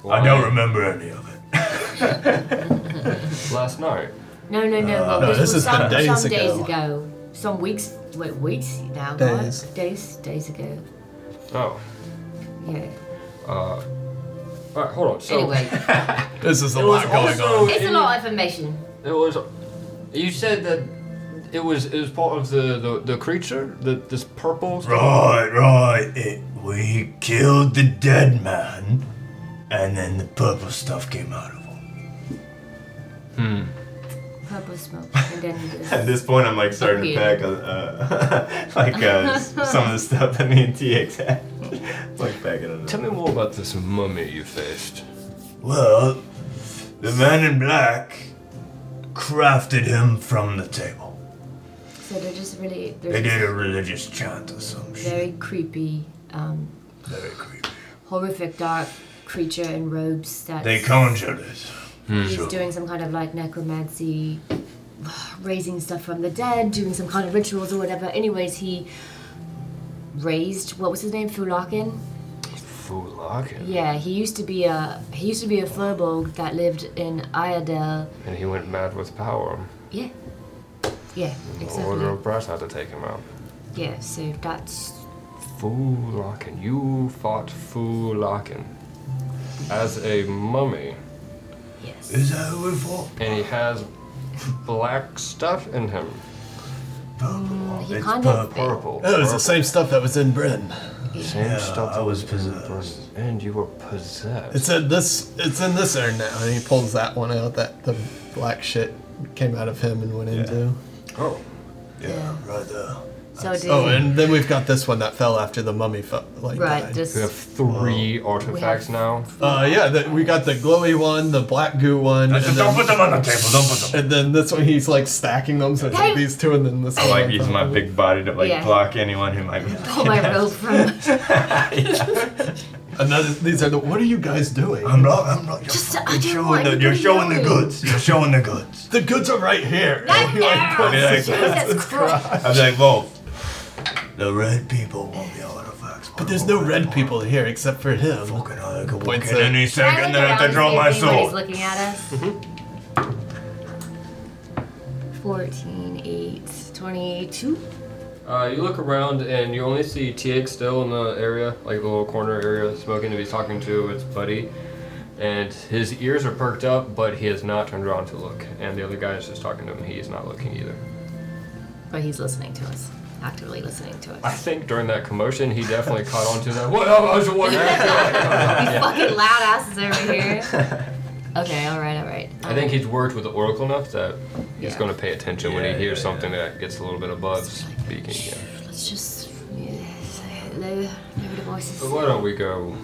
S3: Why?
S5: I don't remember any of it.
S3: Last night.
S1: no, no, no. but
S4: Uh, no,
S1: this,
S4: this
S1: was
S4: has
S1: some,
S4: been days
S1: some days
S4: ago.
S1: ago. Some weeks, wait, weeks now,
S4: Days.
S1: right? Days, days ago.
S3: Oh. uh,
S1: Yeah.
S3: Alright, hold on.
S4: Oh.
S3: So,
S1: Anyway,
S4: <laughs> This is a
S3: was
S4: lot going
S3: also-
S4: on.
S1: it's a lot of information.
S3: it was. You said that it was it was part of the, the, the creature? The, this purple stuff?
S5: Right, right. It, we killed the dead man, and then the purple stuff came out of him.
S1: Purple smoke, and then
S10: At
S4: <laughs>
S1: this.
S10: this point, I'm like starting to
S1: Weird.
S10: pack uh, <laughs> like uh, s- some of the stuff that me and TX had. <laughs> like packing it
S3: Tell
S10: up.
S3: me more about this mummy you faced.
S5: Well, the man in black crafted him from the table.
S1: So they're just really they're
S5: They
S1: just
S5: did a religious chant or some shit.
S1: very creepy, um,
S5: Very creepy.
S1: horrific, dark creature in robes that
S5: They conjured it.
S1: he's doing some kind of like necromancy, <sighs> raising stuff from the dead, doing some kind of rituals or whatever. Anyways, he raised what was his name, Fulakin.
S3: Fulakin.
S1: Yeah, he used to be a he used to be a furbolg that lived in Iredell.
S3: And he went mad with power.
S1: Yeah. Yeah,
S3: Order
S1: exactly.
S3: of brass had to take him out.
S1: Yeah, so that's
S3: Fulakin. You fought Fulakin as a mummy,
S1: yes.
S5: Is that who we fought?
S3: and he has black stuff in him.
S5: Purple.
S1: He
S5: it's
S1: kind
S5: purple.
S1: of
S3: Purple.
S4: That was
S3: purple.
S4: the same stuff that was in Britain.
S3: Same
S5: Yeah,
S3: stuff
S5: I
S3: that
S5: was
S3: was in the
S5: possessed.
S3: book. And you were possessed.
S4: It's in this. It's in this urn now, and he pulls that one out. That the black shit came out of him and went into.
S3: oh.
S5: Yeah, right there.
S1: So did
S4: Oh, and then we've got this one that fell after the mummy fell. Like
S1: right,
S4: died.
S1: just
S3: We have three artifacts now.
S4: Uh, yeah, the, we got the glowy one, the black goo one, and
S5: Don't put
S4: then,
S5: them on the table. Don't <laughs> put them.
S4: <laughs> and then this one. He's like stacking them, so it's like these two, and then this
S2: I
S4: one.
S2: like
S4: on
S2: using
S4: top
S2: my
S4: of it.
S2: big body to like
S1: Yeah.
S2: block anyone who might.
S1: <laughs> <laughs> pull my robe
S5: <laughs>
S1: from
S4: Another. These are the. What are you guys doing?
S5: I'm not. I'm not. You're
S1: Just- I
S5: fucking
S1: don't
S5: showing
S1: want
S5: the. You're
S1: anybody
S5: showing the
S1: knowing.
S5: goods. You're showing the
S4: <laughs>
S5: goods.
S4: the goods are right here.
S1: Right
S4: He, like,
S1: there.
S4: puts it-
S1: Jesus Christ.
S2: I'm like, whoa.
S5: The red people want the artifacts.
S4: But there's no red people here except for him.
S5: Fucking hell, I could walk
S4: Points
S5: in
S4: at-
S5: any second
S1: I
S5: and I have
S1: look
S5: to draw my
S1: around and see if anybody's
S5: sword.
S1: looking at us. 14, 8, 22.
S3: Uh, you look around and you only see TX still in the area, like the little corner area, smoking to be talking to its buddy. And his ears are perked up, but he is not turned around to look. And the other guy is just talking to him, and he is not looking either.
S1: But he's listening to us, actively listening to
S3: I
S1: us.
S3: think during that commotion, he definitely caught on to that. What up? I was walking <laughs> around."
S1: These <laughs> fucking loud asses over here.
S3: <laughs>
S1: Okay, alright, alright. Um,
S3: I think he's worked with the Oracle enough that he's
S1: Yeah.
S3: going to pay attention when he
S2: Yeah,
S3: hears
S2: yeah,
S3: something that gets a little bit above speaking. Yeah.
S1: Let's just. Yeah, say hello. Nobody voices.
S3: But why don't we go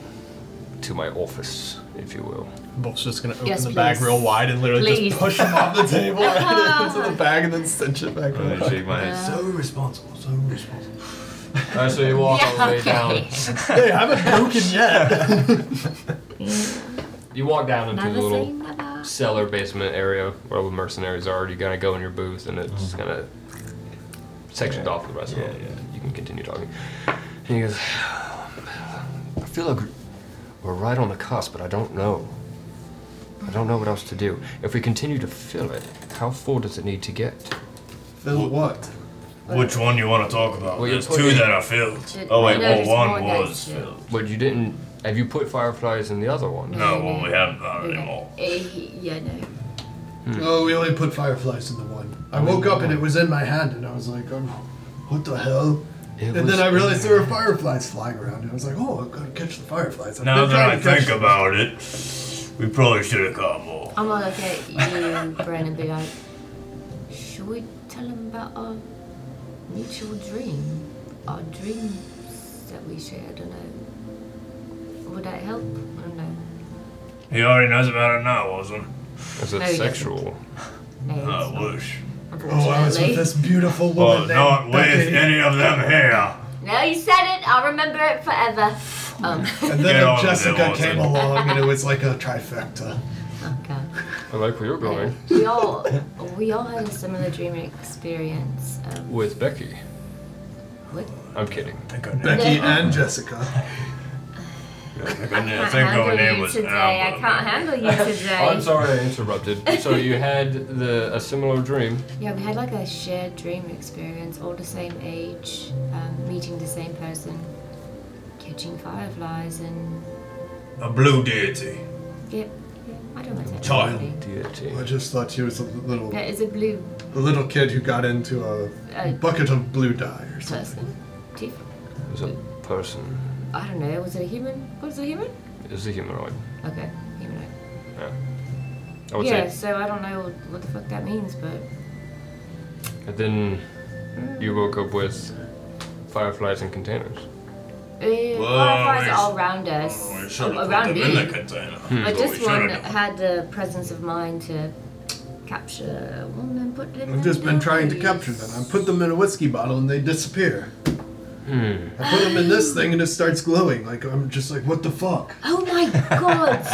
S3: to my office, if you will?
S4: Bolt's just gonna open
S1: Yes,
S4: the bag
S1: please.
S4: real wide and literally
S1: Please.
S4: just push him off the
S1: <laughs>
S4: table right <laughs> into the bag and then cinch it back.
S2: I'm
S4: on.
S2: gonna shake my
S1: uh,
S2: head.
S5: So responsible, so responsible.
S3: All right, so you walk all the way down.
S4: Hey, I haven't broken
S11: <laughs>
S4: yet.
S3: You walk down into the
S1: Mm, Another
S3: little
S1: thing about.
S3: cellar basement area where all the mercenaries are. You're gonna go in your booth, and it's gonna sectioned
S2: Yeah.
S3: off the rest
S2: Yeah,
S3: of it. You can continue talking. And he goes, I feel like we're right on the cusp, but I don't know. I don't know what else to do. If we continue to fill it, how full does it need to get?
S4: Fill what?
S5: Which one you want to talk about?
S3: Well,
S5: There's
S3: you're
S5: two
S3: putting-
S5: that are filled.
S1: Should-
S2: Oh wait,
S1: No,
S2: well
S1: there's
S2: one
S1: more guys
S5: was
S1: too.
S5: filled.
S3: But you didn't. Have you put fireflies in the other one?
S5: No, well, we haven't got
S1: Okay.
S5: anymore.
S1: Eh, he- yeah, no.
S5: Hmm.
S11: Oh, we only put fireflies in the one. I woke up and it was in my hand, and I was like, um, "What the hell?"
S3: It
S11: and
S3: was-
S11: then I realized there were fireflies flying around, and I was like, "Oh, I'm gonna catch the fireflies." I've
S5: Now
S11: been
S5: that I
S11: trying to catch
S5: think
S11: them.
S5: about it, we probably should have got more.
S1: I'm gonna look at you, Brandon, and be like, should we tell them about our mutual dream? Our dreams that we share, I don't know. Would that help? I don't know.
S5: He already knows about it now, wasn't he?
S3: Is it
S1: No, he doesn't.
S3: sexual?
S1: No, it's
S5: I
S1: not,
S5: wish.
S11: Oh, I was
S1: unfortunately.
S11: with this beautiful
S5: Well,
S11: woman.
S5: not
S11: named
S5: with
S11: Becky.
S5: any of
S1: <laughs>
S5: them here.
S1: no, you said it. I'll remember it forever. Um,
S11: And
S5: Get
S11: then
S5: on with it,
S11: Jessica
S5: Walter.
S11: came along, and it was like a trifecta.
S5: <laughs>
S1: okay.
S3: I like where you're going.
S1: We all we all had a similar dreaming experience. Um,
S3: With Becky.
S1: What?
S3: I'm kidding.
S5: I think her name,
S11: Becky and Jessica.
S5: I think her
S1: I
S5: name, I
S1: can't
S5: think her
S1: handle
S5: name um,
S1: you
S5: was
S1: today. I
S5: Amber.
S1: can't handle you today.
S3: Oh, I'm sorry I interrupted. So
S1: <laughs>
S3: you had the a similar dream.
S1: Yeah, we had like a shared dream experience, all the same age, um, meeting the same person, catching fireflies, and
S5: A blue deity.
S1: yeah, yeah I don't know what's
S5: Child.
S1: happening.
S3: Deity.
S11: I just thought she was a little,
S1: Yeah,
S11: a
S1: it's a blue
S11: little kid who got into a
S1: uh,
S11: bucket of blue dye or something.
S1: person. Chief?
S3: It was a person.
S1: I don't know. Was it a human? Was it a human?
S3: It was a humanoid.
S1: Okay, humanoid.
S3: I would
S1: yeah,
S3: say.
S1: so I don't know what the fuck that means, but
S3: And then you woke up with fireflies in containers.
S1: uh,
S5: Well,
S1: fireflies
S5: we
S1: are
S5: s-
S1: all around us,
S5: Oh, we should have put
S1: around me.
S5: them in the container.
S1: But
S5: That's what
S1: this
S5: we
S1: one
S5: should have done.
S1: had the presence of mind to capture one and put them.
S11: I've just
S1: in
S11: been trying to
S1: diaries.
S11: capture them. I put them in a whiskey bottle and they disappear.
S3: Hmm.
S11: I put them in
S1: <gasps>
S11: this thing and it starts glowing. Like I'm just like, what the fuck?
S1: Oh my
S5: <laughs>
S1: god!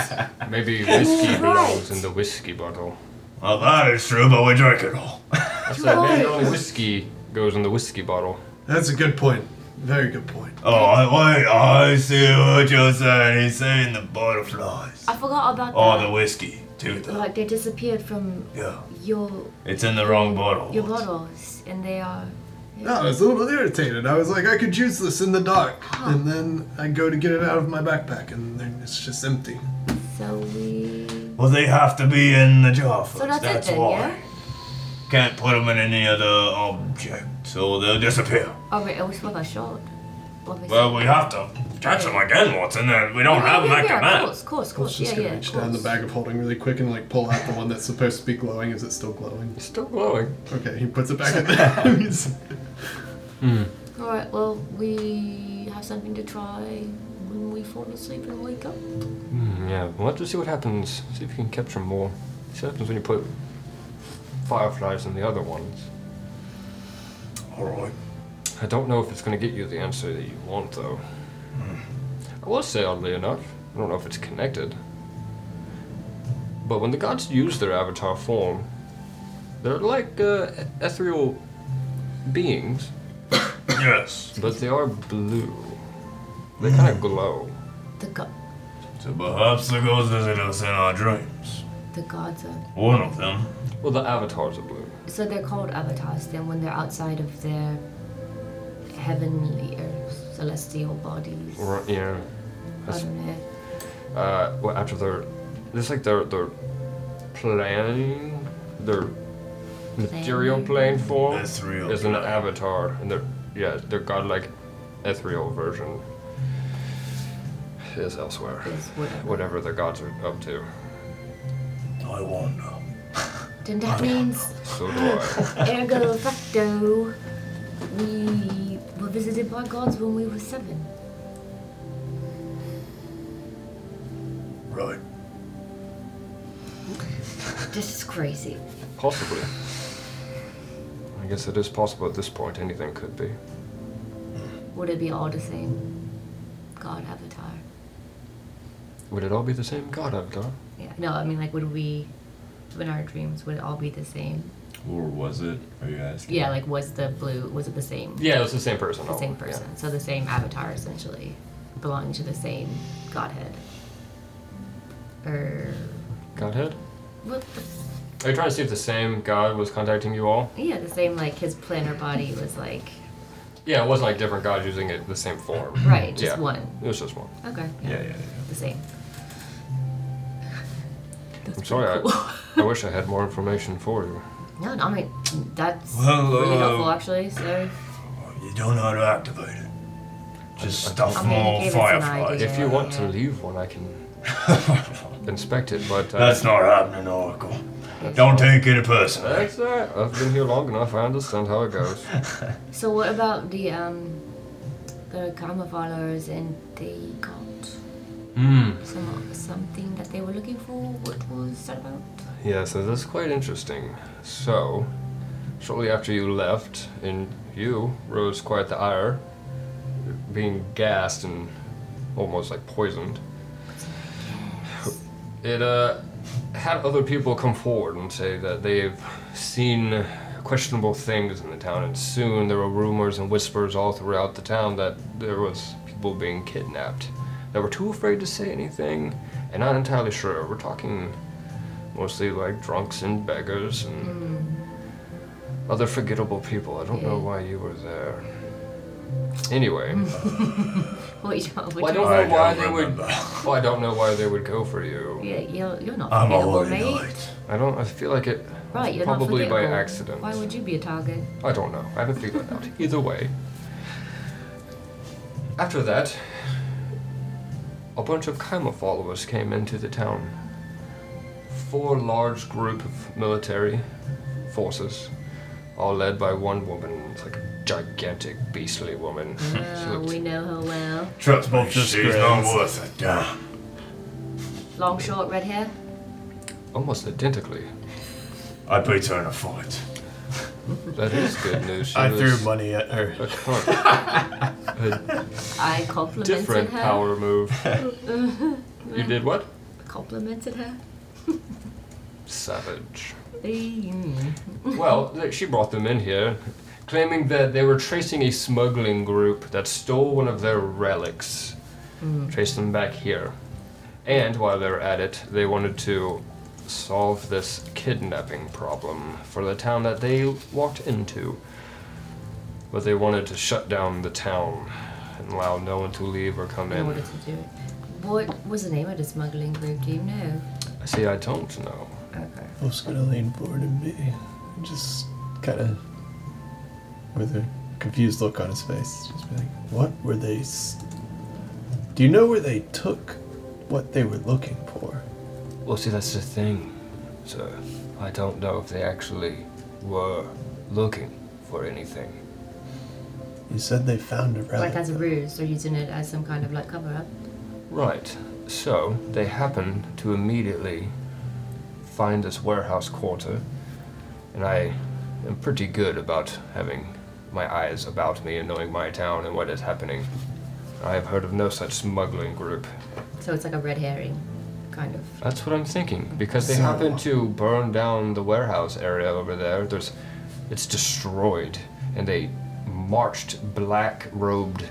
S3: Maybe whiskey
S1: Right.
S3: belongs in the whiskey bottle.
S5: Well, that is true, but we drink it all. <laughs>
S3: I said maybe
S1: Right.
S3: only whiskey goes in the whiskey bottle.
S11: That's a good point. Very good point.
S5: Oh, I, wait, I see what you're saying. He's saying the butterflies.
S1: I forgot about
S5: Oh,
S1: that.
S5: the whiskey, too, though.
S1: Like they disappeared from
S5: Yeah.
S1: your
S12: It's in the wrong bottle.
S1: your bottles, and they are.
S4: No,
S11: Oh.
S4: I was a little irritated. I was like, I could use this in the dark. And then I go to get it out of my backpack, and then it's just empty.
S1: So we.
S5: Well, they have to be in the jar first.
S1: So that's, it then,
S5: why.
S1: yeah.
S5: Can't put them in any other object, so they'll disappear.
S1: Oh, wait, oh, we still got short. Obviously.
S5: Well, we have to catch them again, Watson. and We don't have them
S1: yeah,
S5: that
S1: yeah,
S5: can
S1: yeah, of
S5: match.
S1: course, course,
S4: I was
S1: course.
S4: just
S1: Yeah,
S4: gonna
S1: yeah.
S4: reach
S1: Of
S4: down the
S1: course.
S4: bag of holding really quick and like pull out the one that's supposed to be glowing. Is it still glowing?
S3: Still glowing.
S4: Okay, he puts it
S1: <laughs>
S4: back in there. <laughs>
S1: All right. Well, we have something to try when we fall asleep and wake up.
S3: Hmm, yeah, we'll have to see what happens. See if you can capture more. See what happens when you put fireflies in the other ones.
S5: Alright.
S3: I don't know if it's going to get you the answer that you want, though. I will say, oddly enough, I don't know if it's connected, but when the gods use their avatar form, they're like uh, ethereal beings,
S5: Yes.
S3: but they are blue. They kind of glow.
S1: The go-
S5: So perhaps the ghost visit us in our dreams.
S1: the gods are.
S5: One of them.
S3: Well, the avatars are blue.
S1: So they're called avatars then when they're outside of their heavenly or celestial bodies.
S3: Or, yeah.
S1: I
S3: That's,
S1: don't know.
S3: uh, well, after their, it's like their their plane, their material plane form.
S5: That's real.
S3: is an avatar, and they're yeah, their godlike ethereal version is elsewhere.
S1: It's whatever.
S3: Whatever the gods are up to,
S5: I wonder.
S1: Then that means,
S3: so do <laughs> I.
S1: ergo facto, we were visited by gods when we were seven.
S5: Right.
S1: This is crazy.
S3: Possibly. I guess it is possible at this point. Anything could be.
S1: Would it be all the same? God avatar.
S3: Would it all be the same god avatar?
S1: Yeah. No, I mean, like, would we, in our dreams, would it all be the same?
S12: Or was it? Are you asking?
S1: Yeah, like, was the blue, was it the same?
S3: Oh, Yeah, it's the same person.
S1: The same person. So the same avatar, essentially, belonging to the same godhead. Or.
S3: Godhead.
S1: What the,
S3: Are you trying to see if the same god was contacting you all?
S1: yeah, the same, like, his planar body was like.
S3: Yeah, it wasn't like different gods using it the same form.
S1: Right, just
S3: Mm, Yeah.
S1: one.
S3: It was just one.
S1: Okay.
S12: Yeah, yeah,
S1: The same.
S3: I'm sorry. I, I wish I had more information for you.
S1: No, no, I mean, that's
S5: Well,
S1: really
S5: uh,
S1: helpful, actually. So,
S5: You don't know how to activate it. Just
S1: I
S5: stuff
S1: mean, it
S5: more
S1: gave us an
S5: fireflies.
S1: idea.
S3: If you want to
S1: Yeah.
S3: leave one,
S1: <laughs>
S3: I can inspect it, but uh,
S5: That's not happening, Oracle. Don't take it personally.
S3: That's right. I've been here long enough. I understand how it
S5: <laughs>
S3: goes.
S1: so what about the um, the karma followers and they got
S3: Hmm.
S1: some something that they were looking for? What was that about? <laughs>
S3: Yeah. So this is quite interesting. So, shortly after you left, and you rose quite the ire, being gassed and almost like poisoned. It uh had other people come forward and say that they've seen questionable things in the town, and soon there were rumors and whispers all throughout the town that there was people being kidnapped. They were too afraid to say anything, and not entirely sure. We're talking mostly like drunks and beggars and other forgettable people. I don't know why you were there. Anyway,
S1: What you what
S3: well, I
S1: you-
S3: don't
S5: I
S3: know why
S5: don't
S3: they would.
S5: remember.
S3: Well, I don't know why they would go for you.
S1: <laughs> Yeah, you're, you're not
S5: I'm
S1: forgettable,
S5: already
S1: mate.
S5: late.
S3: I don't. I feel like it.
S1: Right, you're
S3: probably
S1: not
S3: by
S1: forgettable.
S3: accident.
S1: Why would you be a target?
S3: I don't know. I haven't figured that out. Either way. After that, a bunch of Kaima followers came into the town. Four large group of military forces, all led by one woman. It's like a gigantic, beastly woman. <laughs> she
S1: Oh,
S3: looked
S1: we know her well.
S5: Trust me,
S4: just
S5: she's not
S4: grins.
S5: worth it. Damn.
S1: Long, short, red hair.
S3: almost identically.
S5: I beat her in a fight.
S3: That is good
S4: <laughs>
S3: news. She
S4: I
S3: was
S4: threw money at her.
S3: a cunt.
S4: <laughs>
S3: A
S1: I complimented
S3: different
S1: her.
S3: power move. you did what?
S1: Complimented her.
S3: Savage.
S1: Mm.
S3: Well, th- she brought them in here, claiming that they were tracing a smuggling group that stole one of their relics. Traced them back here. And while they were at it, they wanted to solve this kidnapping problem for the town that they walked into. But they wanted to shut down the town and allow no one to leave or come
S1: in order
S3: in.
S1: to do it. What was the name of the smuggling group? Do you know?
S3: See, I don't know.
S1: Okay.
S4: I was gonna lean forward and be just kind of with a confused look on his face. Just be like, what were they? S- Do you know where they took what they were looking for?
S3: Well, see, that's the thing, sir. I don't know if they actually were looking for anything.
S4: You said they found a relic.
S1: Like as a ruse, they're using it as some kind of like cover up.
S3: Right. So they happen to immediately find this warehouse quarter, and I am pretty good about having my eyes about me and knowing my town and what is happening. I have heard of no such smuggling group.
S1: So it's like a red herring, kind of.
S3: That's what I'm thinking because they
S4: So-
S3: happen to burn down the warehouse area over there. There's, it's destroyed, and they marched black-robed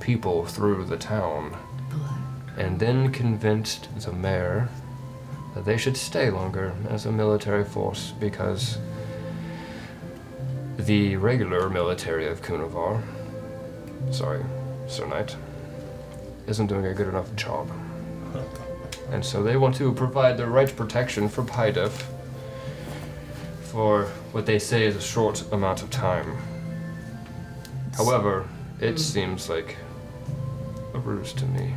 S3: people through the town, and then convinced the mayor that they should stay longer as a military force because the regular military of Kunavar, sorry, Sir Knight, isn't doing a good enough job. And so they want to provide the right protection for PIDEF for what they say is a short amount of time. However, it seems like a ruse to me.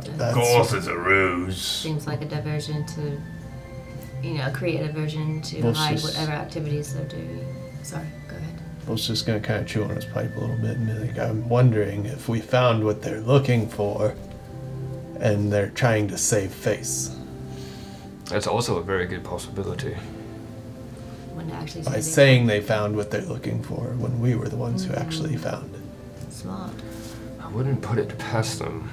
S1: It does.
S5: Of
S4: That's-
S5: course, it's a ruse.
S1: Seems like a diversion to, you know, create a diversion to
S4: Well, it's
S1: hide
S4: just-
S1: whatever activities they're doing. Sorry, go ahead.
S4: I was just gonna kind of chew on his pipe a little bit and be like, I'm wondering if we found what they're looking for, and they're trying to save face
S3: That's also a very good possibility.
S1: When they Mm-hmm. actually
S4: by
S1: say
S4: saying they found what they're looking for when we were the ones who actually found it.
S1: they're smart.
S3: I wouldn't put it past them.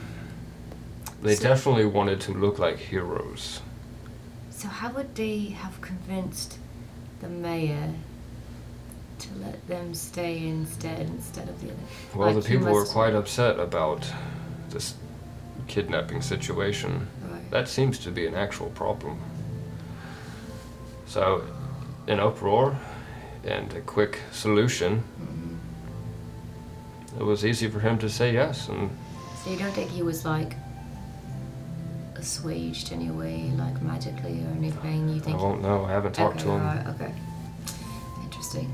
S3: They
S1: So-
S3: definitely wanted to look like heroes.
S1: So how would they have convinced the mayor to let them stay instead instead of the other?
S3: Well,
S1: Like,
S3: the
S1: he
S3: people were
S1: must-
S3: quite upset about this kidnapping situation.
S1: Right.
S3: That seems to be an actual problem. So, an uproar and a quick solution. It was easy for him to say yes, and
S1: So you don't think he was like assuaged in any way, like magically or anything? You
S3: I
S1: think?
S3: won't know. I haven't talked
S1: okay,
S3: to him.
S1: Right, okay. Interesting.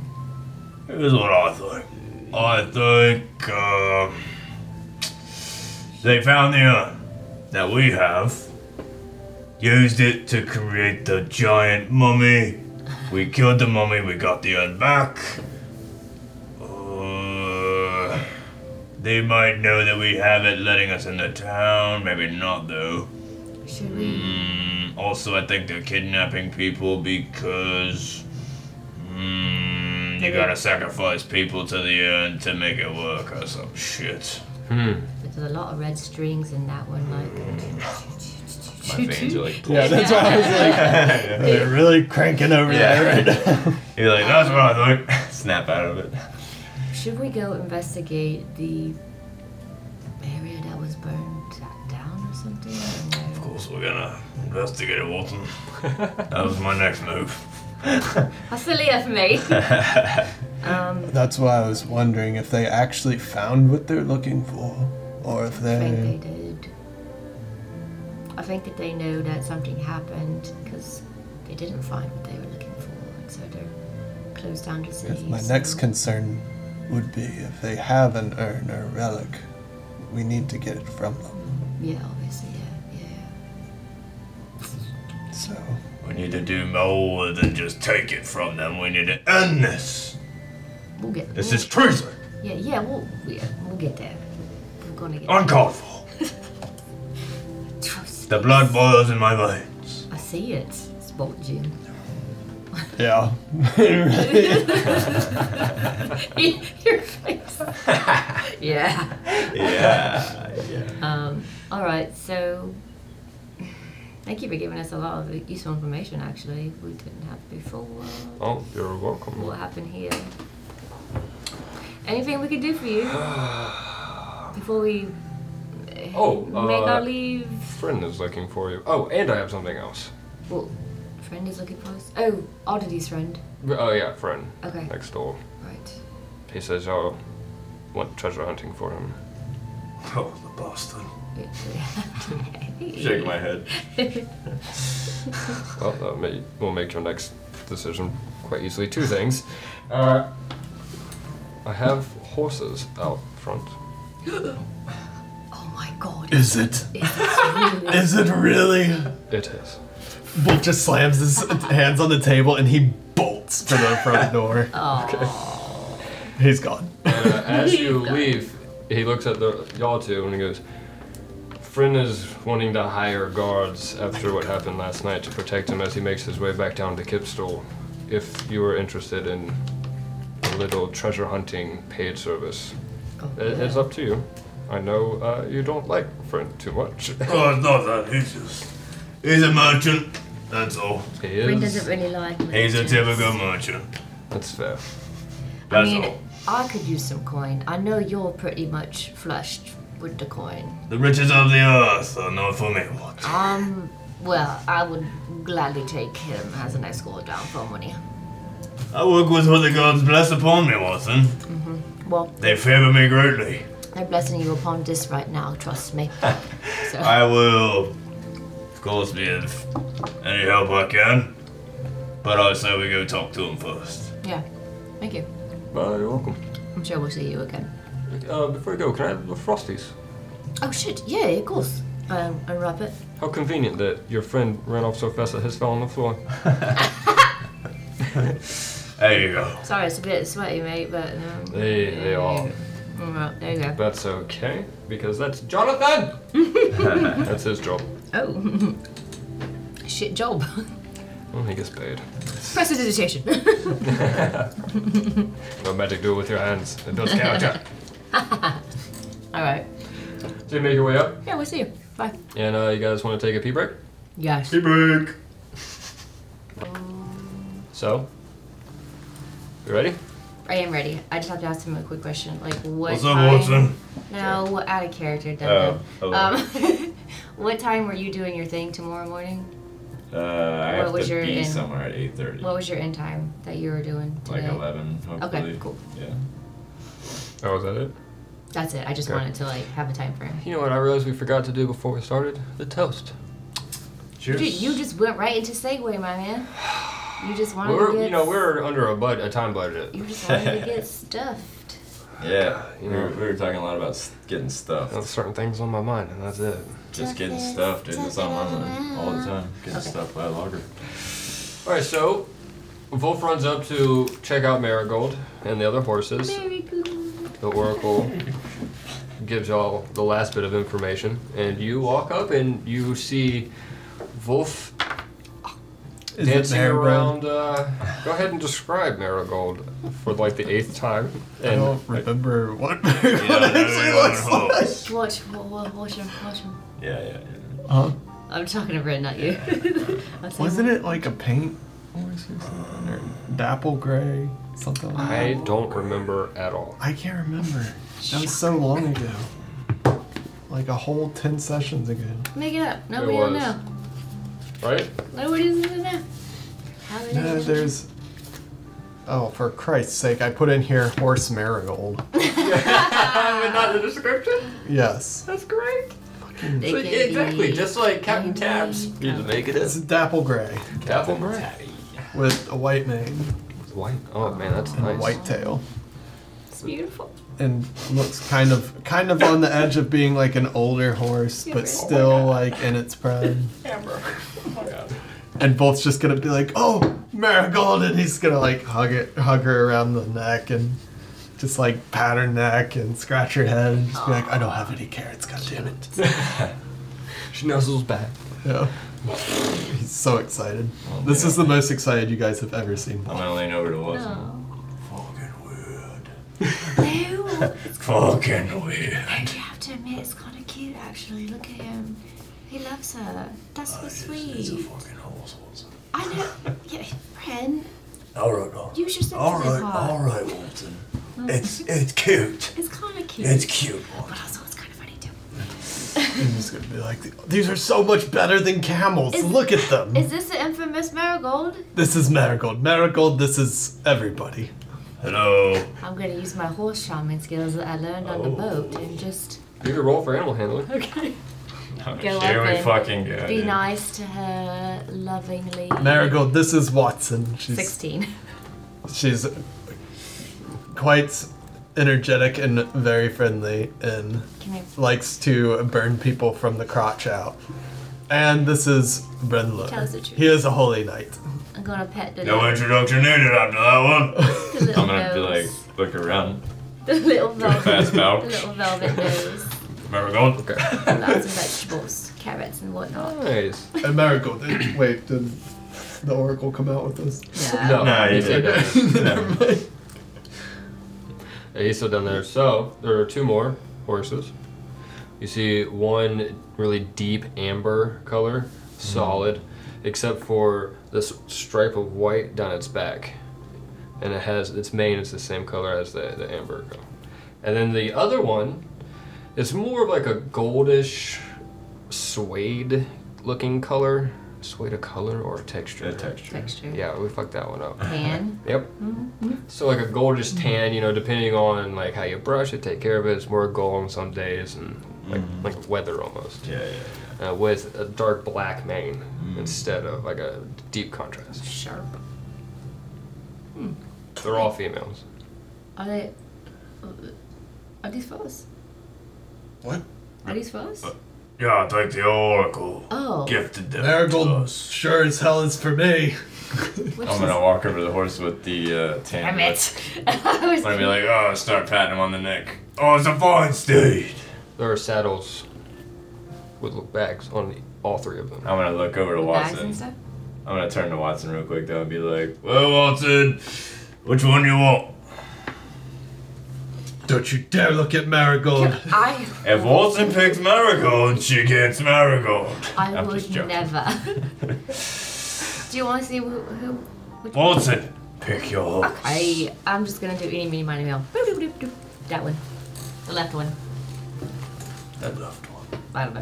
S5: Here's what I think. I think um, they found the urn that we have, used it to create the giant mummy. We killed the mummy. We got the urn back. Uh, they might know that we have it, letting us in the town. Maybe not though.
S1: Should we?
S5: Mm, also, I think they're kidnapping people because mm, you gotta sacrifice people to the end to make it work or some
S2: <laughs>
S5: shit.
S3: Hmm.
S1: There's a lot of red strings in that one, like.
S2: My veins are like
S4: Yeah, that's why I was like, they're really cranking over
S2: Yeah.
S3: <laughs>
S4: there right now.
S2: You're like, that's what I think. <laughs> Snap out of it.
S1: <laughs> Should we go investigate the area that was burned down or something? I don't
S5: Of
S1: know.
S5: course, we're gonna investigate it, Walton. that was my next
S2: <laughs>
S5: move.
S1: How silly of me.
S4: <laughs>
S1: um,
S4: That's why I was wondering if they actually found what they're looking for, or if
S1: I think
S4: they.
S1: they did. I think that they know that something happened because they didn't find what they were looking for, and so they're closed down to
S4: If
S1: cities.
S4: my next
S1: so-
S4: concern would be if they have an urn or relic, we need to get it from them.
S1: yeah, obviously, yeah, yeah.
S4: So
S5: We need to do more than just take it from them. We need to end this.
S1: We'll get.
S5: This
S1: we'll-
S5: is treason,
S1: Yeah, yeah, we'll yeah, we'll get there. We're gonna get.
S5: uncalled for.
S1: Trust
S5: The
S1: me.
S5: blood boils in my veins.
S1: I see it. It's
S5: <laughs>
S1: bulging.
S3: <laughs>
S4: yeah,
S1: <laughs> Your
S5: <laughs>
S1: face. yeah.
S2: Yeah. yeah.
S1: Um, all right. So, thank you for giving us a lot of useful information. Actually, we didn't have before.
S3: Oh, you're welcome.
S1: <sighs>
S3: <sighs>
S1: What happened here? Anything we could do for you before we eh,
S3: Oh,
S1: make
S3: uh,
S1: our leave?
S3: Friend is looking for you. Oh, and I have something else.
S1: Well, friend is looking for us? Oh, Oddity's friend.
S3: Oh yeah, friend
S1: Okay,
S3: next door.
S1: right.
S3: He says y'all went treasure hunting for him.
S5: Oh, the bastard.
S2: Shake my head.
S3: Well, that may, will make your next decision quite easily. Two things. Uh, I have horses out front.
S1: <laughs> Oh my god.
S4: Is it? Is it really?
S3: It is.
S4: Wolf just slams his hands on the table and he bolts for the
S3: <laughs>
S4: front door. He's gone.
S3: And, uh, as you leave, he looks at the y'all two and he goes, Friend is wanting to hire guards after what happened last night to protect him as he makes his way back down to Kipstool. If you are interested in a little treasure hunting paid service, i- it's up to you. I know uh, you don't like Friend too much.
S5: Oh, it's not that. He's just. He's a merchant. That's all.
S3: he
S1: Bryn
S3: is.
S1: doesn't really like me.
S5: He's a typical merchant.
S3: That's fair.
S1: I
S5: That's
S1: mean,
S5: all.
S1: I could use some coin. I know you're pretty much flushed with the coin.
S5: The riches of the earth are not for me. What?
S1: Um, well, I would gladly take him as an escort down for money.
S5: I work with what the gods bless upon me, Watson.
S1: Well,
S5: They favor me greatly.
S1: they're blessing you upon this right now, trust
S3: <laughs>
S1: me. so,
S5: I will, of course, be of any help I can. But I say we go talk to him first.
S1: yeah. Thank you.
S3: Well, you're welcome.
S1: I'm sure we'll see you again.
S3: Uh, before you go, can I have the Frosties?
S1: Oh, shit. Yeah, of course. Um, and Robert.
S3: How convenient that your friend ran off so fast that his fell on the floor.
S5: There you go.
S1: Sorry, it's a bit sweaty, mate, but. Um,
S3: They, they are.
S1: all right, there you go.
S3: That's okay, because that's Jonathan! that's his job.
S1: Oh. <laughs> shit job. <laughs>
S3: Well, Oh, he gets paid. <laughs>
S1: Prestidigitation.
S3: No magic do it with your hands. It builds character.
S1: <laughs> all right.
S3: <laughs> so you make your way up,
S1: Yeah, we'll see you. Bye.
S3: and uh, you guys want to take a pee break?
S1: Yes.
S3: So, you ready?
S1: I am ready. I just have to ask him a quick question. Like, what
S5: What's up,
S1: time?
S5: Watson?
S1: No, what out of character,
S2: Oh,
S1: Duncan.
S2: hello.
S1: Um, <laughs> what time were you doing your thing tomorrow morning?
S2: uh, I
S1: what
S2: have
S1: was
S2: to
S1: your
S2: be
S1: in-
S2: somewhere at 8:30.
S1: What was your end time that you were doing
S2: like
S1: today?
S2: 11, hopefully.
S1: Okay, cool.
S2: Yeah.
S3: Oh, is that it?
S1: That's it. I just
S3: Okay.
S1: wanted to like have a time frame.
S3: You know what I realized we forgot to do before we started? The toast.
S2: Cheers.
S1: Dude, you just went right into segue, my man. You just wanted to
S3: We're,
S1: get.
S3: you know, we're under a bud, a time budget.
S1: you just wanted
S3: <laughs>
S1: to get stuffed.
S2: yeah.
S3: you
S2: we, were,
S3: know.
S2: we were talking a lot about s- getting stuff.
S3: There's
S2: <laughs>
S3: certain things on my mind, and that's it.
S2: Just getting stuff, dude. That's on my mind all the time. Getting stuff by a logger.
S3: All right, so Wolf runs up to check out Marigold and the other horses. The Oracle gives y'all the last bit of information, and you walk up and you see Wolf
S4: Is
S3: dancing around.
S4: Marigold?
S3: Uh, go ahead and describe Marigold for like the eighth time.
S4: I
S3: And
S4: don't remember <laughs> what
S5: You
S2: <laughs>
S5: don't
S4: Marigold
S5: know
S4: actually
S5: your own
S4: looks
S2: "Oh,
S4: like.
S5: horse.
S1: Watch, watch, watch him, watch him.
S2: Yeah, yeah, yeah.
S4: Huh?
S1: I'm talking to Bryn, not you. <laughs>
S4: Wasn't it like a paint horse or something? Or dapple gray? Something like that?
S3: I don't remember at all.
S4: I can't remember. That was so long ago. Like a whole 10 sessions ago.
S1: Make it up. No,
S3: It
S1: we don't
S3: was.
S1: know.
S3: Right?
S1: Nobody's gonna know. How many
S4: No, there's. Oh, for Christ's sake, I put in here horse marigold.
S3: But not the description.
S4: Yes.
S3: That's great.
S1: they can
S3: exactly,
S1: be?
S3: just like Captain Tabs. You just make it
S4: It's dapple gray
S3: Captain Tabs.
S4: with a white mane
S3: White. Oh man, that's
S4: and
S3: nice.
S4: a white tail.
S1: It's beautiful.
S4: And looks kind of kind of on the edge of being like an older horse, but
S1: Oh
S4: still like in
S1: <laughs>
S4: its prime. <laughs> And Bolt's just gonna be like, "Oh, marigold," and he's gonna like hug it, hug her around the neck, and just like pat her neck and scratch her head, and just be like, "I don't have any carrots, God damn it!"
S3: <laughs> She nuzzles back. Oh,
S4: Yeah. <laughs> He's so excited. this is the most excited you guys have ever seen.
S2: I'm gonna lean over to Watson.
S5: Fucking weird. <laughs>
S1: No,
S5: Fucking weird.
S1: and you have to admit it's kind of cute actually. Look at him. He loves her. That's
S5: Oh,
S1: so
S5: He's a
S1: sweet.
S5: fucking horse, Watson.
S1: I know. Yeah, Bren,
S5: Alright, alright.
S1: use your sense
S5: All right,
S1: part.
S5: all right, Walton. It's it's cute.
S1: It's kind of cute.
S5: It's cute, Walton.
S1: But also, it's kind of funny too.
S4: I'm just gonna be like, these are so much better than camels.
S1: Is-
S4: Look at them.
S1: Is this the infamous marigold?
S4: this is Marigold. Marigold, this is everybody.
S2: Hello.
S1: I'm gonna use my horse shaman skills that I learned on the boat and just
S3: You can roll for animal handling. Okay.
S1: Go
S2: Here
S1: up
S2: we
S1: and
S2: fucking go.
S1: be
S2: dude.
S1: nice to her lovingly.
S4: Marigold, this is Watson. She's
S1: Sixteen.
S4: she's quite energetic and very friendly and
S1: Can you
S4: likes to burn people from the crotch out. And this is Brenlo.
S1: Tell us the truth.
S4: He is a holy knight.
S1: I'm gonna pet the,
S2: No introduction needed after that one.
S1: the little
S2: <laughs> I'm gonna be like,
S1: nose.
S2: look around.
S1: the little
S2: Fast
S1: velvet the little
S2: bow.
S1: velvet nose.
S2: Remember going?
S3: Okay.
S1: <laughs> Lots of vegetables, carrots and whatnot.
S3: Nice.
S4: And Marigold. eh, <coughs>
S13: Did- Wait, did the Oracle come out with this?
S1: Yeah.
S3: No,
S2: No, you
S3: he's still
S2: didn't.
S3: down there. <laughs>
S2: No.
S3: Yeah, He's still down there. So there are two more horses. You see one really deep amber color,
S2: Mm-hmm.
S3: solid, except for this stripe of white down its back, and it has its mane is the same color as the the amber color. And then the other one is more of like a goldish suede looking color. Suede a color or a texture?
S2: The texture.
S1: Texture.
S3: Yeah, we fucked that one up.
S1: Pan.
S3: Yep. So like a goldish tan, you know, depending on like how you brush it, take care of it, it's more gold on some days and like like weather almost.
S2: Yeah, yeah.
S3: Uh, with a dark black mane instead of like a deep contrast.
S1: Sharp.
S3: They're all females.
S1: Are they are these false?
S13: What?
S1: Are these false?
S5: Yeah, I think the Oracle
S1: Oh.
S5: gifted them to
S4: Marigold
S5: us.
S4: sure as hell is for me.
S1: Which
S2: I'm
S1: is-
S2: gonna walk over to the horse with the uh, tan.
S1: Damn
S2: lip.
S1: it. <laughs> I was
S2: I'm gonna be like, oh, start patting him on the neck.
S5: Oh, it's a fine steed.
S3: There are saddles with little bags on all three of them.
S2: I'm gonna look over to
S1: bags and
S2: Watson.
S1: stuff.
S2: I'm gonna turn to Watson real quick though and be like, well, Watson, which one you want?
S4: Don't you dare look at Marigold.
S1: I
S2: If Watson picks Marigold, she gets Marigold.
S1: I
S2: I'm
S1: would
S2: just joking. <laughs>
S1: never. do you want to see who? who which
S5: Watson, pick your horse.
S1: I I'm just gonna do any mini miny meal. That one, the left one.
S5: That left one.
S1: I don't know.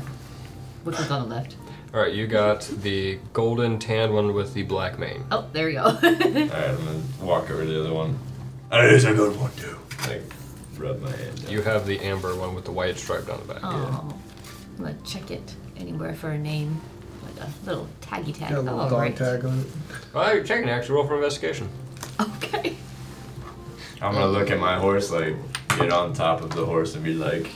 S1: Which one's on the left?
S3: All right, you got the golden tan one with the black mane.
S1: Oh, there we go. <laughs>
S2: Alright, I'm gonna walk over to the other one.
S5: That is a good one, too.
S2: Like, rub my hand. down.
S3: You have the amber one with the white stripe down the back.
S1: oh, I'm gonna check it anywhere for a name, like a little taggy tag.
S13: Got a little
S1: oh,
S13: dog
S1: right.
S13: tag on it.
S3: Well, you're checking actually roll for investigation.
S1: <laughs>
S13: <laughs>
S1: Okay.
S2: I'm gonna look at my horse, like, get on top of the horse and be like,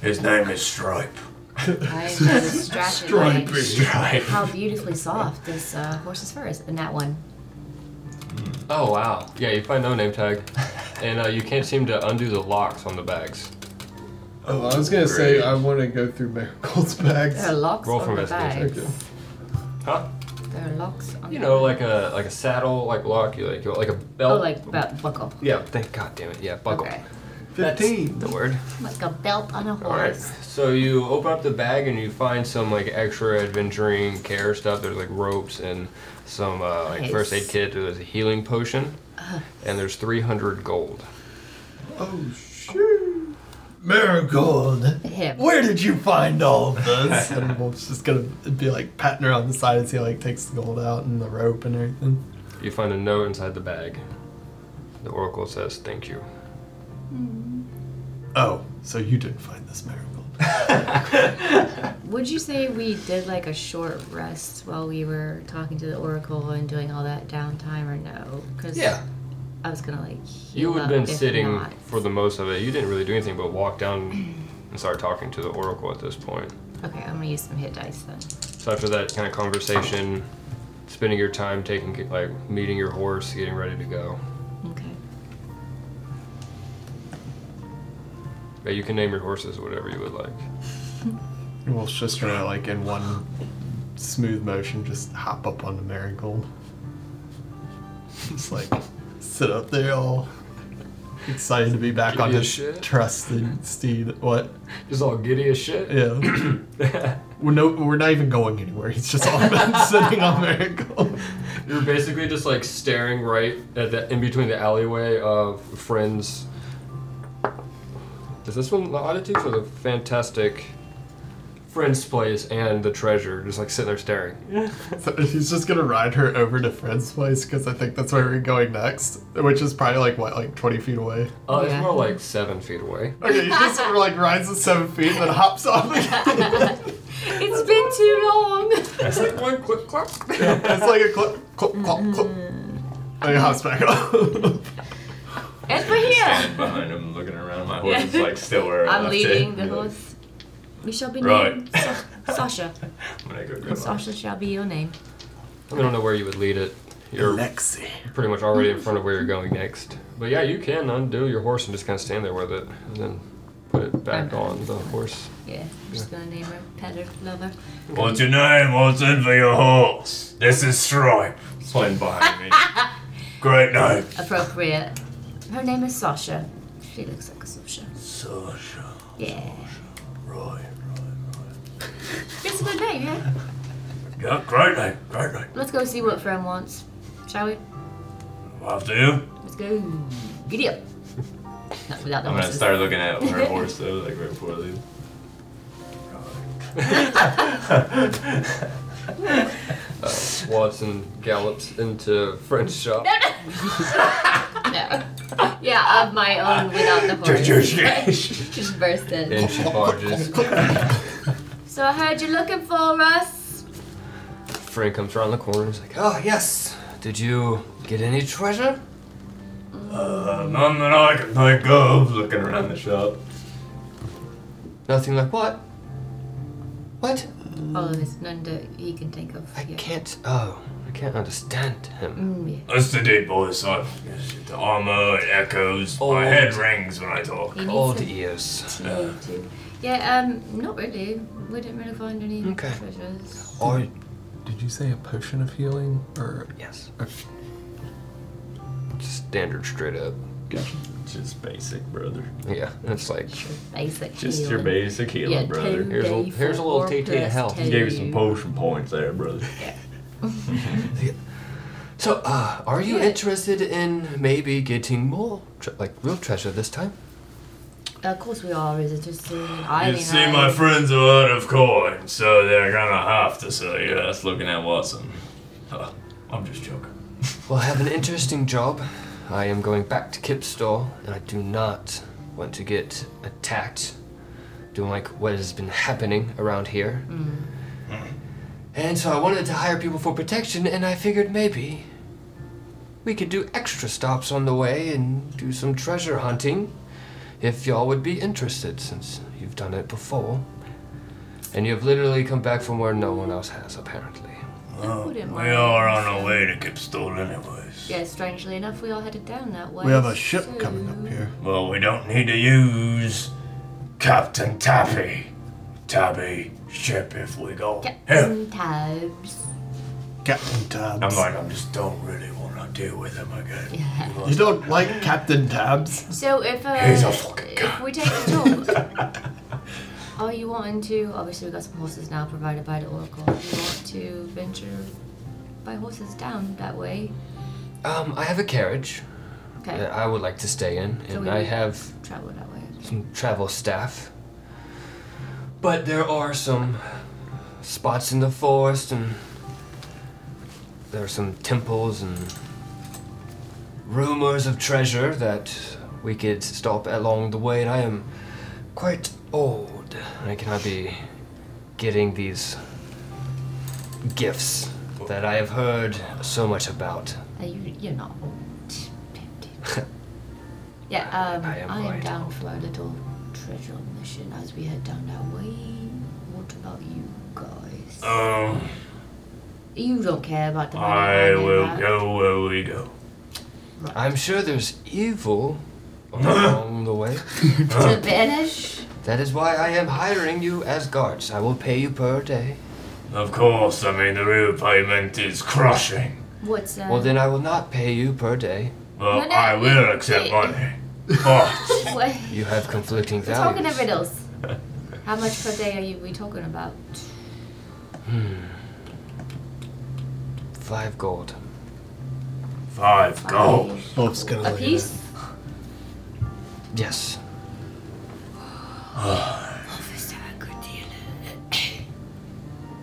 S5: His name is
S2: <laughs>
S5: Stripe.
S1: I am distracted by
S2: stripe.
S1: how beautifully soft this uh, horse's fur is, and that one.
S3: Oh wow! Yeah, you find no name <laughs> tag, and uh, you can't seem to undo the locks on the bags.
S13: Oh, I was gonna say
S2: great.
S13: I want to go through Marigold's bags.
S1: There are locks
S3: Roll for
S1: on the
S3: investigation.
S1: bags.
S13: Okay.
S3: Huh?
S1: There are locks on.
S3: You
S1: the
S3: know, like a like a saddle, like lock, you like like a
S1: Oh,
S3: belt.
S1: like belt buckle.
S3: yeah. Thank God damn it. Yeah, buckle.
S1: Okay.
S3: Fifteen. the word.
S1: Like a belt on a
S3: All right.
S1: horse.
S3: So you open up the bag and you find some like extra adventuring care stuff. There's like ropes and some uh, like first aid
S1: Nice. Uh-huh.
S3: kit. There's a healing potion, and there's 300 gold.
S4: oh, shoot. Marigold.
S1: Him.
S4: Where did you find all of this? and Wolf's just gonna be like patting her on the side as he like takes the gold out and the rope and everything.
S3: You find a note inside the bag. The oracle says, "Thank you."
S4: Oh, so you didn't find this Marigold.
S1: Would you say we did like a short rest while we were talking to the oracle and doing all that downtime, or no? Because I was gonna like.
S3: You
S1: heal
S3: would have
S1: up
S3: been
S1: if
S3: sitting
S1: not.
S3: for the most of it. You didn't really do anything but walk down and start talking to the oracle at this point.
S1: Okay, I'm gonna use some hit dice then.
S3: So after that kind of conversation, spending your time taking like meeting your horse, getting ready to go.
S1: Okay.
S3: Yeah, you can name your horses whatever you would like.
S4: Wolf's just gonna like in one smooth motion just hop up on the Marigold. Just like sit up there all excited to be back
S3: Give
S4: on
S3: you a
S4: his
S3: shit.
S4: trusted steed.
S3: <laughs>
S4: What?
S3: Just all giddy as shit.
S4: Yeah. we're no we're not even going anywhere. He's just all
S3: <laughs>
S4: sitting on Marigold.
S3: You're basically just like staring right at the in between the alleyway of friends. Is this one the Oddities or the Fantastic Friend's place and the treasure, just like sitting there staring.
S4: So she's just gonna ride her over to Fred's place because I think that's where we're going next, which is probably like what, like twenty feet away.
S3: Uh,
S1: Yeah.
S3: It's more like seven feet away.
S4: Okay,
S3: <laughs>
S4: she just sort of like rides the seven feet and then hops off again.
S1: <laughs>
S3: <laughs>
S1: It's been too long.
S3: It's like one quick <laughs> clock.
S4: it's like a clip, clip, clop, clip.
S1: Mm-hmm.
S4: And it hops back up.
S1: <laughs> and we're here.
S2: Standing behind him, looking around. My horse is like still where I
S1: I'm
S2: left
S1: leading
S2: it.
S1: the horse. We shall be
S2: Right.
S1: named Sa-
S2: <laughs>
S1: Sasha.
S2: I'm gonna go grab
S1: Sasha shall be your name.
S3: I don't know where you would lead it.
S4: <laughs>
S3: You're
S4: Lexi.
S3: pretty much already in front of where you're going next. But yeah, you can undo your horse and just kind of stand there with it, and then put it back
S1: Okay.
S3: on the horse.
S1: Yeah, I'm just gonna name her Pet her, love her.
S5: What's your name? What's in for your horse? This is Stripe.
S2: Playing behind me.
S1: <laughs>
S5: Great name.
S1: Appropriate. Her name is Sasha. She looks like a Sasha.
S5: Sasha.
S1: Yeah.
S5: Right.
S1: It's a good name, yeah?
S5: Yeah, great name. Great name.
S1: Let's go see what Fran wants, shall we?
S5: After you.
S1: Let's go. Giddy up. Not without the
S2: I'm gonna
S1: horses.
S2: start looking at her horse though, like right before I leave.
S3: Watson gallops into French's shop.
S1: <laughs> No. Yeah, of my own without the horse. Just burst in.
S3: And she barges.
S1: So I heard you're looking for us.
S3: Frank comes around the corner and is like, Oh, yes! Did you get any treasure?
S2: Uh, none that I can think of. Looking around the shop.
S3: Nothing like what? What?
S1: Oh, there's none that he can think of.
S3: I
S1: yeah.
S3: can't. Oh, I can't understand him.
S1: Mm,
S5: That's the deep voice. I, the armor, it echoes. My
S3: Oh.
S5: head rings when I talk.
S1: yeah. He
S3: Old
S1: needs
S3: ears.
S1: some tea too. Yeah, um, not really. We didn't really find any
S3: Okay.
S1: treasures.
S3: Or
S4: Did you say a potion of healing or
S3: yes.
S4: Okay.
S3: Just standard, straight up.
S2: Just basic, brother.
S3: Yeah, it's like
S1: Basic.
S2: Just your
S1: healing.
S2: basic healing,
S1: Yeah,
S2: brother.
S1: two
S3: Here's a-
S1: day
S3: here's a little
S1: four
S3: TT to
S1: plus
S3: help.
S1: two.
S2: He gave you some potion points there, brother.
S3: So, uh, are you
S1: Yeah.
S3: interested in maybe getting more, tre- like real treasure this time?
S1: Of course we are. Is it just an Oh, I
S5: You see, my friends are out of coin, so they're gonna have to sell you.
S2: Yeah, that's looking at Watson.
S5: Uh, I'm just joking.
S3: Well, I have an interesting job. I am going back to Kip's store, and I do not want to get attacked. Doing like what has been happening around here. And so I wanted to hire people for protection, and I figured maybe we could do extra stops on the way and do some treasure hunting if y'all would be interested, since you've done it before. And you've literally come back from where no one else has, apparently.
S1: I wouldn't
S5: We
S1: mind.
S5: are on our way to Kipstall, anyways.
S1: Yeah, strangely enough, we all headed down that way.
S4: We have a ship
S1: so-
S4: coming up here.
S5: Well, we don't need to use Captain Tappy. Tabby ship if we go. Yeah.
S1: Captain Tabs.
S4: Captain Tabs.
S5: I'm like, I just don't really want to deal with him again.
S4: you don't like Captain Tabs?
S1: So if uh,
S5: He's a fucking
S1: if we take the
S5: <laughs>
S1: tour, are you wanting to? Obviously, we got some horses now provided by the Oracle. Do you want to venture by horses down that way?
S3: Um, I have a carriage.
S1: Okay,
S3: that I would like to stay in,
S1: So
S3: and
S1: we
S3: I
S1: would-
S3: have
S1: travel that way.
S3: some travel staff. But there are some spots in the forest, and there are some temples and rumors of treasure that we could stop along the way. And I am quite old, and I cannot be getting these gifts that I have heard so much about.
S1: Are you you're not old.
S3: <laughs>
S1: Pimped. yeah, um,
S3: I
S1: I
S3: am
S1: am,
S3: right.
S1: down for a little treasure mission as we head down that way. What about you guys?
S5: Um,
S1: you don't care about the money.
S5: I
S1: know
S5: will
S1: that.
S5: go where we go.
S3: I'm sure there's
S4: <laughs>
S3: evil along the way.
S5: <laughs>
S1: to vanish.
S3: That is why I am hiring you as guards. I will pay you per day.
S5: Of course, I mean, the real payment is crushing.
S1: What's uh,
S3: Well, then I will not pay you per day.
S5: Well,
S1: No, no,
S5: I will
S1: you-
S5: accept
S1: wait.
S5: money. But
S1: <laughs> what,
S3: You have conflicting
S1: we're
S3: values.
S1: talking of riddles. How much per day are you we talking about?
S3: Five gold.
S5: five gold.
S4: Wolf's gonna
S1: A
S4: leave it.
S1: piece?
S3: Yes.
S1: Officer, a good deal.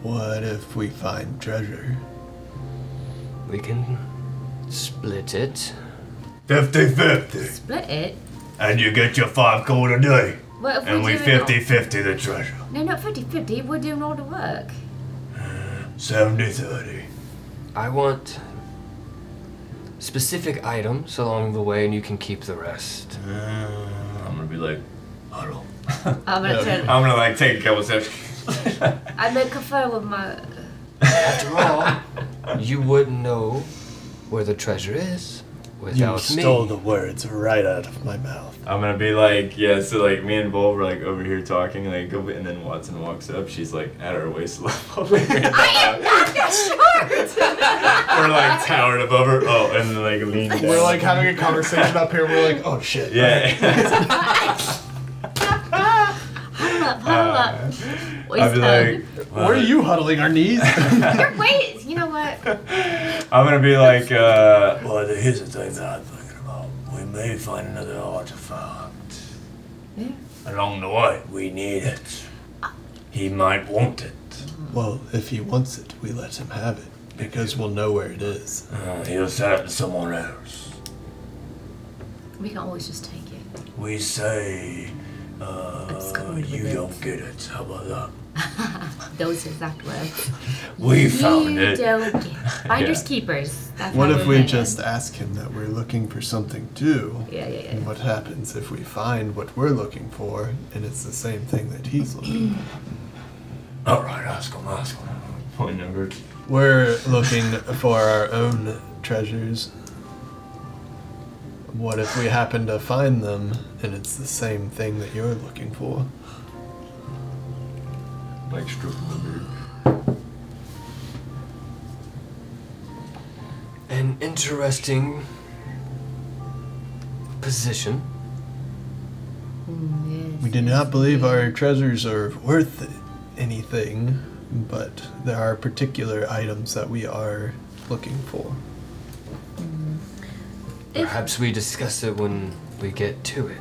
S4: What if we find treasure?
S3: We can split it.
S5: 50 50.
S1: Split it.
S5: And you get your five gold a day.
S1: What if
S5: And
S1: we're
S5: we
S1: doing all-
S5: 50 50 the treasure.
S1: No, not 50-50. We're doing all the work.
S5: 70 30.
S3: I want specific items along the way, and you can keep the
S4: <laughs>
S3: rest.
S5: Uh,
S2: I'm gonna be like, huddle.
S1: I'm gonna
S2: I'm
S1: turn.
S2: gonna like take a couple steps.
S1: I make a fur with my.
S3: After all, you wouldn't know where the treasure is
S4: You
S3: without me.
S4: stole the words right out of my mouth.
S2: I'm gonna be like, yeah, so like me and Volv are like over here talking, like, and then Watson walks up. She's like at our waist level. <laughs> I am not We're like towered above her. Oh, and then like lean down.
S4: We're like having a conversation up here. We're like, oh shit.
S2: <laughs> yeah.
S1: Huddle up, huddle up.
S2: I'd
S1: Waist
S2: be
S1: up.
S2: like,
S4: Where are you huddling our knees?
S1: Wait, you know what?
S2: I'm gonna be like, uh,
S5: Well, here's the thing that I'm thinking about. We may find another artifact.
S1: Yeah.
S5: Along the way, we need it. He might want it.
S4: <laughs> well, if he wants it, we let him have it because we'll know where it is.
S5: Uh, he'll sell it to someone else.
S1: We can always just take it.
S5: We say,
S1: It's
S5: uh,
S1: going
S5: you
S1: with it.
S5: don't get it. How about that?
S1: Those exact words.
S5: We found
S1: you
S5: it.
S1: don't get
S4: <laughs>
S1: it. Finders keepers. That's
S4: What
S1: how
S4: if
S1: we're
S4: we
S1: doing it.
S4: just ask him that we're looking for something too?
S1: Yeah, yeah, yeah.
S4: And what happens if we find what we're looking for and it's the same thing that he's looking for? <clears throat>
S5: All right, ask him, ask him.
S2: point number.
S4: We're looking for our own treasures. What if we happen to find them and it's the same thing that you're looking for?
S2: Like stroking the beard.
S3: An interesting position.
S1: Mm, yes.
S4: We do not believe our treasures are worth anything, but there are particular items that we are looking for.
S1: Mm. If-
S3: Perhaps we discuss it when we get to it.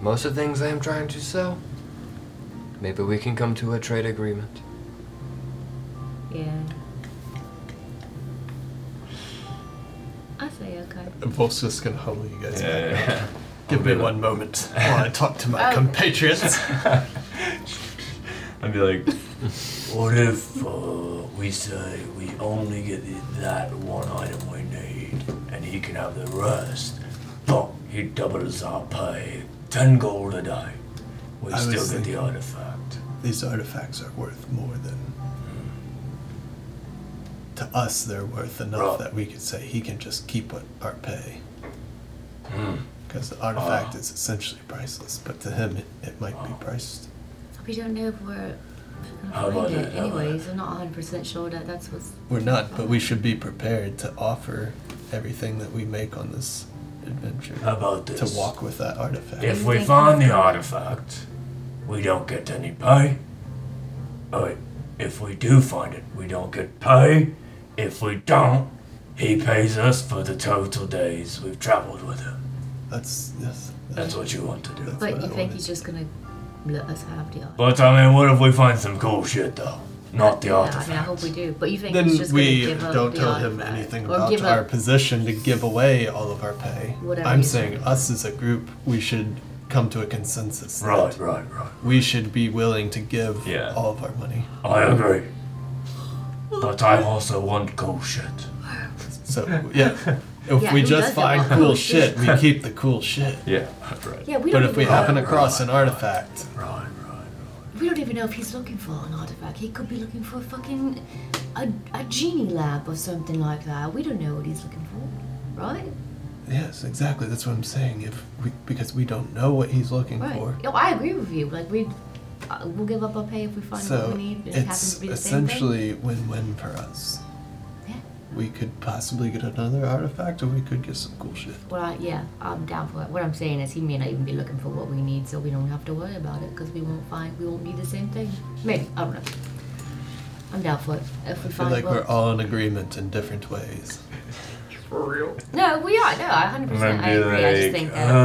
S3: Most of the things I am trying to sell, maybe we can come to a trade agreement.
S1: Yeah. I say okay.
S4: Wolf's just gonna huddle you guys. back.
S2: Yeah.
S4: Give me one moment while I talk to my
S1: Oh. <laughs>
S4: compatriots.
S2: I'd be like,
S5: What if uh, we say we only get the, that one item we need, and he can have the rest, but he doubles our pay, ten gold a day. We
S4: I was
S5: still get
S4: thinking-
S5: the artifact.
S4: These artifacts are worth more than. To us, they're worth enough
S5: Right.
S4: that we could say he can just keep what our pay. Hmm. Because the artifact is essentially priceless, but to him, it, it might be priced.
S1: We don't know if we're gonna
S5: How about
S1: find it
S5: that? How about
S1: anyways. I'm not 100% sure that that's what's.
S4: We're not, but we should be prepared to offer everything that we make on this adventure
S5: How about this?
S4: to walk with that artifact.
S5: If we find the artifact, we don't get any pay. But if we do find it, we don't get pay. If we don't, he pays us for the total days we've traveled with him.
S4: That's yes.
S5: That's what you want to do.
S1: But
S4: what
S1: you
S4: I
S1: think
S4: wanted.
S1: he's just gonna let us have the art?
S5: But I mean, what if we find some cool shit though? Not the
S1: Yeah, I mean, I
S5: artifact.
S1: hope we do. But you think he's
S4: Then
S1: just
S4: we
S1: gonna give up
S4: don't
S1: the
S4: tell him
S1: artifact?
S4: anything
S1: or
S4: about
S1: give
S4: our
S1: up.
S4: position to give away all of our pay.
S1: Whatever
S4: I'm
S1: you
S4: saying
S1: think.
S4: us as a group, we should come to a consensus. that
S5: Right, right, right.
S4: We should be willing to give
S2: Yeah.
S4: all of our money.
S5: I agree. But I also want cool shit.
S4: So yeah, if
S1: Yeah,
S4: we
S1: who
S4: just
S1: doesn't
S4: find
S1: want
S4: cool
S1: cool
S4: shit, we keep the cool shit.
S2: yeah, that's right.
S1: Yeah, we
S4: But
S1: don't.
S4: if
S1: even
S4: we
S1: know,
S4: happen across an artifact,
S5: Right, right.
S1: we don't even know if he's looking for an artifact. He could be looking for a fucking a, a genie lab or something like that. We don't know what he's looking for, right?
S4: yes, exactly. That's what I'm saying. If we because we don't know what he's looking
S1: Right.
S4: for,
S1: No, I agree with you. Like we, uh, we'll give up our pay if we find
S4: so
S1: what we need. and It happens to
S4: it's
S1: be the same thing.
S4: essentially win-win for us.
S1: Yeah.
S4: We could possibly get another artifact, or we could get some cool shit.
S1: Well, I, yeah, I'm down for it. What I'm saying is, he may not even be looking for what we need, so we don't have to worry about it because we won't find we won't need the same thing. Maybe I don't know. I'm down for it. If we
S4: I feel
S1: find
S4: like
S1: what-
S4: we're all in agreement in different ways.
S1: no, we are. No, I 100. percent I
S2: Maybe
S1: agree. I just
S2: like,
S1: think that
S5: Uh,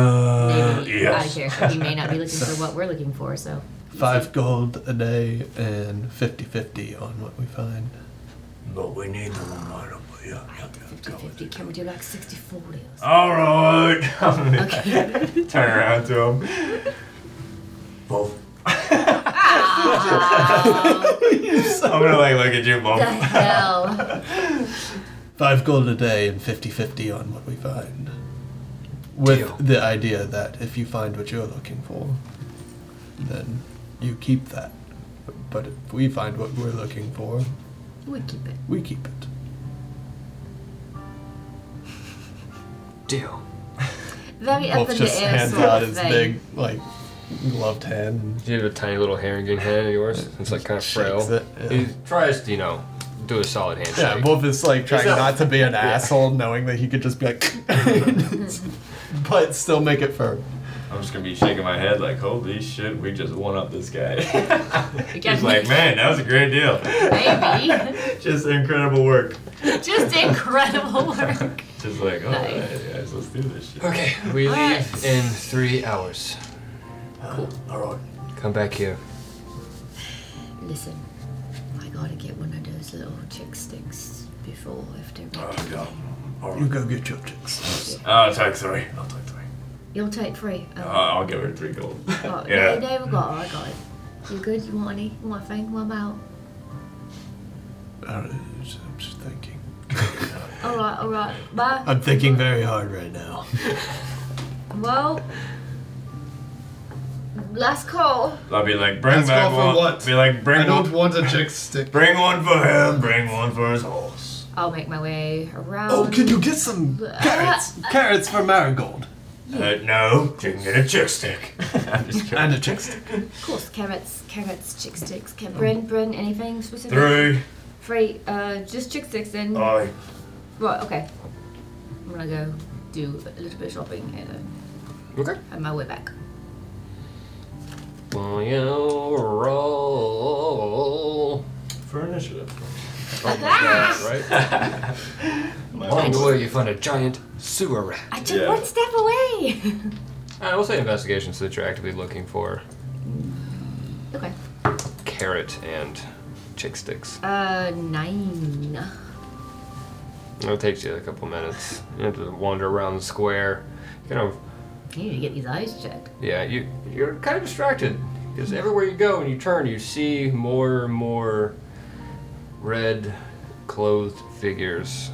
S1: maybe out of
S5: yes.
S4: <laughs>
S1: character, he may not be looking for what we're looking for. So
S4: Five gold a day and 50 50 on what we find.
S5: But we need the one right up here. Yeah, yeah, yeah, go with
S1: 50
S5: it.
S1: Can we do like 60 40 or something?
S5: All right.
S2: <laughs>
S1: Okay.
S5: Turn around to him. Both.
S2: <laughs>
S5: I'm gonna like look at you,
S1: the
S5: Bob.
S1: hell?
S4: Five gold a day and 50 50 on what we find. With the idea that if you find what you're looking for, then you keep that. But if we find what we're looking for,
S1: We keep it.
S4: we keep it.
S3: Deal.
S1: Very up
S4: Wolf
S1: in
S4: just
S1: the air
S4: hands
S1: sort
S4: out
S1: of
S4: his
S1: thing.
S4: big, like, gloved hand.
S3: Do you have a tiny little herrington hand of yours? It's like kind of frail.
S4: Shakes it, yeah.
S3: He tries to, you know, do a solid handshake.
S4: Yeah, Wolf is like trying
S3: not-
S4: not to be an asshole, knowing that he could just
S11: <laughs>
S4: be like, but still make it firm.
S2: I'm just gonna be shaking my head like, holy shit, we just won up this <laughs> guy.
S1: We got
S2: He's like, man, that was a great deal.
S1: baby.
S2: Just incredible work.
S1: <laughs> Just incredible work.
S2: Just like, all right,
S1: Nice.
S2: guys, let's do this shit.
S3: Okay, we
S1: Alright.
S3: leave in three hours.
S4: Uh,
S5: All right.
S3: Come back here.
S1: Listen, I gotta get one of those little chick sticks before if they
S5: All right. Yeah. All
S4: You
S5: right.
S4: go get your chicks.
S2: Oh, I'll take three. I'll take three.
S1: You'll take three. Oh,
S2: Uh, I'll give her three gold.
S1: oh,
S2: yeah.
S1: They, they were got. I got it. You good? You want any? You want a thing? What about?
S4: I don't know, Uh, I'm just- I'm just thinking.
S1: All right, all right. Bye.
S4: I'm thinking very hard right now.
S1: Well, last call.
S2: I'll be like, bring
S11: Let's
S2: back
S11: go for
S2: one.
S11: what?
S2: Be like,
S11: I
S2: bring
S11: don't
S2: one.
S11: want a chick stick.
S5: Bring one for him. Bring one for his horse.
S1: I'll make my way around.
S4: Oh, can you get some
S1: Uh,
S4: carrots? Carrots for marigold
S5: Uh, no, you can get a chick stick.
S2: <laughs> I'm just kidding.
S4: and a chick stick.
S1: Of course, carrots, carrots, chick sticks. Can Bryn, Bryn, anything specific?
S5: Three.
S1: Three. Uh, just chick sticks and.
S2: Oh,
S5: Aye.
S4: Oh,
S1: Right. Okay. I'm gonna go do a little bit of shopping and uh,
S3: Okay.
S1: on my way back.
S3: Well, you know, roll.
S2: For initiative.
S3: Ah! Right? Along the way, you find a giant sewer rat.
S1: I took
S2: Yeah.
S1: one step away.
S3: I will say investigation since you're actively looking for
S1: <laughs> okay.
S3: carrot and chick sticks.
S1: Uh, nine.
S3: It'll take you a couple minutes. You have to wander around the square. You kind of,
S1: You need to get these eyes checked.
S3: yeah, you you're kind of distracted because everywhere you go and you turn, you see more and more red clothed figures,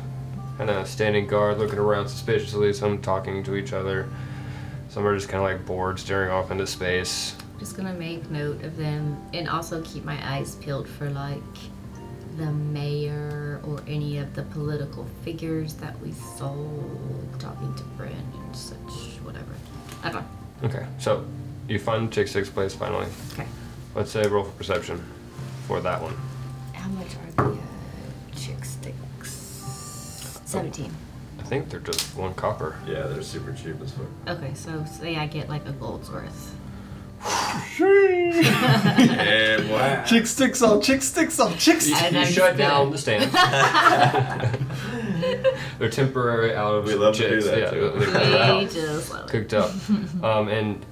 S3: kind of standing guard, looking around suspiciously. Some talking to each other. Some are just kind of like bored, staring off into space.
S1: Just gonna make note of them and also keep my eyes peeled for like the mayor or any of the political figures that we saw talking to Bryn and such, whatever. I don't know.
S3: Okay, so you find chick sticks place finally.
S1: Okay.
S3: Let's say roll for perception for that one.
S1: How much are the uh, chick sticks? 17.
S3: I think they're just one copper.
S2: Yeah, they're super cheap as fuck.
S1: Okay, so say I get like a gold's
S3: <laughs>
S1: worth.
S2: yeah,
S11: Ah.
S2: boy.
S4: Chick sticks all chick sticks all chick sticks.
S1: And
S3: you
S1: I'm just
S3: shut down
S1: <laughs>
S3: the stand. they're temporary out of
S2: We love to do
S3: chicks.
S2: that,
S3: yeah,
S2: too.
S3: they're kind
S1: <laughs>
S3: of
S1: We
S3: out,
S1: just like,
S3: cooked up. Um, and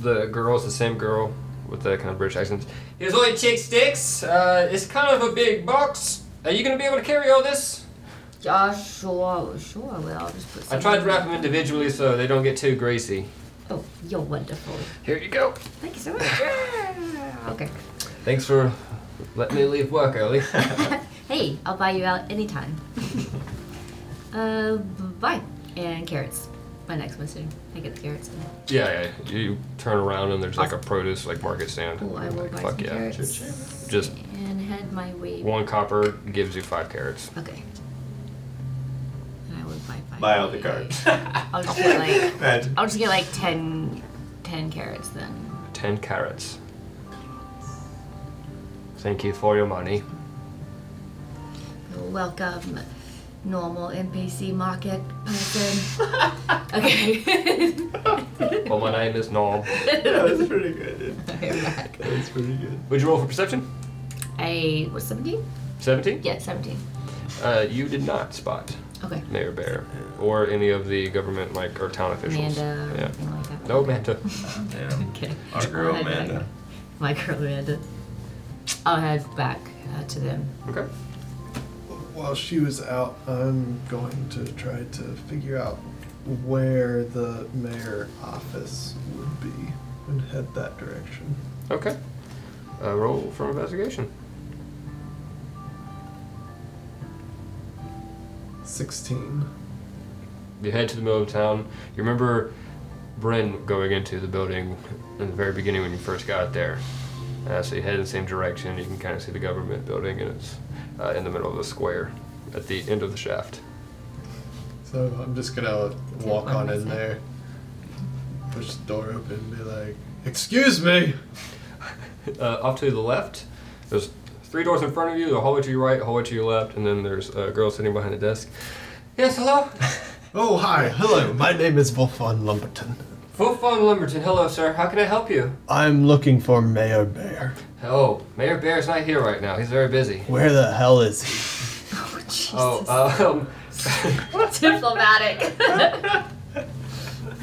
S3: the girl's the same girl with the kind of British accent. Here's only chick sticks. Uh, it's kind of a big box. Are you gonna be able to carry all this?
S1: yeah, sure, sure. Well, I'll just put.
S3: I
S1: Some
S3: tried to wrap them individually so they don't get too greasy.
S1: Oh, you're wonderful.
S3: Here you go.
S1: Thank you so much. Yeah. okay. <laughs>
S3: Thanks for letting me leave work
S2: <laughs>
S3: early.
S1: Hey, I'll buy you out anytime.
S3: <laughs>
S1: uh, bye. And carrots. My next message. I get the carrots.
S3: Yeah, yeah. You turn around and there's like a produce like market stand.
S1: Oh, I will
S3: Like,
S1: buy
S3: fuck
S1: some
S3: yeah.
S1: carrots.
S3: Just-
S1: and head my way.
S3: One copper gives you five carrots.
S1: Okay. And I will buy five.
S2: Buy all the cards.
S1: <laughs> I'll just get like
S2: <laughs> Imagine.
S1: I'll just get like 10, 10 carrots then.
S3: Ten carrots. Thank you for your money.
S1: Welcome, normal NPC market
S2: <laughs>
S1: person. okay.
S3: Well, my name is Norm.
S2: That was pretty
S1: <laughs>
S2: good, dude.
S1: I'm back.
S2: That was pretty good.
S3: Would you roll for perception?
S1: I was 17?
S3: 17?
S1: Yeah, 17.
S3: Uh, you did not spot
S1: Okay.
S3: Mayor Bear or any of the government like or town officials.
S1: Amanda or
S3: Yeah.
S1: anything like that.
S3: No, Manta.
S2: Damn.
S1: Okay.
S2: Our girl, Amanda.
S1: micromanage it. I'll head back uh, to
S2: <laughs>
S1: them.
S3: <laughs> Okay.
S11: While she was out, I'm going to try to figure out where the mayor office would be and head that direction.
S3: Okay. Uh, roll for investigation.
S11: 16.
S3: You head to the middle of town. You remember Bryn going into the building in the very beginning when you first got there. Uh, so you head in the same direction. You can kind of see the government building, and it's uh, in the middle of the square at the end of the shaft. <laughs>
S4: So I'm just gonna walk
S1: one
S4: on
S1: with
S4: in
S1: it.
S4: there, push the door open, and be like, "Excuse me."
S3: Uh, off to the left, there's three doors in front of you. The hallway to your right, hallway to your left, and then there's a girl sitting behind a desk. Yes, hello.
S4: Oh hi, hello. My name is Wolfon Lumberton.
S3: Wolfon Lumberton. Hello, sir. How can I help you?
S4: I'm looking for Mayor Bear.
S3: Oh, Mayor Bear's not here right now. He's very busy.
S4: Where the hell is he?
S3: Oh, uh, um,
S1: Diplomatic.
S3: um,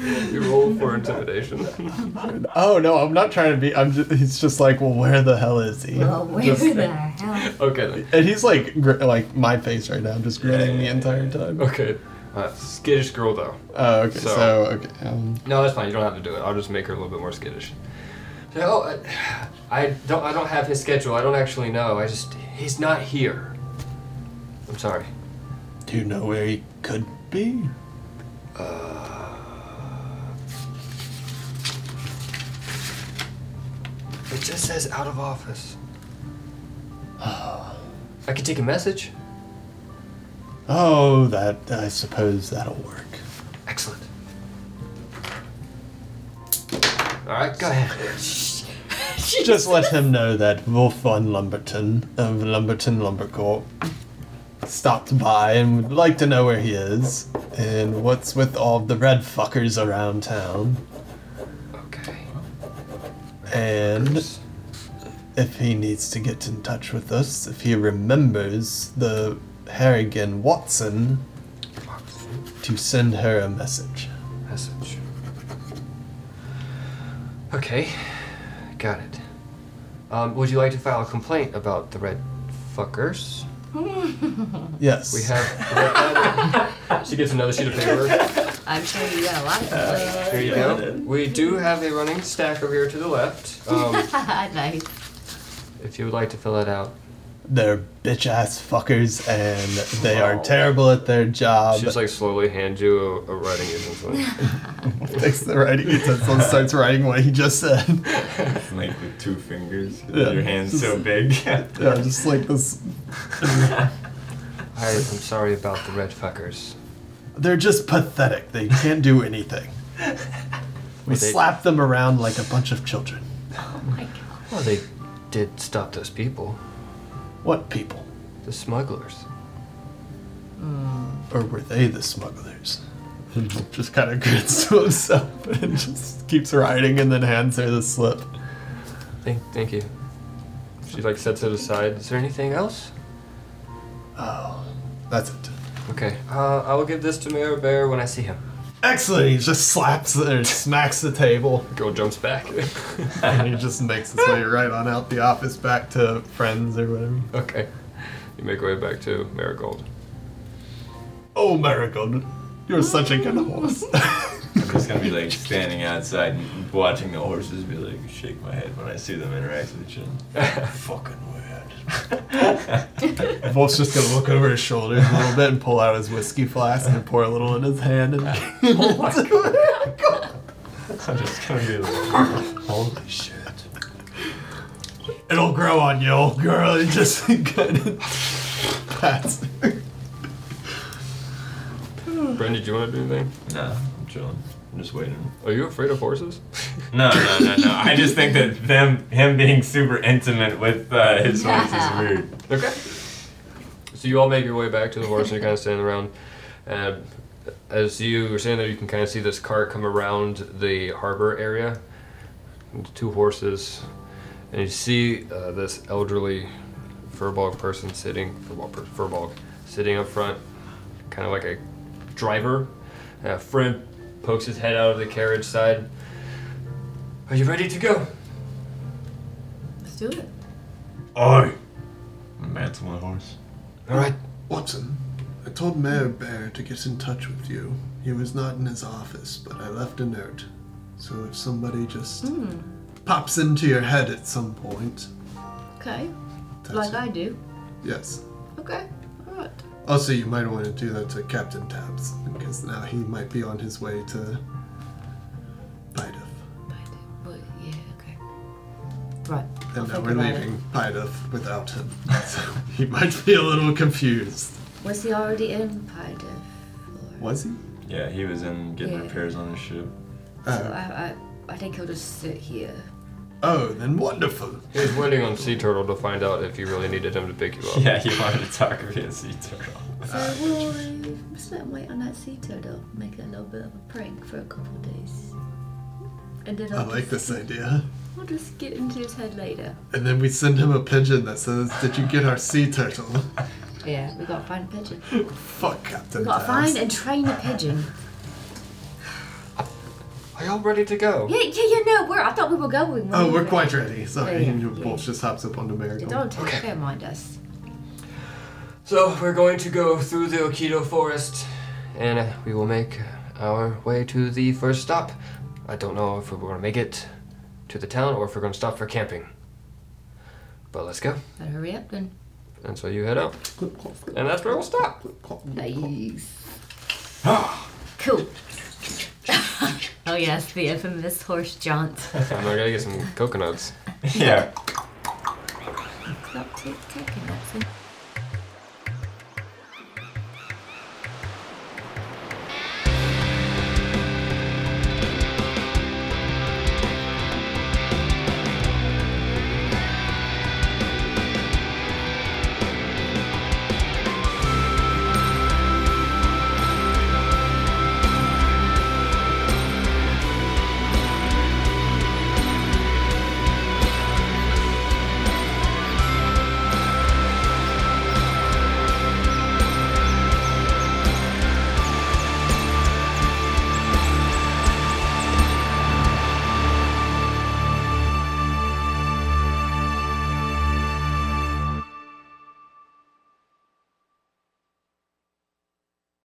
S3: <laughs> you rolled for intimidation. <laughs>
S4: Oh no, I'm not trying to be. I'm. Just, he's just like, well, where the hell is he? <laughs>
S7: Oh, where
S4: Just-
S7: the hell?
S3: okay then.
S4: and he's like, gr- like my face right now, just grinning the entire time.
S3: Okay. Uh, skittish girl though.
S4: Oh, okay. So,
S3: So-
S4: okay. Um,
S3: No, that's fine. You don't have to do it. I'll just make her a little bit more skittish. So, oh, I, I don't. I don't have his schedule. I don't actually know. I just he's not here. I'm sorry.
S4: do you know where he could be?
S3: It just says out of office. I could take a message.
S4: Oh, that I suppose that'll work.
S3: Excellent. All right, go ahead.
S4: Just let him know that Wolf von Lumberton of Lumberton Lumber Corp stopped by and would like to know where he is and what's with all the red fuckers around town.
S3: Okay.
S4: And if he needs to get in touch with us, if he remembers the Harrigan Watson, to send her a message.
S3: Message. Okay, got it. Um, would you like to file a complaint about the red fuckers?
S4: Yes.
S3: We <laughs> have. she gets another sheet of paper.
S1: I'm sure you got a lot of
S4: Uh,
S1: complaints.
S3: Here you go. We do have a running stack over here to the left. Um,
S1: <laughs> nice.
S3: if you would like to fill it out.
S4: They're bitch ass fuckers and they are terrible at their job. <laughs>
S3: She just like slowly hand you a, a writing utensil.
S4: takes the writing utensil and starts writing what he just said.
S2: <laughs> Like with two <laughs> fingers.
S4: Yeah.
S2: Your hand's so big.
S4: Yeah, just like this.
S3: I, I'm sorry about the red fuckers.
S4: They're just pathetic. They can't do anything. We
S3: Well, they-
S4: slap them around like a bunch of children.
S1: Oh
S3: Well, they did stop those people,
S4: What people?
S3: the smugglers.
S4: Or were they the smugglers? He just kind of grins to himself <laughs> and just keeps writing and then hands her the slip.
S3: Thank, thank you. She like sets it aside. Is there anything else?
S4: Oh, That's it.
S3: Okay. Uh, I will give this to Mayor Bear when I see him.
S4: Excellent! He just slaps or smacks the table
S3: Girl jumps back. <laughs>
S4: and he just makes his way right on out the office back to friends or whatever.
S3: okay. You make your way back to Marigold.
S4: Oh, Marigold, you're such a good horse. <laughs>
S2: I'm just gonna be like standing outside and watching the horses be like shake my head when I see them interact with each other. <laughs> Fucking weird.
S4: Wolf's just gonna look over his shoulder a little bit and pull out his whiskey flask and pour a little in his hand. And <laughs> oh my god!
S2: I'm just gonna be like, holy shit.
S4: It'll grow on you, old girl. It just <laughs> kind of pats.
S3: Brenda, do you want to do anything?
S2: Nah, I'm chilling. I'm just waiting.
S3: Are you afraid of horses?
S2: No, no, no, no. I just think that them him being super intimate with uh, his horse is weird.
S3: Okay. So you all make your way back to the horse, and you're kind of standing around. And as you are standing there, you can kind of see this cart come around the harbor area. and Two horses, and you see uh, this elderly furbog person sitting, furbog, per- furbog sitting up front, kind of like a driver. Uh, Fred pokes his head out of the carriage side. Are you ready to go?
S1: Let's do it.
S2: Oh!
S5: Oi!
S2: Matt's my horse.
S3: All right.
S4: Watson, I told Mayor Bear to get in touch with you. He was not in his office, but I left a note. So if somebody just
S1: Hmm,
S4: pops into your head at some point,
S1: Okay.
S4: that's
S1: Like
S4: it.
S1: I do.
S4: Yes.
S1: Okay. All right.
S4: Also, you might want to do that to Captain Tabs, because now he might be on his way to Piduff.
S1: But, but yeah. Okay. Right. I'll
S4: And now
S1: think
S4: we're
S1: about it.
S4: leaving Piduff without him. So he might be a little confused.
S1: Was he already in Pidev?
S4: Was he?
S2: <laughs> Yeah, he was in getting
S1: Yeah.
S2: repairs on his ship.
S1: So
S4: Oh,
S1: I, I, I think he'll just sit here.
S4: oh then wonderful.
S3: He was waiting on Sea Turtle to find out if you really needed him to pick <laughs> you up.
S2: Yeah, <laughs> he wanted to talk via sea turtle.
S4: uh,
S1: So we'll just let him wait on that sea turtle. Make it a little bit of a prank for a couple of days. And then
S4: I
S1: I'll
S4: like
S1: just,
S4: this idea.
S1: I'll just get into his head later.
S4: And then we send him a pigeon that says, Did you get our sea turtle?
S1: Yeah, we gotta find a pigeon.
S4: Fuck Captain
S1: We gotta
S4: Tabs.
S1: find and train a pigeon.
S3: Are y'all ready to go?
S1: Yeah, yeah, yeah. No, we're. I thought we were going.
S4: Oh, we're
S1: leaving.
S4: quite ready. Sorry,
S1: Yeah,
S4: and your
S1: yeah.
S4: wolf just hops up onto Marigold.
S1: Don't take
S3: Okay.
S1: care, mind us.
S3: So we're going to go through the Okido Forest, and uh, we will make our way to the first stop. I don't know if we're going to make it to the town or if we're going to stop for camping. But let's go.
S1: Better hurry up then.
S3: And so you head out, and that's where we'll stop.
S4: <gasps>
S1: Nice. cool. <laughs> oh yes, the infamous horse jaunt.
S4: Uh.
S3: <laughs> I'm gonna get some coconuts.
S2: Yeah.
S1: Stop taking